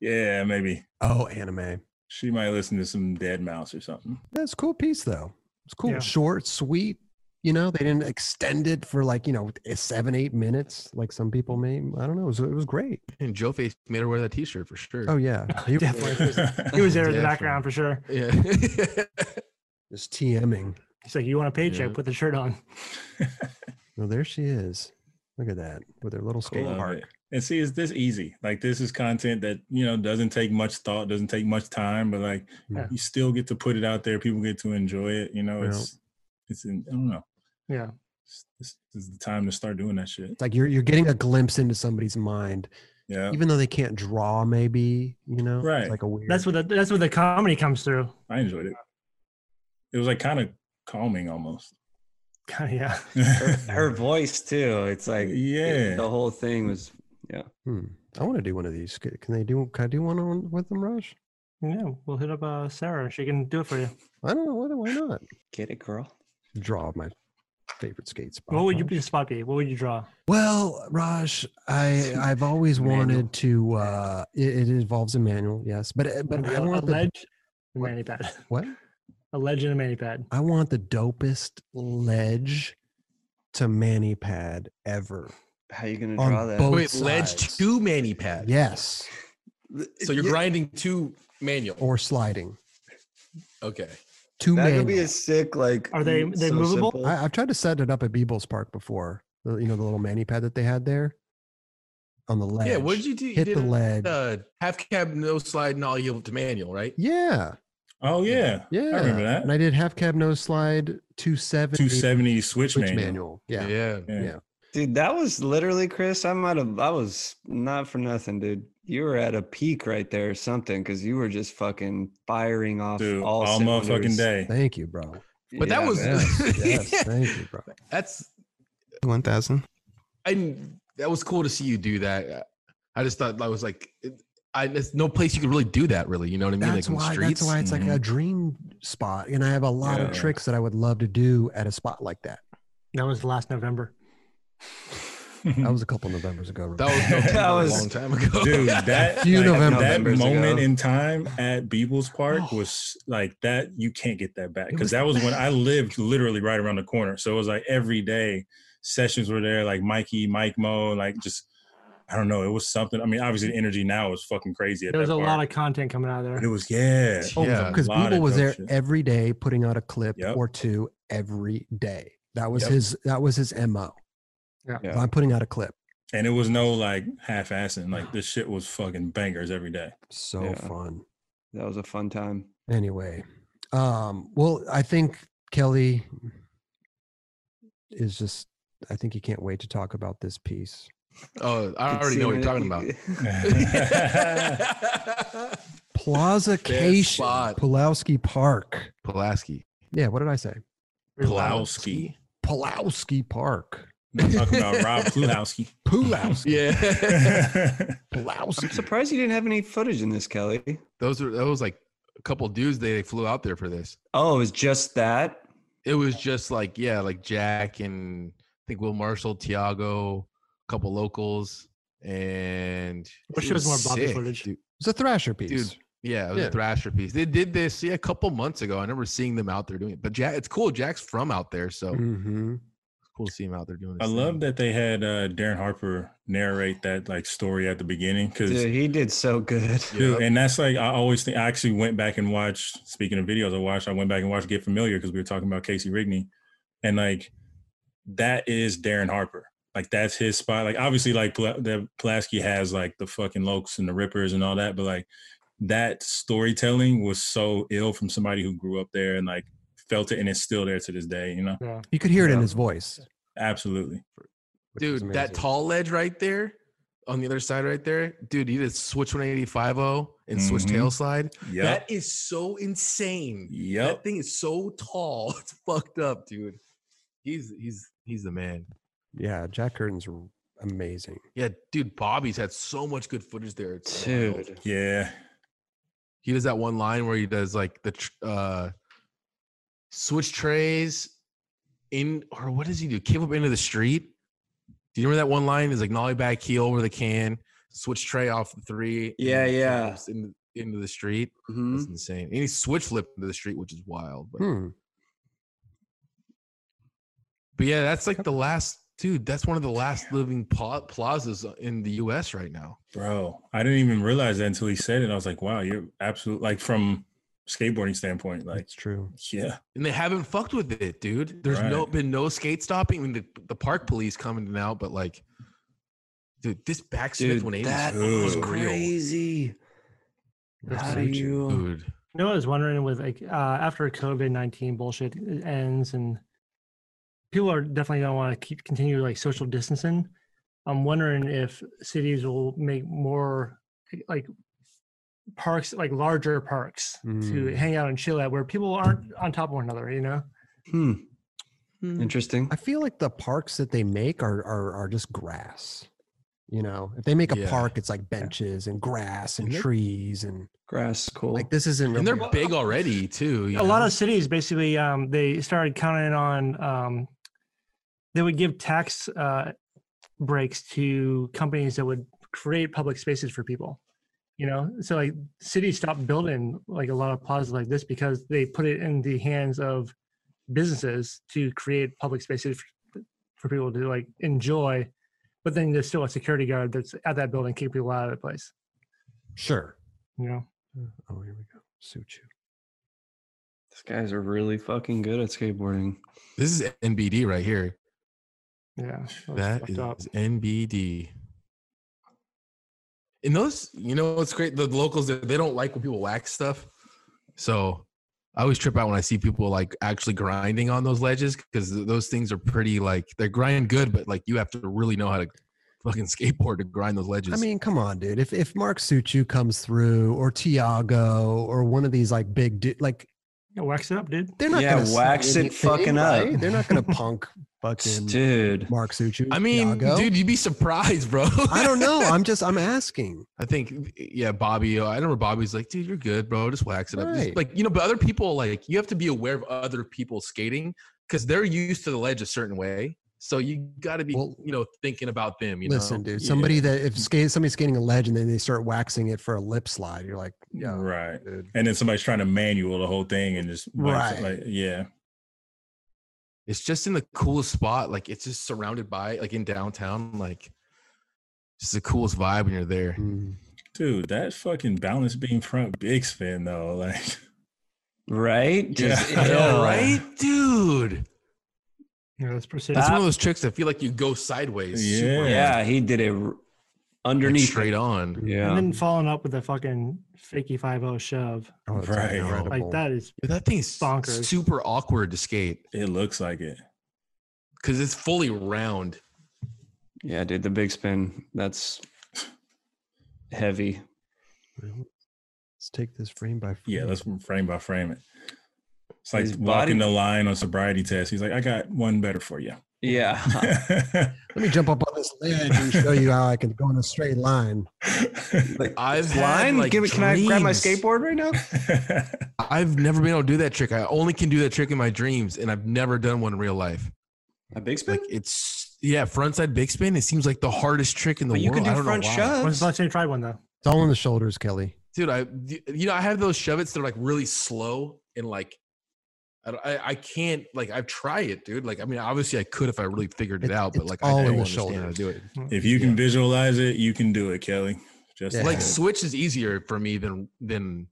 S3: yeah, maybe
S1: Oh, anime.
S3: she might listen to some Dead Mouse or something.
S1: That's a cool piece though. It's cool.
S2: Yeah.
S1: Short, sweet. You know, they didn't extend it for like, you know, eh, seven, eight minutes, like some people may. I don't know. It was, it was great.
S5: And Joe Face made her wear that T-shirt for sure.
S1: Oh yeah. You-
S2: Definitely. He was there in the
S5: Definitely.
S2: background for sure.
S5: yeah.
S1: Just TMing.
S2: He's like, "You want a paycheck?
S5: Yeah.
S2: Put the shirt on."
S1: Well, there she is. Look at that with her little skate
S3: Love
S1: park.
S3: it. And see, it's this easy. Like this is content that you know doesn't take much thought, doesn't take much time, but like
S2: Yeah.
S3: you still get to put it out there. People get to enjoy it. You know,
S1: Yeah.
S3: it's it's. In, I don't know.
S2: Yeah.
S3: It's- This is the time to start doing that shit.
S1: It's like you're you're getting a glimpse into somebody's mind,
S3: Yeah.
S1: even though they can't draw. Maybe you know,
S3: Right.
S1: It's like a weird.
S2: That's what the, that's what the comedy comes through.
S3: I enjoyed it. It was like kind of calming almost.
S2: Kinda, yeah.
S4: Her, her voice too. It's like it-
S3: Yeah.
S4: the whole thing was.
S1: Hmm. I want to do one of these. Can can they do? Can I do one on, with them, Raj?
S2: Yeah, we'll hit up uh, Sarah. She can do it for you.
S1: I don't know. Why, why not
S4: Get it, girl.
S1: draw my favorite skate spot.
S2: What would you
S1: Raj.
S2: be spot be? What would you draw?
S1: Well, Raj, I I've always
S4: Manual.
S1: wanted to. uh it, it involves a manual, yes, but uh, but
S2: Maybe
S1: I
S2: a, a
S1: want the
S2: ledge, a mani pad,
S1: what?
S2: a ledge and a mani pad.
S1: I want the dopest ledge to mani pad ever.
S4: How you gonna
S1: On
S4: draw that?
S1: both-
S5: Wait, ledge
S1: sides.
S5: two mani pad.
S1: Yes,
S5: So you're
S4: Yeah,
S5: grinding two manual.
S1: or sliding Oh,
S5: Okay.
S1: two
S4: That
S1: manual.
S4: could be a sick like.
S2: Are they-
S4: mm,
S2: they movable?
S4: simple.
S1: I, I've tried to set it up at Beebles Park before. The- You know the little mani pad that they had there on the ledge.
S5: Yeah. What did you do? You
S1: Hit
S5: did
S1: the
S5: a,
S1: ledge.
S5: Uh, half cab, no slide, and all yield to manual, right?
S1: yeah,
S3: Oh yeah,
S1: yeah.
S3: I remember that.
S1: And I did half cab nose slide two
S3: Two seventy switch,
S1: switch
S3: manual.
S1: manual. Yeah.
S5: Yeah.
S1: yeah.
S4: Dude, that was literally Chris. I might have. I was not for nothing, dude. You were at a peak right there or something, because you were just fucking firing off
S3: Dude,
S4: all,
S3: all, motherfucking
S4: cylinders.
S3: day.
S1: Thank you, bro.
S5: But that
S4: Yeah,
S5: was
S4: man.
S1: Yes, thank you, bro.
S5: that's
S9: One thousand.
S5: I that was cool to see you do that. I just thought that was like I there's no place you could really do that really, you know what I mean?
S1: That's
S5: like on the
S1: why.
S5: streets.
S1: That's why it's like a dream spot, and I have a lot of
S3: Yeah.
S1: tricks that I would love to do at a spot like that.
S2: That was last November.
S1: That was a couple November's ago.
S5: that
S1: remember?
S5: was, that
S4: That
S5: was
S4: was-
S5: a long time ago.
S3: dude that
S1: Few
S3: like, that
S4: Novembers
S3: moment
S4: ago.
S3: in time at Beebles Park was like that you can't get that back because that was when I lived literally right around the corner so it was like every day sessions were there like Mikey Mike Mo like just I don't know it was something I mean obviously the energy now is fucking crazy at
S2: There was a
S3: that
S2: lot
S3: park.
S2: of content coming out of
S3: But it
S2: there.
S3: was yeah
S1: Oh,
S5: Yeah.
S1: because
S3: Lot
S1: Beeble
S3: of
S1: was there
S3: coaches.
S1: every day, putting out a clip
S3: Yep.
S1: or two every day. That was
S5: Yep.
S1: his. That was his mo.
S2: Yeah.
S4: Yeah.
S1: I'm putting out a clip.
S3: and it was no like half-assing like this shit was fucking bangers every day
S1: So
S4: Yeah.
S1: fun.
S4: That was a fun time.
S1: Anyway, um, well, I think Kelly is just. I think he can't wait to talk about this piece.
S5: Oh, I
S4: Could
S5: already
S4: see
S5: know what you're
S4: him
S5: talking
S4: in-
S5: about.
S1: Plaza Cation,
S5: spot.
S1: Pulowski Park.
S5: Pulaski.
S1: Yeah, what did I say?
S3: Pulowski
S1: Pulowski Park.
S3: talking about Rob Pulowski
S1: Pulowski.
S5: Yeah.
S4: I'm
S1: Pulowski.
S4: surprised you didn't have any footage in this, Kelly.
S5: those were that was like a couple dudes they flew out there for this.
S4: Oh, it was just that.
S5: It was just like, yeah, like Jack and I think Will Marshall, Tiago, a couple locals, and
S2: Wish
S5: it
S2: there was more Bobby footage.
S5: dude.
S1: It's a Thrasher piece.
S5: Dude, Yeah, it was
S1: Yeah.
S5: a Thrasher piece. They did this yeah, a couple months ago. I remember seeing them out there doing it. But Jack, it's cool. Jack's from out there, so
S1: Mhm.
S5: it's cool to see him out there doing.
S3: I
S5: This
S3: love that they had uh, Darren Harper narrate that like story at the beginning because.
S4: Dude, he did so good.
S3: Dude, and that's like I always think. I actually went back and watched. Speaking of videos, I watched. I went back and watched Get Familiar because we were talking about Casey Rigney, and like that is Darren Harper. Like that's his spot. Like obviously, like Pula- the Pulaski has like the fucking Lokes and the Rippers and all that, but like that storytelling was so ill from somebody who grew up there and like felt it, and it's still there to this day. You know,
S2: Yeah.
S1: You could hear it in
S4: Yeah.
S1: his voice.
S3: absolutely.
S1: which is
S5: dude, that
S1: amazing.
S5: tall ledge right there on the other side, right there, dude. You did switch 185 oh and switch
S3: Mhm.
S5: tail slide.
S3: Yep.
S5: That is so insane. That
S3: Yep.
S5: thing is so tall. It's fucked up, dude. He's he's he's the man.
S1: Yeah, Jack Curtin's r- amazing.
S5: Yeah, dude. Bobby's had so much good footage there. It's wild.
S4: Dude,
S3: Yeah.
S5: he does that one line where he does like the tr- uh switch trays in or what does he do? Came up into the street. Do you remember that one line? Is like nollie back heel over the can, switch tray off the three. and
S4: Yeah,
S5: then
S4: yeah.
S5: flips in- into the street.
S4: Mhm.
S5: That's insane. And he switch flipped into the street, which is wild. But,
S1: Hmm.
S5: but yeah, that's like the last dude. That's one of the last living pla- plazas in the U.S. right now.
S3: Bro, I didn't even realize that until he said it. I was like, wow, you're absolute like from skateboarding standpoint, like
S1: That's true.
S3: yeah.
S5: and they haven't fucked with it, dude. There's no
S3: Right.
S5: been no skate stopping. I mean, the, the park police coming out, but like, dude, this backsmith
S4: Dude,
S5: one eighty
S4: that
S5: was
S4: was
S3: Ugh.
S5: real,
S4: crazy. How do
S1: That's
S4: you?
S5: dude.
S2: You know, what I was wondering with like uh, after COVID nineteen bullshit uh, ends and people are definitely gonna want to keep continue like social distancing. I'm wondering if cities will make more like parks, like larger parks to
S1: Mm.
S2: hang out and chill at, where people aren't on top of one another. You know,
S4: Hmm. Interesting.
S1: Hmm. I feel like the parks that they make are are, are just grass. You know, if they make a
S5: Yeah.
S1: park, it's like benches and grass and
S5: And they're-
S1: trees and
S4: Grass, cool.
S1: like this isn't.
S5: And they're
S1: really-
S5: big already too. you
S2: a lot
S5: know?
S2: of cities basically um, they started counting on um, they would give tax uh, breaks to companies that would create public spaces for people. You know, so like cities stopped building like a lot of plazas like this because they put it in the hands of businesses to create public spaces for, for people to like enjoy. But then there's still a security guard that's at that building keeping people out of the place.
S1: Sure.
S2: You know,
S1: Oh, here we go. Suit you.
S4: These guys are really fucking good at skateboarding.
S5: This is NBD right here.
S2: yeah. so it's
S5: That
S2: fucked
S5: is
S2: up.
S5: NBD. And those, you know, what's great. The locals they they don't like when people wax stuff. So I always trip out when I see people like actually grinding on those ledges because those things are pretty like they grind good, but like you have to really know how to fucking skateboard to grind those ledges.
S1: I mean, come on, dude. If if Mark Suchu comes through, or Tiago, or one of these like big, du- like
S2: Yeah, wax it up, dude.
S1: they're not
S4: Yeah,
S1: gonna say
S4: wax it
S1: anything,
S4: fucking up.
S1: They're not gonna punk fucking
S4: Dude.
S1: Mark Suchu.
S5: I mean,
S1: Thiago.
S5: dude, you'd be surprised, bro.
S1: I don't know. I'm just I'm asking.
S5: I think, eh, yeah, Bobby. uh, I remember Bobby's like, dude, you're good, bro. Just wax it up. Just,
S1: Right.
S5: like, you know, but other people, like, you have to be aware of other people skating because they're used to the ledge a certain way. So you got to be,
S1: Well,
S5: you know, thinking about them. You
S1: Listen,
S5: know?
S1: dude.
S5: Yeah.
S1: Somebody that if skate somebody's skating a ledge and then they start waxing it for a lip slide, you're like, yeah,
S3: Right.
S1: dude.
S3: And then somebody's trying to manual the whole thing and just like,
S1: Right.
S3: like yeah.
S5: it's just in the coolest spot. Like, it's just surrounded by, like, in downtown. Like, just the coolest vibe when you're there.
S1: Mm.
S3: Dude, that fucking balance beam front big spin though, like
S4: Right? Just,
S3: Yeah.
S5: All
S4: ew.
S5: right, dude.
S2: You know, that's precision.
S5: That's one
S4: That-
S5: of those tricks that feel like you go sideways.
S3: Yeah.
S5: super, like,
S4: Yeah, he did it r-
S5: like,
S4: underneath.
S5: straight on.
S4: Yeah.
S2: And then following up with a fucking fakey 5 shove.
S1: Oh, that's
S3: Right.
S1: incredible.
S2: Like that is
S5: Dude, that thing's
S2: Bonkers.
S5: super awkward to skate
S3: it looks like it.
S5: because it's fully round.
S4: Yeah, dude, the big spin. That's heavy.
S1: Well, Let's take this frame by frame.
S3: Yeah, let's frame by frame it. It's like
S4: His
S3: walking
S4: body-
S3: the line on sobriety test. He's like, I got one better for you.
S4: Yeah.
S1: Let me jump up on this ledge and show you how I can go in a straight line.
S5: I've had,
S4: Line?
S5: like,
S4: Give it, can I grab my
S5: dreams.
S4: skateboard right now?
S5: I've never been able to do that trick. I only can do that trick in my dreams, and I've never done one in real life.
S4: A big spin?
S5: Like it's yeah, frontside big spin. It seems like the hardest trick in the
S4: but you
S5: world.
S4: can
S5: I
S4: do
S5: don't know
S4: front
S5: why.
S2: when's
S4: shoves.
S2: the last time you tried one though?
S1: It's all in the shoulders, Kelly.
S5: dude. I you know I have those shove its that are like really slow and like I don't- I, I can't like I've tried it, dude. Like I mean, obviously I could if I really figured it
S1: It-
S5: out, but
S1: it's
S5: like
S1: all
S5: I
S1: in
S5: don't
S1: the
S5: understand how to
S1: shoulders.
S5: do it.
S3: if you can
S5: Yeah.
S3: visualize it, you can do it, Kelly. Just
S1: Yeah.
S5: Like
S3: I
S5: switch is easier for me than than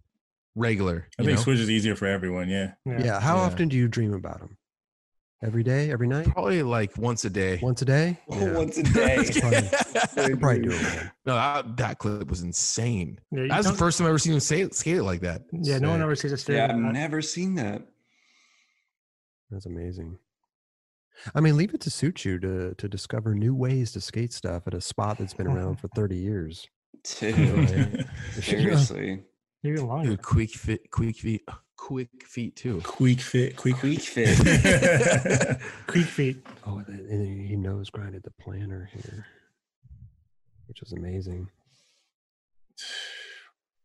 S5: regular. you
S3: think
S5: know?
S3: switch is easier for everyone. Yeah.
S1: Yeah. How
S5: Yeah.
S1: often do you dream about them? Every day, every night,
S5: probably like once a day.
S1: once a day.
S5: Yeah.
S4: Once a day.
S1: I could probably do it. man.
S5: No, that, that clip was insane.
S2: Yeah, you
S5: That was the
S2: don't-
S5: first time I ever seen him say it, skate it like that.
S2: Yeah, no one
S5: Sick.
S2: ever sees a straight.
S4: yeah,
S2: Yeah,
S4: I've never seen that.
S1: That's amazing. I mean, leave it to suit you to to discover new ways to skate stuff at a spot that's been around for thirty years.
S4: Dude, seriously.
S2: even longer.
S5: Dude, quick fit, quick feet, quick feet too.
S3: Quick fit, quick
S4: Quick fit.
S3: fit.
S2: Creek feet.
S1: Oh, and then- and then he nose grinded the planner here, which is amazing.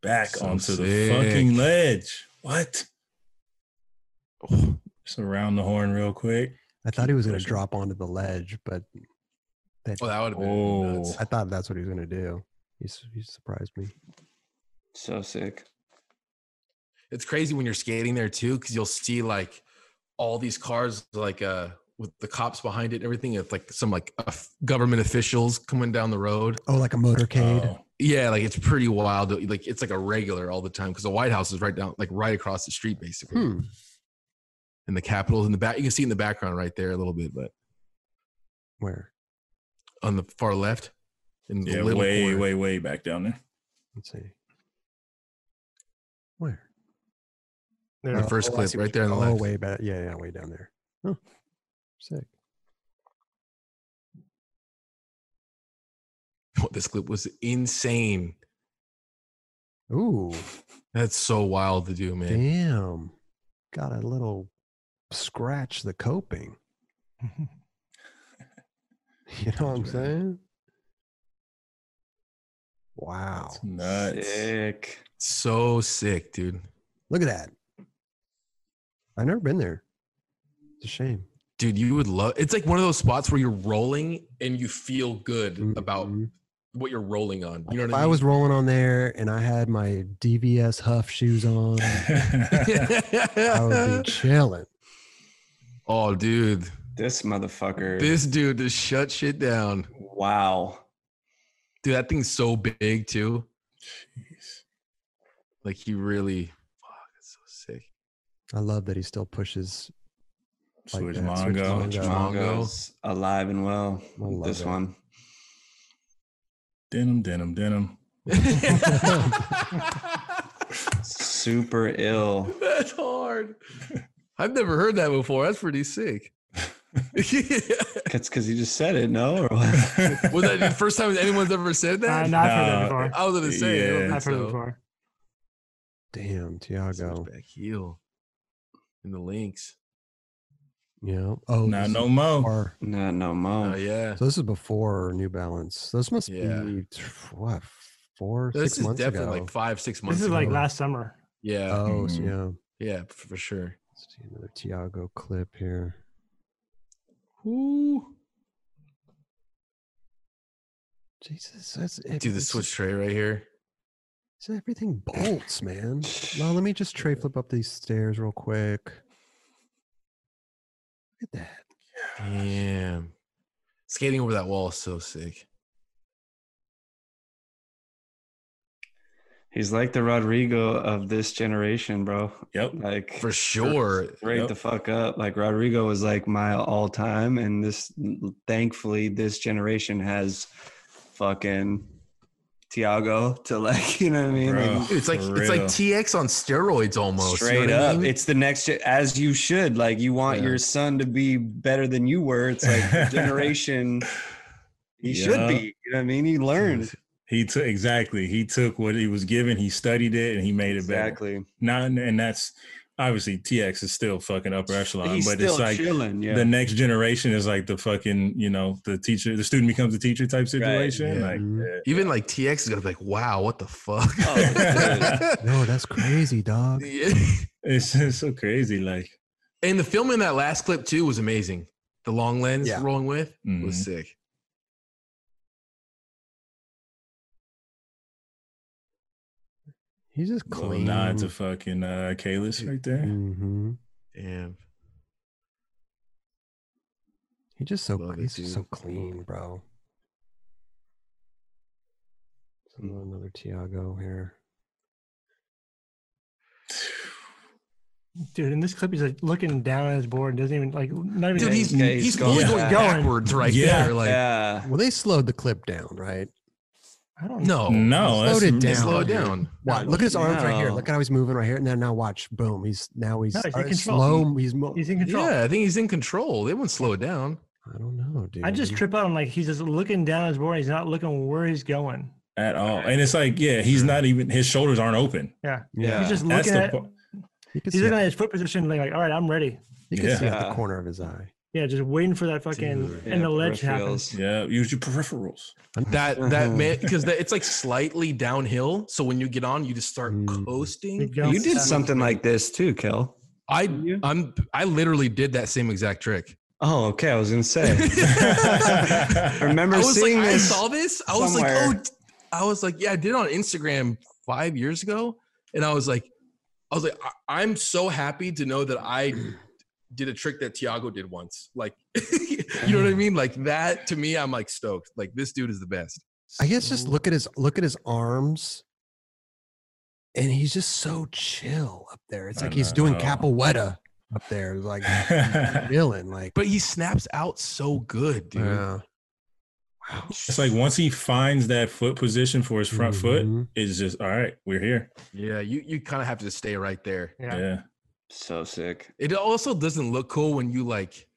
S3: Back
S5: So
S3: onto the
S5: sick.
S3: fucking ledge. What?
S5: Oh,
S3: Just around the horn real quick.
S1: I thought he was going to
S3: pushing.
S1: drop onto the ledge, but that,
S5: Oh, that would have been
S3: Oh.
S5: nuts.
S1: I thought that's what he was going to do. He, s- he surprised me.
S4: so sick.
S5: It's crazy when you're skating there too, because you'll see like all these cars, like uh, with the cops behind it and everything. It's like some like uh, government officials coming down the road.
S1: Oh, like a motorcade.
S3: Oh,
S5: Yeah, like it's pretty wild. Like it's like a regular all the time because the White House is right down, like right across the street, basically.
S1: Hmm.
S5: And the Capitol's in the back. You can see in the background right there a little bit, but
S1: Where?
S5: on the far left. In the
S3: yeah,
S5: little
S3: way,
S5: corner.
S3: way, way back down there.
S1: Let's see. Where?
S5: My
S2: There.
S1: Oh,
S5: first
S1: I
S5: clip
S1: see what
S5: right
S1: you-
S5: there on the
S1: oh,
S5: left.
S1: way back. Yeah, yeah, way down there. Oh, sick.
S5: This clip was insane.
S1: Ooh,
S5: That's so wild to do, man.
S1: damn. Got a little scratch the coping. You know what I'm
S3: That's right.
S1: saying? Wow.
S3: It's nuts.
S4: Sick.
S5: So sick, dude.
S1: Look at that. I've never been there. It's a shame.
S5: Dude, you would love it's like one of those spots where you're rolling and you feel good about
S1: Mhm.
S5: what you're rolling on. You know
S1: if
S5: what
S1: I,
S5: I mean?
S1: was rolling on there and I had my DVS Huff shoes on, I would be chilling.
S5: oh, dude.
S4: This motherfucker.
S5: This dude just shut shit down.
S4: wow.
S5: Dude, that thing's so big too. Like he really fuck, that's so sick.
S1: I love that he still pushes. Like
S3: Switch
S1: that, switch
S3: Mongo.
S1: Mongo.
S4: Mongo's alive and well.
S1: I love
S4: This
S1: it.
S4: one.
S3: Denim, denim, denim.
S4: Super ill.
S5: That's hard. I've never heard that before. That's pretty sick. was
S4: That's because you just said it, no? Or what?
S5: that the first time anyone's ever said
S2: Uh,
S5: that?
S2: no, I've heard that
S3: Nah,
S2: before.
S5: I was gonna say. I don't
S3: Yeah.
S5: think
S2: I've heard it
S5: so.
S2: before.
S1: Damn, Tiago.
S5: Switchback heel in the links.
S1: Yeah. Oh,
S3: Not
S1: this
S3: no
S1: is
S3: mo.
S1: before-
S4: no, no, Mo.
S2: Um,
S5: Oh yeah,
S1: So this is before New Balance. This must
S5: Yeah.
S1: be tr- what four,
S5: this
S1: six
S5: is
S1: months
S5: definitely
S1: ago.
S5: like five, six months.
S2: This is like
S5: ago.
S2: last Uh, summer.
S5: Yeah, Mm-hmm.
S1: oh, so
S3: Mhm.
S1: yeah.
S5: yeah, f- for sure.
S1: Let's see another Tiago clip here. Jesus, that's it.
S5: Do the
S1: This
S5: switch
S1: is-
S5: tray right here.
S1: So everything bolts, man. Now let me just tray flip up these stairs real quick. Look at that.
S5: Damn, skating over that wall is so sick.
S4: He's like the Rodrigo of this generation, bro.
S3: Yep.
S4: Like
S5: For sure.
S4: straight
S3: Yep.
S4: the fuck up. Like Rodrigo was like my all time, and this thankfully this generation has fucking Tiago to like you know what I mean.
S3: Bro,
S4: Like,
S5: It's like
S3: for
S5: it's like
S3: real.
S5: TX on steroids almost. you know
S4: Straight
S5: what I
S4: up,
S5: mean?
S4: it's the next gen- as you should. Like you want
S5: Yeah.
S4: your son to be better than you were. It's like the generation he should
S3: Yeah.
S4: be. You know what I mean? He learned
S3: He took exactly. He took what he was given. He studied it and he made it better.
S4: exactly.
S3: Not and that's obviously TX is still fucking upper echelon,
S4: He's
S3: but
S4: still
S3: it's like
S4: chilling. Yeah.
S3: the next generation is like the fucking you know the teacher, the student becomes a teacher type situation.
S5: yeah.
S3: Like
S1: Mhm.
S3: yeah.
S5: Even like TX is gonna be like, wow, what the fuck?
S4: Oh,
S1: No, that's crazy, dog.
S5: Yeah.
S3: it's, it's so crazy. Like
S5: And the film in that last clip too was amazing. The long lens
S1: Yeah.
S5: rolling with
S3: mhm.
S5: was sick.
S1: He's just
S3: little
S1: clean.
S3: nod to fucking uh, Kalis right there.
S1: hmm
S5: Damn.
S1: He just so
S5: Love it,
S1: he's just
S5: dude.
S1: so clean, bro. So Another Tiago here.
S2: Dude, in this clip, he's like looking down at his board. Doesn't even like not even.
S5: Dude, he's
S4: Yeah,
S5: he's,
S4: he's
S5: fully
S3: going
S5: going
S4: back.
S5: backwards right
S3: Yeah.
S5: there. Like
S4: yeah.
S1: Well, they slowed the clip down, right?
S2: I don't know.
S5: no,
S2: Oh,
S3: No, that's,
S1: slowed it
S5: They
S1: down.
S5: slow it
S1: dude.
S5: down.
S1: Wow, look at his arms right here.
S4: No.
S1: Look at how he's moving right here, and then now watch, boom. He's now he's,
S2: No, he's in
S1: uh,
S2: control.
S1: slow. He's mo-
S2: He's in control.
S5: Yeah, I think he's in control. They wouldn't slow it down.
S1: I don't know, dude.
S2: I just trip out. I'm like, he's just looking down at his board. He's not looking where he's going.
S3: at all. And it's like yeah, he's not even his shoulders aren't open.
S2: Yeah,
S4: Yeah.
S2: he's just
S3: That's
S2: looking
S3: the
S2: at.
S3: part.
S1: You can see,
S2: He's looking
S1: it.
S2: at his foot position. Like, like, all right, I'm ready.
S1: You can see it at the
S4: Yeah.
S1: corner of his eye.
S2: Yeah, just waiting for that fucking
S5: Dude.
S2: and the ledge happens.
S4: peripherals.
S3: Yeah, use your peripherals.
S5: That that
S1: Mm-hmm.
S5: man because it's like slightly downhill. So when you get on, you just start
S1: Mm.
S5: coasting.
S2: Keep going.
S4: You did something like this too, Kel.
S5: I
S4: Didn't you?
S5: I'm I literally did that same exact trick.
S4: Oh, okay. I was gonna say. I
S5: I
S4: remember
S5: was like,
S4: seeing
S5: I
S4: this.
S5: saw this. I was like, oh,
S4: somewhere.
S5: d- I was like, yeah, I did it on Instagram five years ago, and I was like, I was like, I- I'm so happy to know that I did a trick that Tiago did once. Like, you know what I mean? Like that to me, I'm like stoked. Like this dude is the best.
S1: I guess just look at his look at his arms, and he's just so chill up there. It's
S3: I
S1: like he's doing
S3: know.
S1: capoeira up there, like chilling, like
S5: But he snaps out so good, dude.
S1: yeah.
S3: it's like once he finds that foot position for his front foot,
S1: Mhm.
S3: it's just all right. We're here.
S5: Yeah, you you kind of have to stay right there.
S2: Yeah.
S3: yeah.
S4: So sick.
S5: It also doesn't look cool when you like,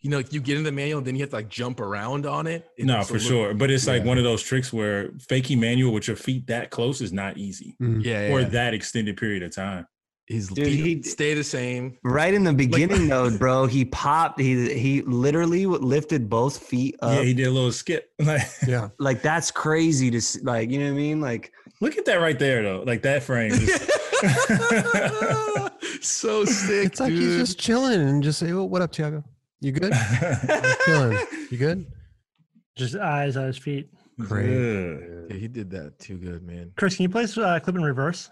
S5: you know, you get in the manual, then you have to like jump around on it. It
S3: No,
S5: also
S3: for
S5: look-
S3: sure. But it's like
S1: Yeah.
S3: one of those tricks where fake manual with your feet that close is not easy
S1: Mhm.
S5: Yeah,
S3: for
S5: yeah.
S3: that extended period of time.
S5: His
S4: Dude,
S5: feet
S4: he-
S5: stay the same.
S4: Right in the beginning, though, bro, he popped. He he literally lifted both feet up.
S5: Uh-huh.
S3: yeah, he did a little skip. Like,
S1: Yeah,
S4: like that's crazy to see, like. You know what I mean? Like
S3: look at that right there, though. Like that frame. just-
S5: so sick.
S1: it's like he's
S5: dude.
S1: just chilling and just say, "Well, what up, Tiago?" You good? Chilling. You good?
S2: Just eyes, eyes, feet.
S1: Great.
S3: Yeah.
S5: Yeah, he did that too good, man.
S2: Chris, can you play this uh, clip in reverse?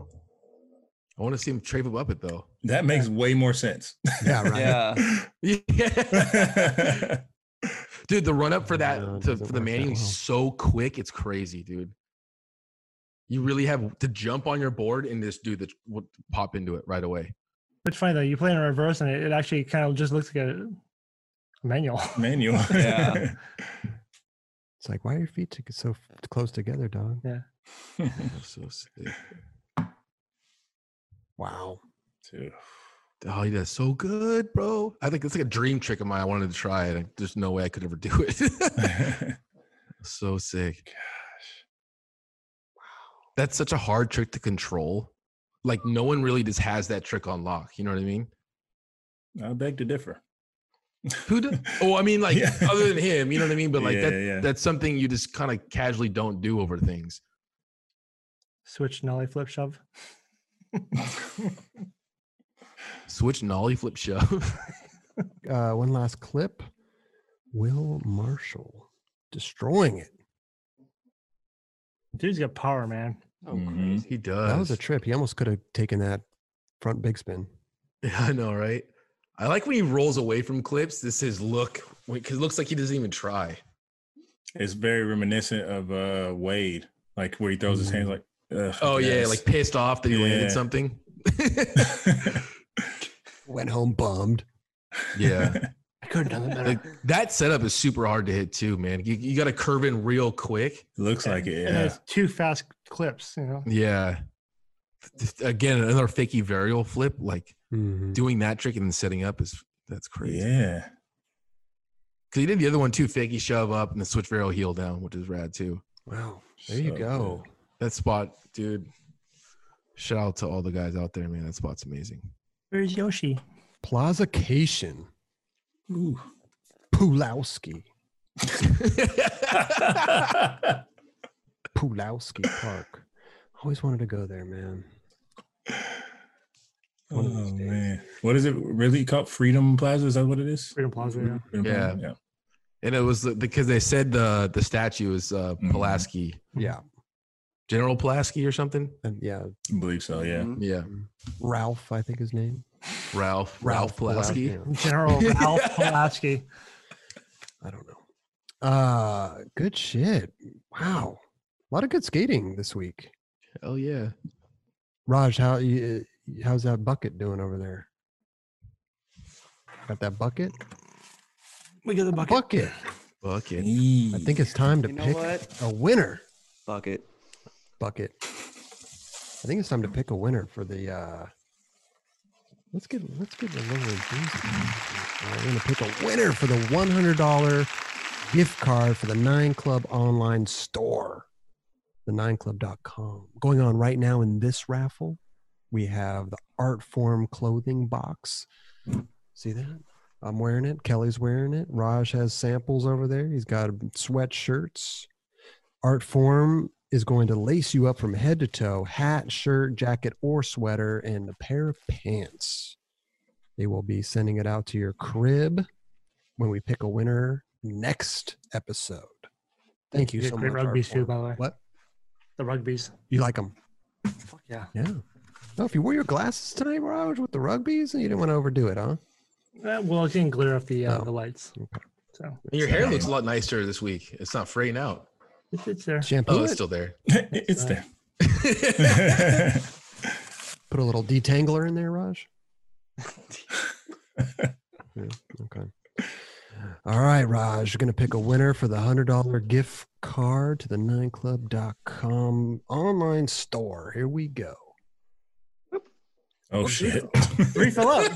S5: I want to see him trave a puppet though.
S3: that makes way more sense.
S1: Yeah, right.
S4: Yeah.
S5: Yeah. dude, the run up for that
S1: No, it
S5: to,
S1: doesn't
S5: for the
S1: work that
S5: Manning
S1: well.
S5: is so quick. It's crazy, dude. You really have to jump on your board and just do the will pop into it right away.
S2: It's funny though. You play in reverse, and it, it actually kind of just looks like a manual.
S3: Manual.
S4: Yeah.
S1: It's like, why are your feet t- so f- close together, dog?
S5: That's so sick.
S1: Wow.
S3: Dude.
S5: Oh, he does so good, bro. I think it's like a dream trick of mine. I wanted to try it. There's no way I could ever do it. so sick. Gosh. Wow. That's such a hard trick to control. Like no one really just has that trick on lock. You know what I mean?
S3: I beg to differ.
S5: Who does? Oh, I mean, like
S3: Yeah.
S5: other than him, you know what I mean. But like
S3: Yeah,
S5: that,
S3: yeah.
S5: that's something you just kind of casually don't do over things.
S2: Switch nollie flip shove.
S5: Switch nollie flip shove.
S1: Uh, one last clip. Will Marshall destroying it.
S2: Dude's got power, man.
S3: Oh, crazy.
S5: he does.
S1: That was a trip. He almost could have taken that front big spin.
S5: Yeah, I know, right? I like when he rolls away from clips. This is look because it looks like he doesn't even try.
S3: It's very reminiscent of uh, Wade, like where he throws his hands like. "Ugh,
S5: Oh yeah,
S3: yes."
S5: like pissed off that he
S3: Yeah.
S5: landed something.
S1: Went home bummed.
S5: yeah,
S1: I couldn't have done
S5: like, that setup is super hard to hit too, man. You, you got to curve in real quick.
S3: Looks like it.
S2: And
S3: Yeah.
S2: it's two fast clips, you know.
S5: Yeah. Again, another fakie varial flip. Like doing that trick and then setting up is that's crazy.
S3: Yeah.
S5: Cause he did the other one too, fakie shove up and the switch varial heel down, which is rad too.
S1: Wow. There you
S3: So
S1: go.
S5: That spot, dude. Shout out to all the guys out there, man. That spot's amazing.
S2: Where's Yoshi?
S1: Plazacation.
S3: Ooh.
S1: Pulowski.
S3: good.
S1: Pulowski Park. Always wanted to go there, man. One of these
S3: oh
S1: days.
S3: man, what is it really called? Freedom Plaza? Is that what it is?
S2: Freedom Plaza. Yeah.
S3: Freedom Plaza? yeah.
S5: And it was the, because they said the the statue is uh,
S3: Mhm.
S5: Pulaski,
S1: Yeah.
S5: General Pulaski or something.
S1: And yeah.
S3: I believe so. Oh, Yeah.
S4: Mhm.
S5: Yeah,
S1: Ralph, I think his name.
S5: Ralph Ralph, Pulaski.
S1: yeah.
S2: General Ralph Pulaski.
S1: I don't know. Uh good shit. Wow. A lot of good skating this week.
S5: Hell yeah!
S1: Raj, how you, uh, how's that bucket doing over there? Got that bucket?
S2: We got the bucket.
S1: Bucket.
S5: Bucket.
S1: I think it's time to
S4: You know
S1: pick
S4: what?
S1: a winner.
S4: Bucket.
S1: Bucket. I think it's time to pick a winner for the. uh Let's get let's get a little enthusiasm. Uh, We're gonna pick a winner for the one hundred dollar gift card for the Nine Club online store, the nineclub.com. Going on right now in this raffle, we have the Art Form clothing box. See that? I'm wearing it. Kelly's wearing it. Raj has samples over there. He's got sweatshirts. Art Form is going to lace you up from head to toe hat, shirt, jacket, or sweater, and a pair of pants. They will be sending it out to your crib when we pick a winner next episode. Thank you
S2: Yeah,
S1: so
S2: great
S1: much. Art
S2: rugby's
S1: Form.
S2: too, by the way.
S1: What?
S2: The rugby's.
S1: You like them?
S2: Fuck yeah.
S1: Yeah. Oh, if you wore your glasses tonight, Raj, with the rugbies, you didn't want to overdo it, huh?
S2: Uh, well, it didn't glare off the uh,
S1: Oh.
S2: the lights.
S1: Okay.
S2: So
S5: Your hair looks a lot nicer this week. It's not fraying out.
S2: it's, it's there.
S1: Shampoo
S5: Oh,
S1: it,
S5: it's still there.
S3: it's there.
S1: put a little detangler in there, Raj. yeah, okay. All right, Raj, you're going to pick a winner for the $100 gift card to the nineclub.com online store. Here we go.
S3: oh shit.
S2: Refill up.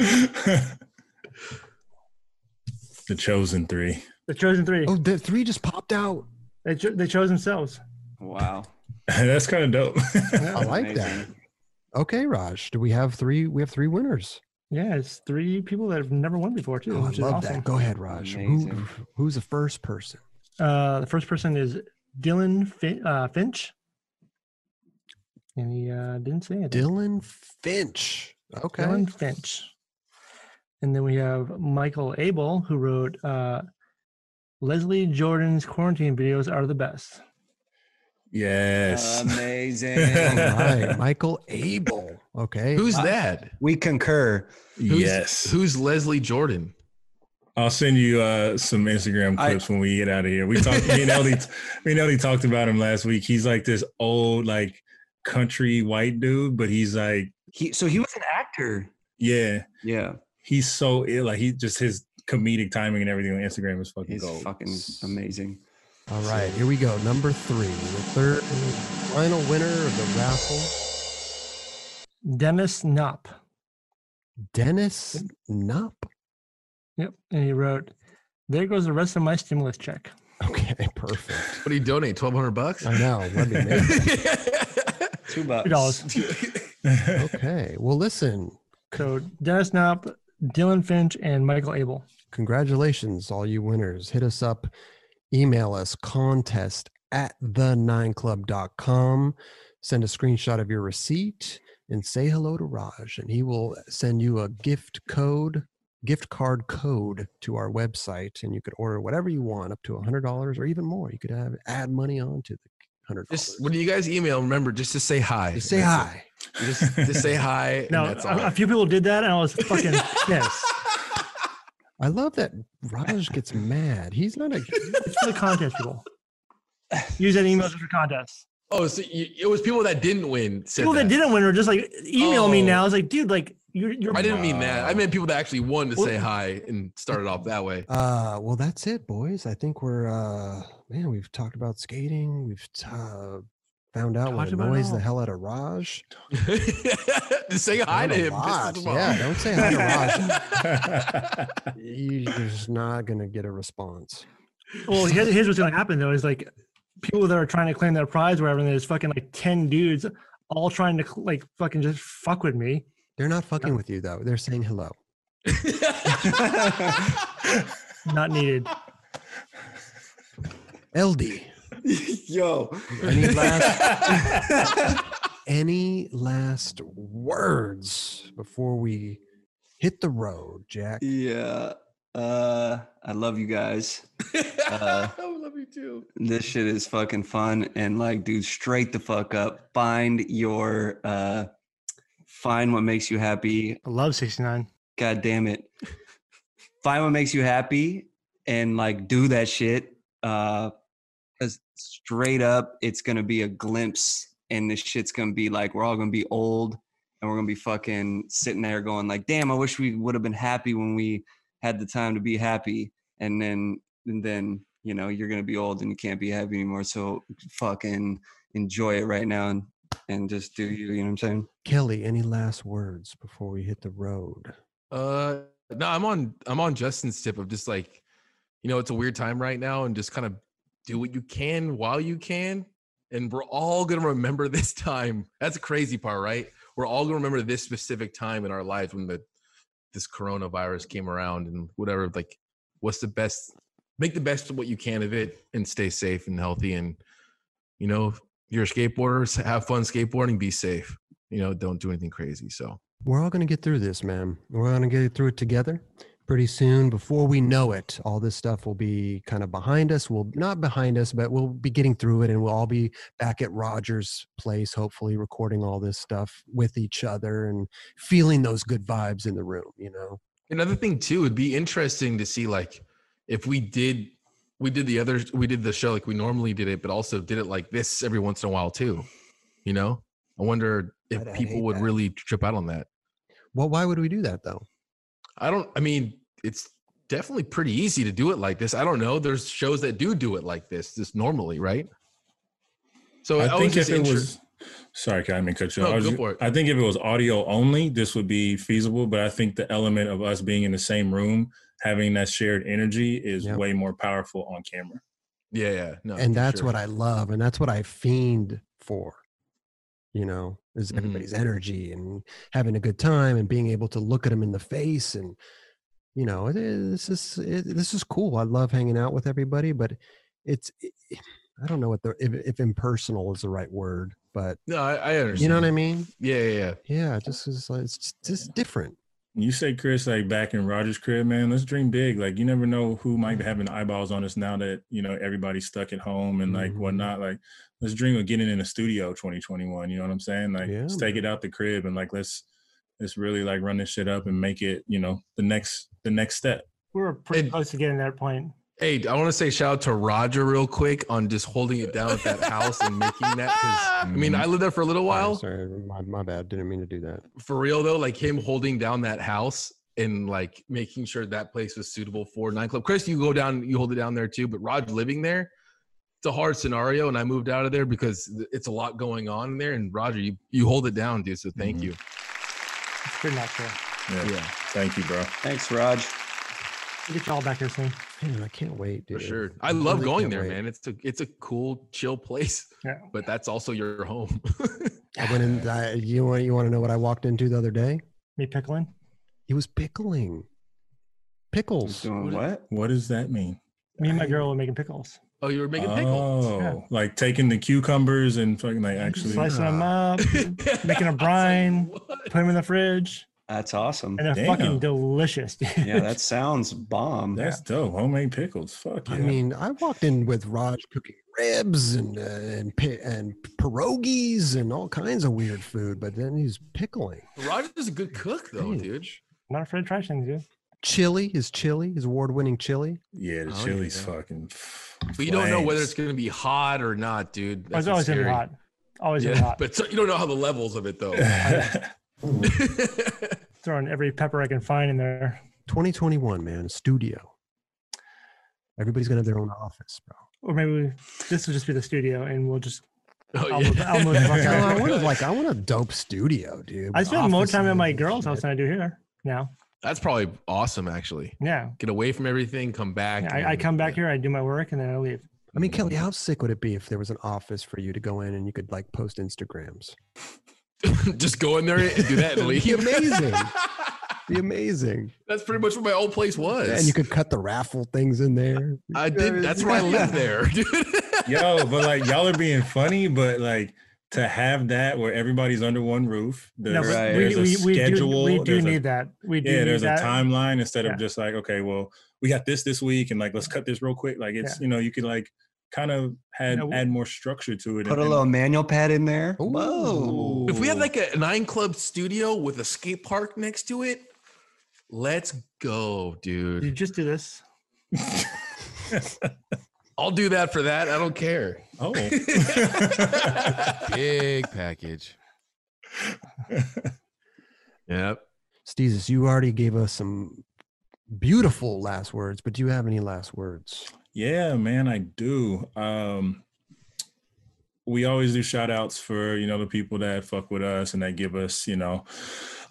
S3: the chosen three.
S2: The chosen three.
S1: Oh, the three just popped out.
S2: They, cho- they chose themselves.
S4: Wow.
S3: That's kind of dope.
S1: I like that. Okay, Raj, do we have three? We have three winners.
S2: Yeah, it's three people that have never won before too.
S1: Oh, I
S2: which is
S1: love
S2: awesome.
S1: that. Go ahead, Raj. Who,
S4: Amazing.
S1: who's the first person?
S2: Uh, the first person is Dylan fin- uh, Finch, and he uh, didn't say anything.
S1: Dylan Finch. Okay.
S2: Dylan Finch. And then we have Michael Abel, who wrote uh, Leslie Jordan's quarantine videos are the best.
S3: Yes.
S4: Uh,
S1: All
S4: Amazing.
S1: right, Michael Abel. Okay.
S5: Who's that?
S4: we concur.
S5: Who's,
S3: yes.
S5: Who's Leslie Jordan?
S3: I'll send you uh, some Instagram
S4: I-
S3: clips when we get out of here. We talked, me and Ellie, me and Ellie talked about him last week. He's like this old, like country white dude, but he's like,
S4: He so he was an actor.
S3: yeah,
S4: Yeah,
S3: he's so ill. Like he just his comedic timing and everything on Instagram is fucking
S4: he's
S3: gold.
S4: fucking amazing.
S1: All right, here we go. Number three, the third and final winner of the raffle,
S2: Dennis Knopp.
S1: Dennis Knopp.
S2: Yep. And he wrote, There goes the rest of my stimulus check.
S1: Okay, perfect.
S5: What do you donate? Twelve hundred bucks?
S1: I know. Let me make
S4: Two bucks.
S2: Two dollars.
S1: Okay. Well, listen,
S2: So Dennis Knopp, Dylan Finch, and Michael Abel.
S1: congratulations, all you winners. Hit us up, email us contest at the nine club.com. Send a screenshot of your receipt and say hello to Raj, and he will send you a gift code, gift card code to our website. And you could order whatever you want up to $100 or even more. You could have add money on to the $100.
S5: Just when you guys email, remember just to say hi.
S1: Just say
S5: That's it.
S1: hi.
S5: Just, just say hi. and
S2: Now,
S5: that's
S2: a,
S5: all.
S2: a few people did that, and I was fucking pissed.
S1: I love that Raj gets mad. He's not a
S2: It's for the contest, people. Use that email just for contests.
S5: oh, so you, it was people that didn't win. Said
S2: People that. didn't win were just like, email me
S5: Oh.
S2: now. It's like, dude, like, you're, you're
S5: I didn't mean that. I
S3: Wow.
S5: meant people that actually won to
S2: Well-
S5: say hi and started off that way.
S1: Uh, well, that's it, boys. I think we're uh, man, we've talked about skating. We've t- uh, found out what
S5: Talked about it
S1: annoys the
S5: all.
S1: hell out of Raj.
S5: just say hi
S1: Not
S5: to
S1: a
S5: him.
S1: lot.
S5: Pisses him off.
S1: Yeah, don't say hi to Raj. You're just not gonna get a response.
S2: Well, here's, here's what's going to happen though is like people that are trying to claim their prize, or whatever, and there's fucking like 10 dudes all trying to cl- like fucking just fuck with me.
S1: They're not fucking with you though. They're saying hello.
S2: Not needed.
S1: LD,
S4: Yo,
S1: any last any last words before we hit the road, Jack?
S5: E
S4: yeah. Uh, I love you guys. Uh,
S5: I love you too.
S4: this shit is fucking fun and like dude straight the fuck up find your uh find what makes you happy
S2: I love 69.
S4: god damn it find what makes you happy and like do that shit uh 'cause straight up it's gonna be a glimpse and this shit's gonna be like we're all gonna be old and we're gonna be fucking sitting there going like damn i wish we would have been happy when we had the time to be happy and then and then you know you're gonna be old and you can't be happy anymore so fucking enjoy it right now and and just do you you know what i'm saying
S1: Kelly, any last words before we hit the road?
S5: Uh, no, I'm on. I'm on Justin's tip of just like, you know, it's a weird time right now, and just kind of do what you can while you can. And we're all gonna remember this time. That's the crazy part, right? We're all gonna remember this specific time in our lives when the this coronavirus came around and whatever. Like, what's the best? Make the best of what you can of it, and stay safe and healthy. And you know, if you're a skateboarder, s- have fun skateboarding. Be safe. You know, don't do anything crazy. So.
S1: We're all going to get through this, man. We're going to get through it together pretty soon. Before we know it, all this stuff will be kind of behind us. We'll not behind us, but we'll be getting through it and we'll all be back at Roger's place, hopefully recording all this stuff with each other and feeling those good vibes in the room, you know?
S5: Another thing too would be interesting to see like if we did we did the other we did the show like we normally did it, but also did it like this every once in a while too. You know? I wonder if
S1: I'd- I'd hate
S5: people would
S1: that.
S5: really trip out on that.
S1: Well, why would we do that though?
S5: I don't I mean, it's definitely pretty easy to do it like this. I don't know. There's shows that do do it like this just normally, right? So
S3: I
S5: I,
S3: think if
S5: was just
S3: it
S5: inter-
S3: was, sorry, Kyle, I didn't mean to cut you.
S5: No,
S3: off. I, was
S5: go
S3: ju-
S5: for it.
S3: I think if it was audio only, this would be feasible. But I think the element of us being in the same room, having that shared energy, is
S1: Yep.
S3: way more powerful on camera.
S5: yeah, yeah, no,
S1: and that's what I love, and that's what I fiend for. You know, is
S5: Mhm.
S1: everybody's energy and having a good time and being able to look at them in the face and you know, it is, this is it, this is cool. I love hanging out with everybody, but it's I don't know what the if, if impersonal is the right word, but
S5: No, I, I understand.
S1: you know what I mean?
S5: Yeah, yeah, yeah.
S1: Yeah, just is like it's just, it's different.
S3: You said Chris, like back in Rogers' crib, man. Let's dream big. Like you never know who might be having
S5: Mm-hmm.
S3: eyeballs on us now that you know everybody's stuck at home and like
S5: Mm-hmm.
S1: Mhm.
S3: whatnot. Like let's dream of getting in the studio 2021. You know what I'm saying? Like
S1: Yeah,
S3: let's take it out the crib and like let's let's really like run this shit up and make it you know the next the next step.
S2: We were pretty
S5: And-
S2: close to getting that point.
S5: Hey, I want to say shout out to Roger real quick on just holding it down at that house and making that. Because I
S1: Mm-hmm.
S5: mean, I lived there for a little while.
S1: sorry, my, my bad. Didn't mean to do that.
S5: For real though, like him holding down that house and like making sure that place was suitable for nightclub. Chris, you go down, you hold it down there too. But Rod living there, it's a hard scenario, and I moved out of there because th- it's a lot going on in there. And Roger, you you hold it down, dude. So
S1: Mm-hmm.
S5: thank
S3: Mhm.
S5: you.
S2: It's pretty natural.
S3: Yeah.
S5: Yeah,
S3: Thank you, bro.
S4: Thanks, Raj.
S2: We'll get you all back here soon.
S1: Man, I can't wait,
S5: for
S1: dude.
S5: sure. I love
S1: really
S5: going
S1: can't
S5: there,
S1: wait.
S5: man. It's a it's a cool, chill place.
S2: Yeah.
S5: But that's also your home.
S1: I went in. I, you want you want to know what I walked into the other day?
S2: Me pickling.
S1: He was pickling
S4: Who's
S1: pickles.
S4: doing what?
S3: What does that mean?
S2: Me and my girl were making pickles.
S5: oh, you were making
S3: oh, like taking the cucumbers and fucking like actually.
S2: Slicing them up, putting
S5: pickles.
S2: Making a
S5: I was like,
S2: brine.
S5: "What?"
S2: them in the fridge,
S4: That's awesome.
S2: and they're
S3: Damn.
S2: fucking delicious. dude.
S4: Yeah, that sounds bomb.
S3: That's dope. Homemade pickles. Fuck yeah.
S1: I mean, I walked in with Raj cooking ribs and uh, and pi- and pierogies and all kinds of weird food, but then he's pickling.
S5: Roger's a good cook though, dude.
S2: not afraid to try things, dude.
S1: Chili, his chili, his award-winning chili.
S3: yeah, the
S5: Oh,
S3: chili's
S5: yeah.
S3: fucking.
S5: But you don't know whether
S3: flames.
S5: it's gonna be hot or not, dude.
S2: Oh, it's
S5: what's
S2: always gonna be
S5: scary.
S2: hot. Always gonna be
S5: Yeah,
S2: hot.
S5: but so, you don't know how the levels of it though.
S2: Throwing every pepper I can find in there.
S1: 2021, man, studio. Everybody's gonna have their own office, bro.
S2: Or maybe we, this will just be the studio, and we'll just.
S5: oh,
S2: I'll move- I'll move the fuck
S1: No, I
S2: out.
S1: want like I want a dope studio, dude.
S2: I
S1: with
S2: spend more
S1: offices
S2: time at my
S1: and
S2: girl's house
S1: shit.
S2: than I do here now.
S5: That's probably awesome, actually.
S2: Yeah,
S5: Get away from everything, come back.
S2: Yeah, I, I
S5: and-
S2: come back here, I do my work, and then I leave.
S1: I mean, Kelly, how sick would it be if there was an office for you to go in and you could like post Instagrams?
S5: Just go in there and do that and
S1: It'd
S5: leave.
S1: be amazing. Be amazing.
S5: That's pretty much what my old place was.
S1: And you could cut the raffle things in there.
S5: I did. That's where I lived there, dude.
S3: Yo, but like y'all are being funny, but like to have that where everybody's under one roof, there's,
S2: No, but
S4: Right.
S2: we,
S3: there's a
S2: we, we
S3: schedule.
S2: do, we do
S3: there's
S2: need
S3: a,
S2: that. We do
S3: yeah,
S2: need
S3: there's
S2: that.
S3: a timeline instead
S2: Yeah.
S3: of just like, okay, well, we got this this week, and like let's cut this real quick. Like it's you know you could like kind of had
S2: No.
S3: add more structure to it.
S4: Put
S3: and-
S4: a
S3: and-
S4: little manual pad in there.
S1: Ooh.
S4: Whoa.
S5: If we had like a nine club studio with a skate park next to it, let's go,
S2: You
S5: dude.
S2: just do this.
S5: I'll do that for that. I don't care.
S3: oh,
S9: Big package.
S5: Yep.
S1: Steezus, you already gave us some beautiful last words, but do you have any last words?
S3: Yeah, man, I do. Um, we always do shout outs for, you know, the people that fuck with us and that give us, you know,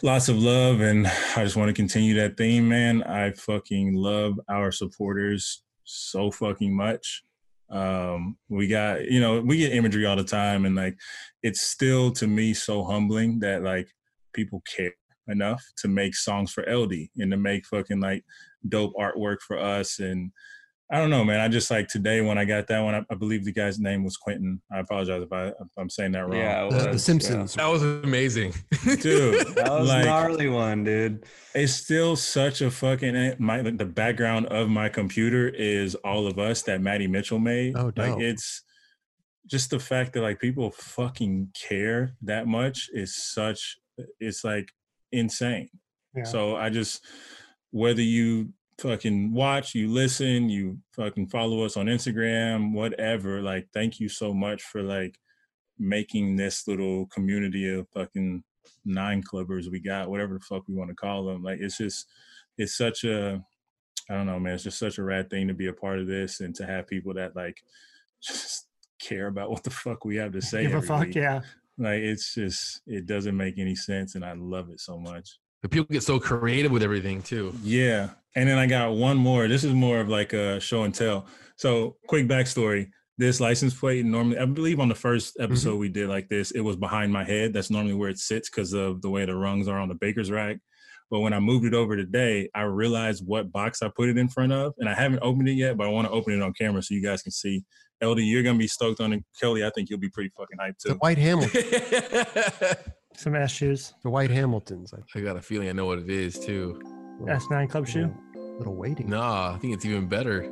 S3: lots of love. And I just want to continue that theme, man. I fucking love our supporters so fucking much. Um, we got, you know, we get imagery all the time. And like, it's still to me so humbling that like people care enough to make songs for LD and to make fucking like dope artwork for us and I don't know, man. I just like today when I got that one. I, I believe the guy's name was Quentin. I apologize if I if I'm saying that wrong.
S4: Yeah, it
S1: The, the
S4: was,
S1: Simpsons.
S5: That was amazing.
S3: dude.
S4: yeah. That was
S3: like,
S4: gnarly one, dude.
S3: it's still such a fucking and my like, the background of my computer is all of us that Maddie Mitchell made.
S1: Oh,
S3: like
S1: dope.
S3: it's just the fact that like people fucking care that much is such it's like insane.
S2: Yeah.
S3: So I just whether you fucking watch, you listen, you fucking follow us on Instagram, whatever, like thank you so much for like making this little community of fucking nine clubbers we got, whatever the fuck we want to call them. Like it's just it's such a I don't know, man, it's just such a rad thing to be a part of this and to have people that like just care about what the fuck we have to say.
S2: Give a
S3: every
S2: fuck,
S3: week.
S2: yeah.
S3: Like it's just it doesn't make any sense and I love it so much.
S5: But people get so creative with everything too.
S3: Yeah. And then I got one more. This is more of like a show and tell. So quick backstory. This license plate normally, I believe on the first episode we did like this, it was behind my head. That's normally where it sits because of the way the rungs are on the baker's rack. But when I moved it over today, I realized what box I put it in front of, and I haven't opened it yet, but I want to open it on camera so you guys can see. LD, you're gonna be stoked on it. Kelly, I think you'll be pretty fucking hyped
S1: The
S3: too.
S1: White Hamilton.
S2: Some ass shoes.
S1: The White Hamiltons. I
S5: I got a feeling I know what it is too.
S2: S9 club shoe.
S1: little waiting.
S5: Nah, I think it's even better.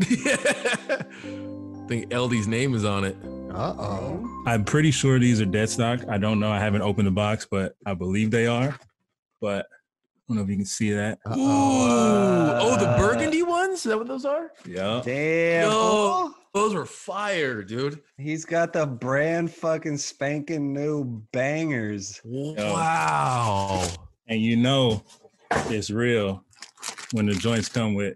S5: I think LD's name is on it.
S1: Uh oh.
S3: I'm pretty sure these are dead stock. I don't know. I haven't opened the box, but I believe they are. But I don't know if you can see that.
S1: Uh
S5: Ooh.
S1: oh.
S5: oh, the burgundy ones? Is that what those are?
S3: Yeah.
S4: Damn.
S5: Yo.
S4: fool.
S5: Those were fire, dude.
S4: He's got the brand fucking spanking new bangers.
S5: Wow.
S3: and you know it's real when the joints come with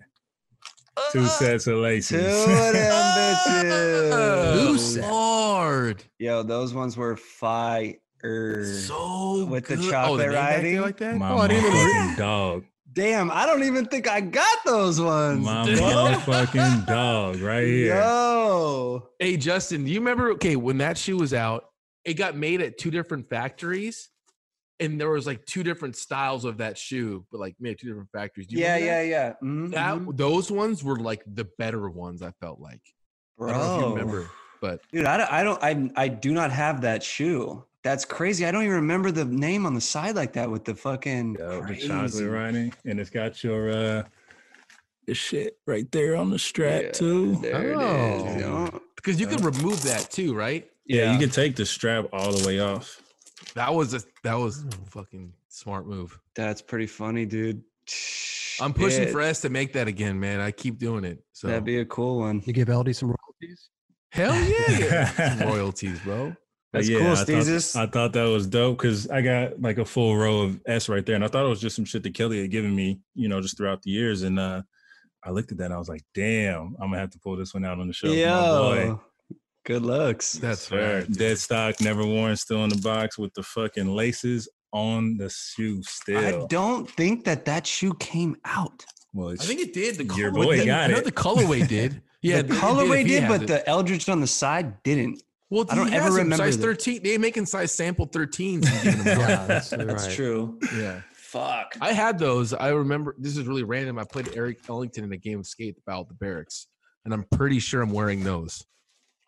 S3: two sets of
S4: Two
S3: laces.
S4: of them
S5: Oh,
S4: bitches.
S5: Lord.
S4: Yo, those ones were fire.
S5: So
S4: With the
S5: good. Oh,
S4: chocolate
S5: they made back there
S4: writing?
S5: like that?
S3: My
S1: Oh, I didn't even
S3: motherfucking dog.
S4: Damn, I don't even think I got those ones.
S3: My
S5: Damn.
S3: motherfucking dog right here.
S4: Yo.
S5: Hey Justin, do you remember? Okay, when that shoe was out, it got made at two different factories, and there was like two different styles of that shoe, but like made at two different factories. Do you
S4: Yeah,
S5: remember
S4: yeah,
S5: that?
S4: yeah. Mhm, mhm.
S5: That those ones were like the better ones. I felt like
S4: Bro.
S5: I don't know if you remember, but
S4: Dude, I don't, I don't, I, I do not have that shoe. That's crazy. I don't even remember the name on the side like that with the fucking
S3: Yo, the
S4: crazy.
S3: chocolate writing. And it's got your uh the shit right there on the strap
S4: Yeah.
S3: too.
S4: There it is.
S1: Oh.
S4: you know?
S5: because you could remove that too, right?
S3: Yeah, you can take the strap all the way off.
S5: That was a that was a fucking smart move.
S4: That's pretty funny, dude.
S5: I'm pushing
S4: Shit.
S5: for us to make that again, man. I keep doing it. So
S4: That'd be a cool one.
S1: You give LD some royalties?
S5: hell yeah,
S3: That's
S5: royalties, bro.
S4: That's cool, Steezus.
S3: I thought that was dope because I got like a full row of S right there, and I thought it was just some shit that Kelly had given me, you know, just throughout the years. And uh, I looked at that, and I was like, "Damn, I'm gonna have to pull this one out on the show." for my boy.
S4: Yo, good looks.
S5: That's
S3: Sir,
S5: right. dude.
S3: dead stock, never worn, still in the box with the fucking laces on the shoe
S4: I
S3: still.
S4: don't think that that shoe came out.
S3: well,
S5: I think it did. The
S3: Your
S5: colorway-
S3: boy
S5: the-
S3: got
S5: I know
S3: it.
S5: the colorway did. Yeah,
S4: the colorway did, but
S5: the.
S4: the Eldritch on the side didn't.
S5: Well,
S4: I don't
S5: he
S4: ever
S5: has them
S4: remember
S5: size
S4: that.
S5: thirteen. They making size sample thirteens. and giving them out.
S1: Yeah, that's, right.
S4: true.
S5: yeah,
S4: Fuck.
S5: I had those. I remember. This is really random. I played Eric Ellington in a game of skate about the barracks, and I'm pretty sure I'm wearing those.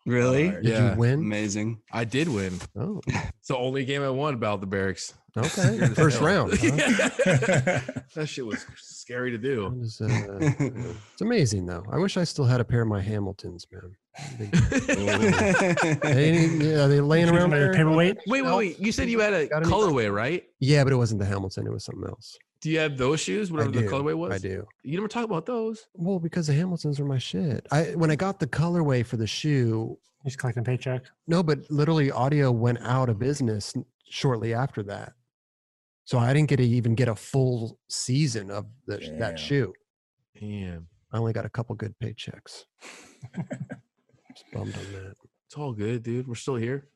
S4: Really?
S3: Alright.
S1: Did
S5: Yeah.
S1: you win?
S4: Amazing.
S5: I did win.
S1: Oh,
S5: It's the only game I won about the barracks.
S1: okay.
S5: Weird as
S1: First
S5: hell.
S1: round. huh?
S5: that shit was scary to do.
S1: It was, uh, it's amazing though. I wish I still had a pair of my Hamiltons, man. They,
S5: Oh,
S1: they, ain't- yeah, they laying
S2: Shoes
S1: around
S2: made of
S1: there.
S2: Paperweight.
S5: Wait, wait, wait! You said you had a
S1: Got any-
S5: colorway, right?
S1: Yeah, but it wasn't the Hamilton. It was something else.
S5: Do you have those shoes? Whatever the
S1: do.
S5: colorway was.
S1: I do.
S5: You never talk about those.
S1: Well, because the Hamiltons were my shit. I when I got the colorway for the shoe,
S2: He's collecting paycheck.
S1: no, but literally audio went out of business n- shortly after that. So I didn't get to even get a full season of the,
S3: Damn.
S1: that shoe.
S5: Damn,
S1: I only got a couple good paychecks. Just bummed on that.
S5: it's all good, dude. We're still here.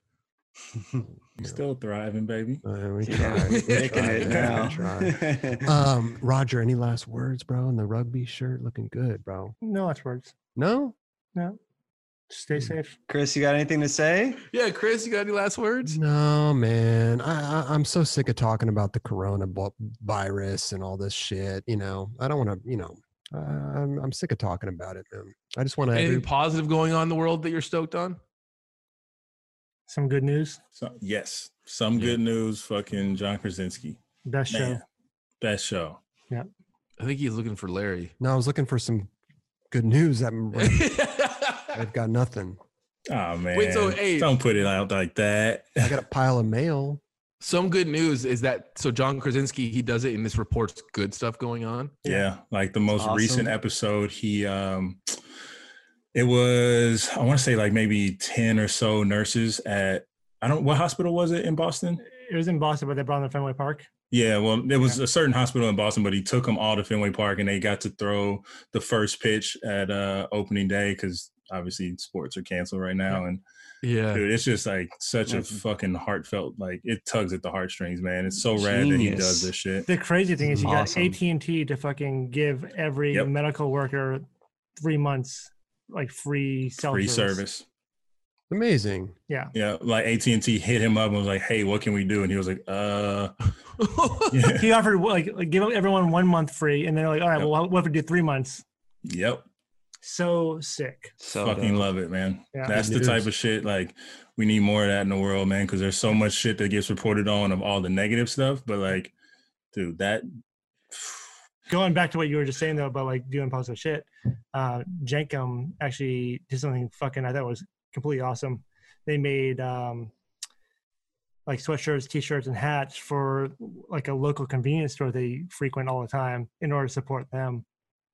S3: You still thriving, baby.
S1: Uh, we
S4: Yeah,
S1: tried. we
S4: making
S1: tried,
S4: it
S1: we
S4: now.
S1: tried. Um, Roger, any last words, bro? In the rugby shirt, looking good, bro.
S2: No last words.
S1: No,
S2: No. Stay
S3: Hmm.
S2: safe.
S4: Chris, you got anything to say?
S5: Yeah, Chris, you got any last words?
S1: no, man. I, I I'm so sick of talking about the corona bu- virus and all this shit. You know, I don't want to. You know, I- I'm I'm sick of talking about it, man. I just want
S5: Anything
S1: to.
S5: positive going on in the world that you're stoked on?
S2: Some good news.
S3: So, yes, some good news. Fucking John Krasinski,
S2: Best show.
S3: Man, best show.
S5: I think he's looking for Larry.
S1: No, I was looking for some good news. I'm.
S5: Wait,
S1: I've got nothing.
S3: Oh man,
S5: so hey,
S3: don't put it out like that.
S1: I got a pile of mail.
S5: some good news is that so John Krasinski he does it and this reports good stuff going on.
S3: yeah like the most
S4: awesome.
S3: recent episode he um it was i want to say like maybe 10 or so nurses at i don't what hospital was it in boston
S2: It was in Boston, but they brought him to Fenway Park.
S3: yeah well there was a certain hospital in boston but he took them all to fenway park and they got to throw the first pitch at uh opening day because obviously sports are canceled right now and
S5: Yeah, Mm-hmm.
S3: dude it's just like such a
S4: Mhm.
S3: fucking heartfelt like it tugs at the heartstrings man it's so rad that he does
S4: Genius.
S3: this shit
S2: The crazy thing is, you
S4: Awesome.
S2: got AT and T to fucking give every
S3: Yep.
S2: medical worker three months like free cell
S3: free service
S1: Amazing.
S2: Yeah.
S3: Yeah, like AT and T hit him up and was like, "Hey, what can we do?" And he was like, "Uh." Yeah.
S2: He offered like, like give everyone one month free, and they're like, all right,
S3: Yep.
S2: well, what if we do three months?
S3: Yep.
S2: So sick.
S4: So
S3: Fucking
S4: dope.
S3: love it, man.
S2: Yeah.
S3: That's
S1: It
S3: the type
S1: is.
S3: of shit like we need more of that in the world, man, because there's so much shit that gets reported on of all the negative stuff. But like, dude, that
S2: Going back to what you were just saying though about like doing positive shit, uh, Jenkum actually did something fucking I thought was completely awesome. They made um, like sweatshirts, t-shirts, and hats for like a local convenience store they frequent all the time in order to support them,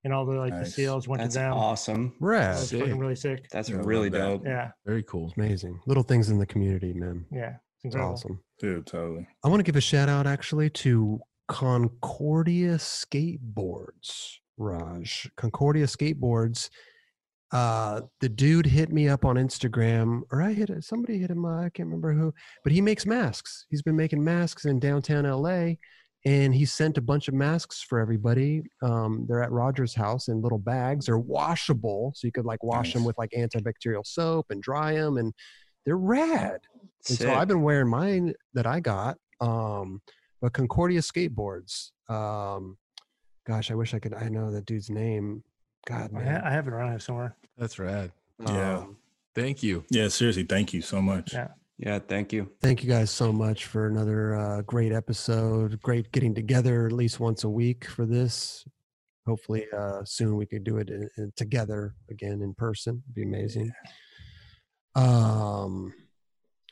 S2: and all the like the
S3: Nice.
S2: sales went
S4: That's
S2: to them.
S4: awesome.
S2: That
S1: Rad.
S2: was fucking
S5: Sick.
S2: really sick.
S4: That's
S3: Yeah, I
S4: really
S3: love that.
S4: dope.
S2: Yeah,
S5: Very cool.
S1: Amazing. Little things in the community, man.
S2: yeah, it's
S1: It's
S2: incredible.
S1: awesome.
S3: dude, totally.
S1: I want to give a shout out actually to Concordia Skateboards, Raj. Concordia Skateboards. Uh, the dude hit me up on Instagram, or I hit it, somebody hit him. uh, I can't remember who, but he makes masks. He's been making masks in downtown LA, and he sent a bunch of masks for everybody. Um, they're at Roger's house in little bags. They're washable, so you could like wash them
S3: Nice.
S1: with like antibacterial soap and dry them, and they're rad. And
S4: Sick.
S1: so I've been wearing mine that I got, um, but Concordia skateboards. Um, gosh, I wish I could. I know that dude's name. God,
S2: I, ha-
S1: man.
S2: I have it around here somewhere.
S5: That's rad.
S3: Yeah.
S1: Um,
S5: Thank you.
S3: Yeah, seriously, thank you so much.
S2: Yeah.
S4: Yeah, thank you.
S1: thank you guys so much for another uh, great episode. Great getting together at least once a week for this. Hopefully, uh, soon we could do it in, in- together again in person. It'd be amazing. Um,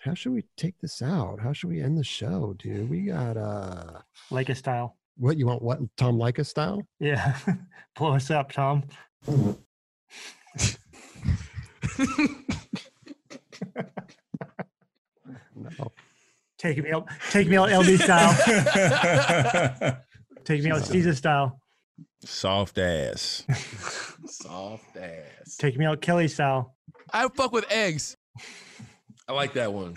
S1: how should we take this out? How should we end the show, dude? We got uh,
S2: Like a style.
S1: what you want? What Tom Leica style?
S2: Yeah. Blow us up, Tom.
S1: No.
S2: Take me out. Take me out LD style. Take me out
S1: Jesus.
S2: Jesus style.
S9: Soft ass.
S5: Soft ass.
S2: Take me out Kelly style.
S5: I fuck with eggs. I like that one.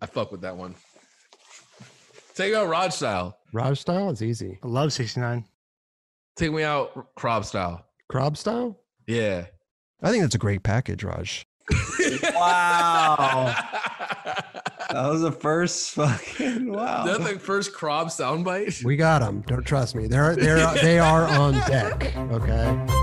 S5: I fuck with that one. Take out Rod style.
S1: Raj style is easy.
S2: I love 69.
S5: Take me out Crob style.
S1: Crab style?
S5: Yeah.
S1: I think that's a great package, Raj.
S4: Wow. That was the first fucking wow.
S5: That's like first Crob soundbite.
S1: We got them. Don't trust me. They're they're they are on deck. Okay.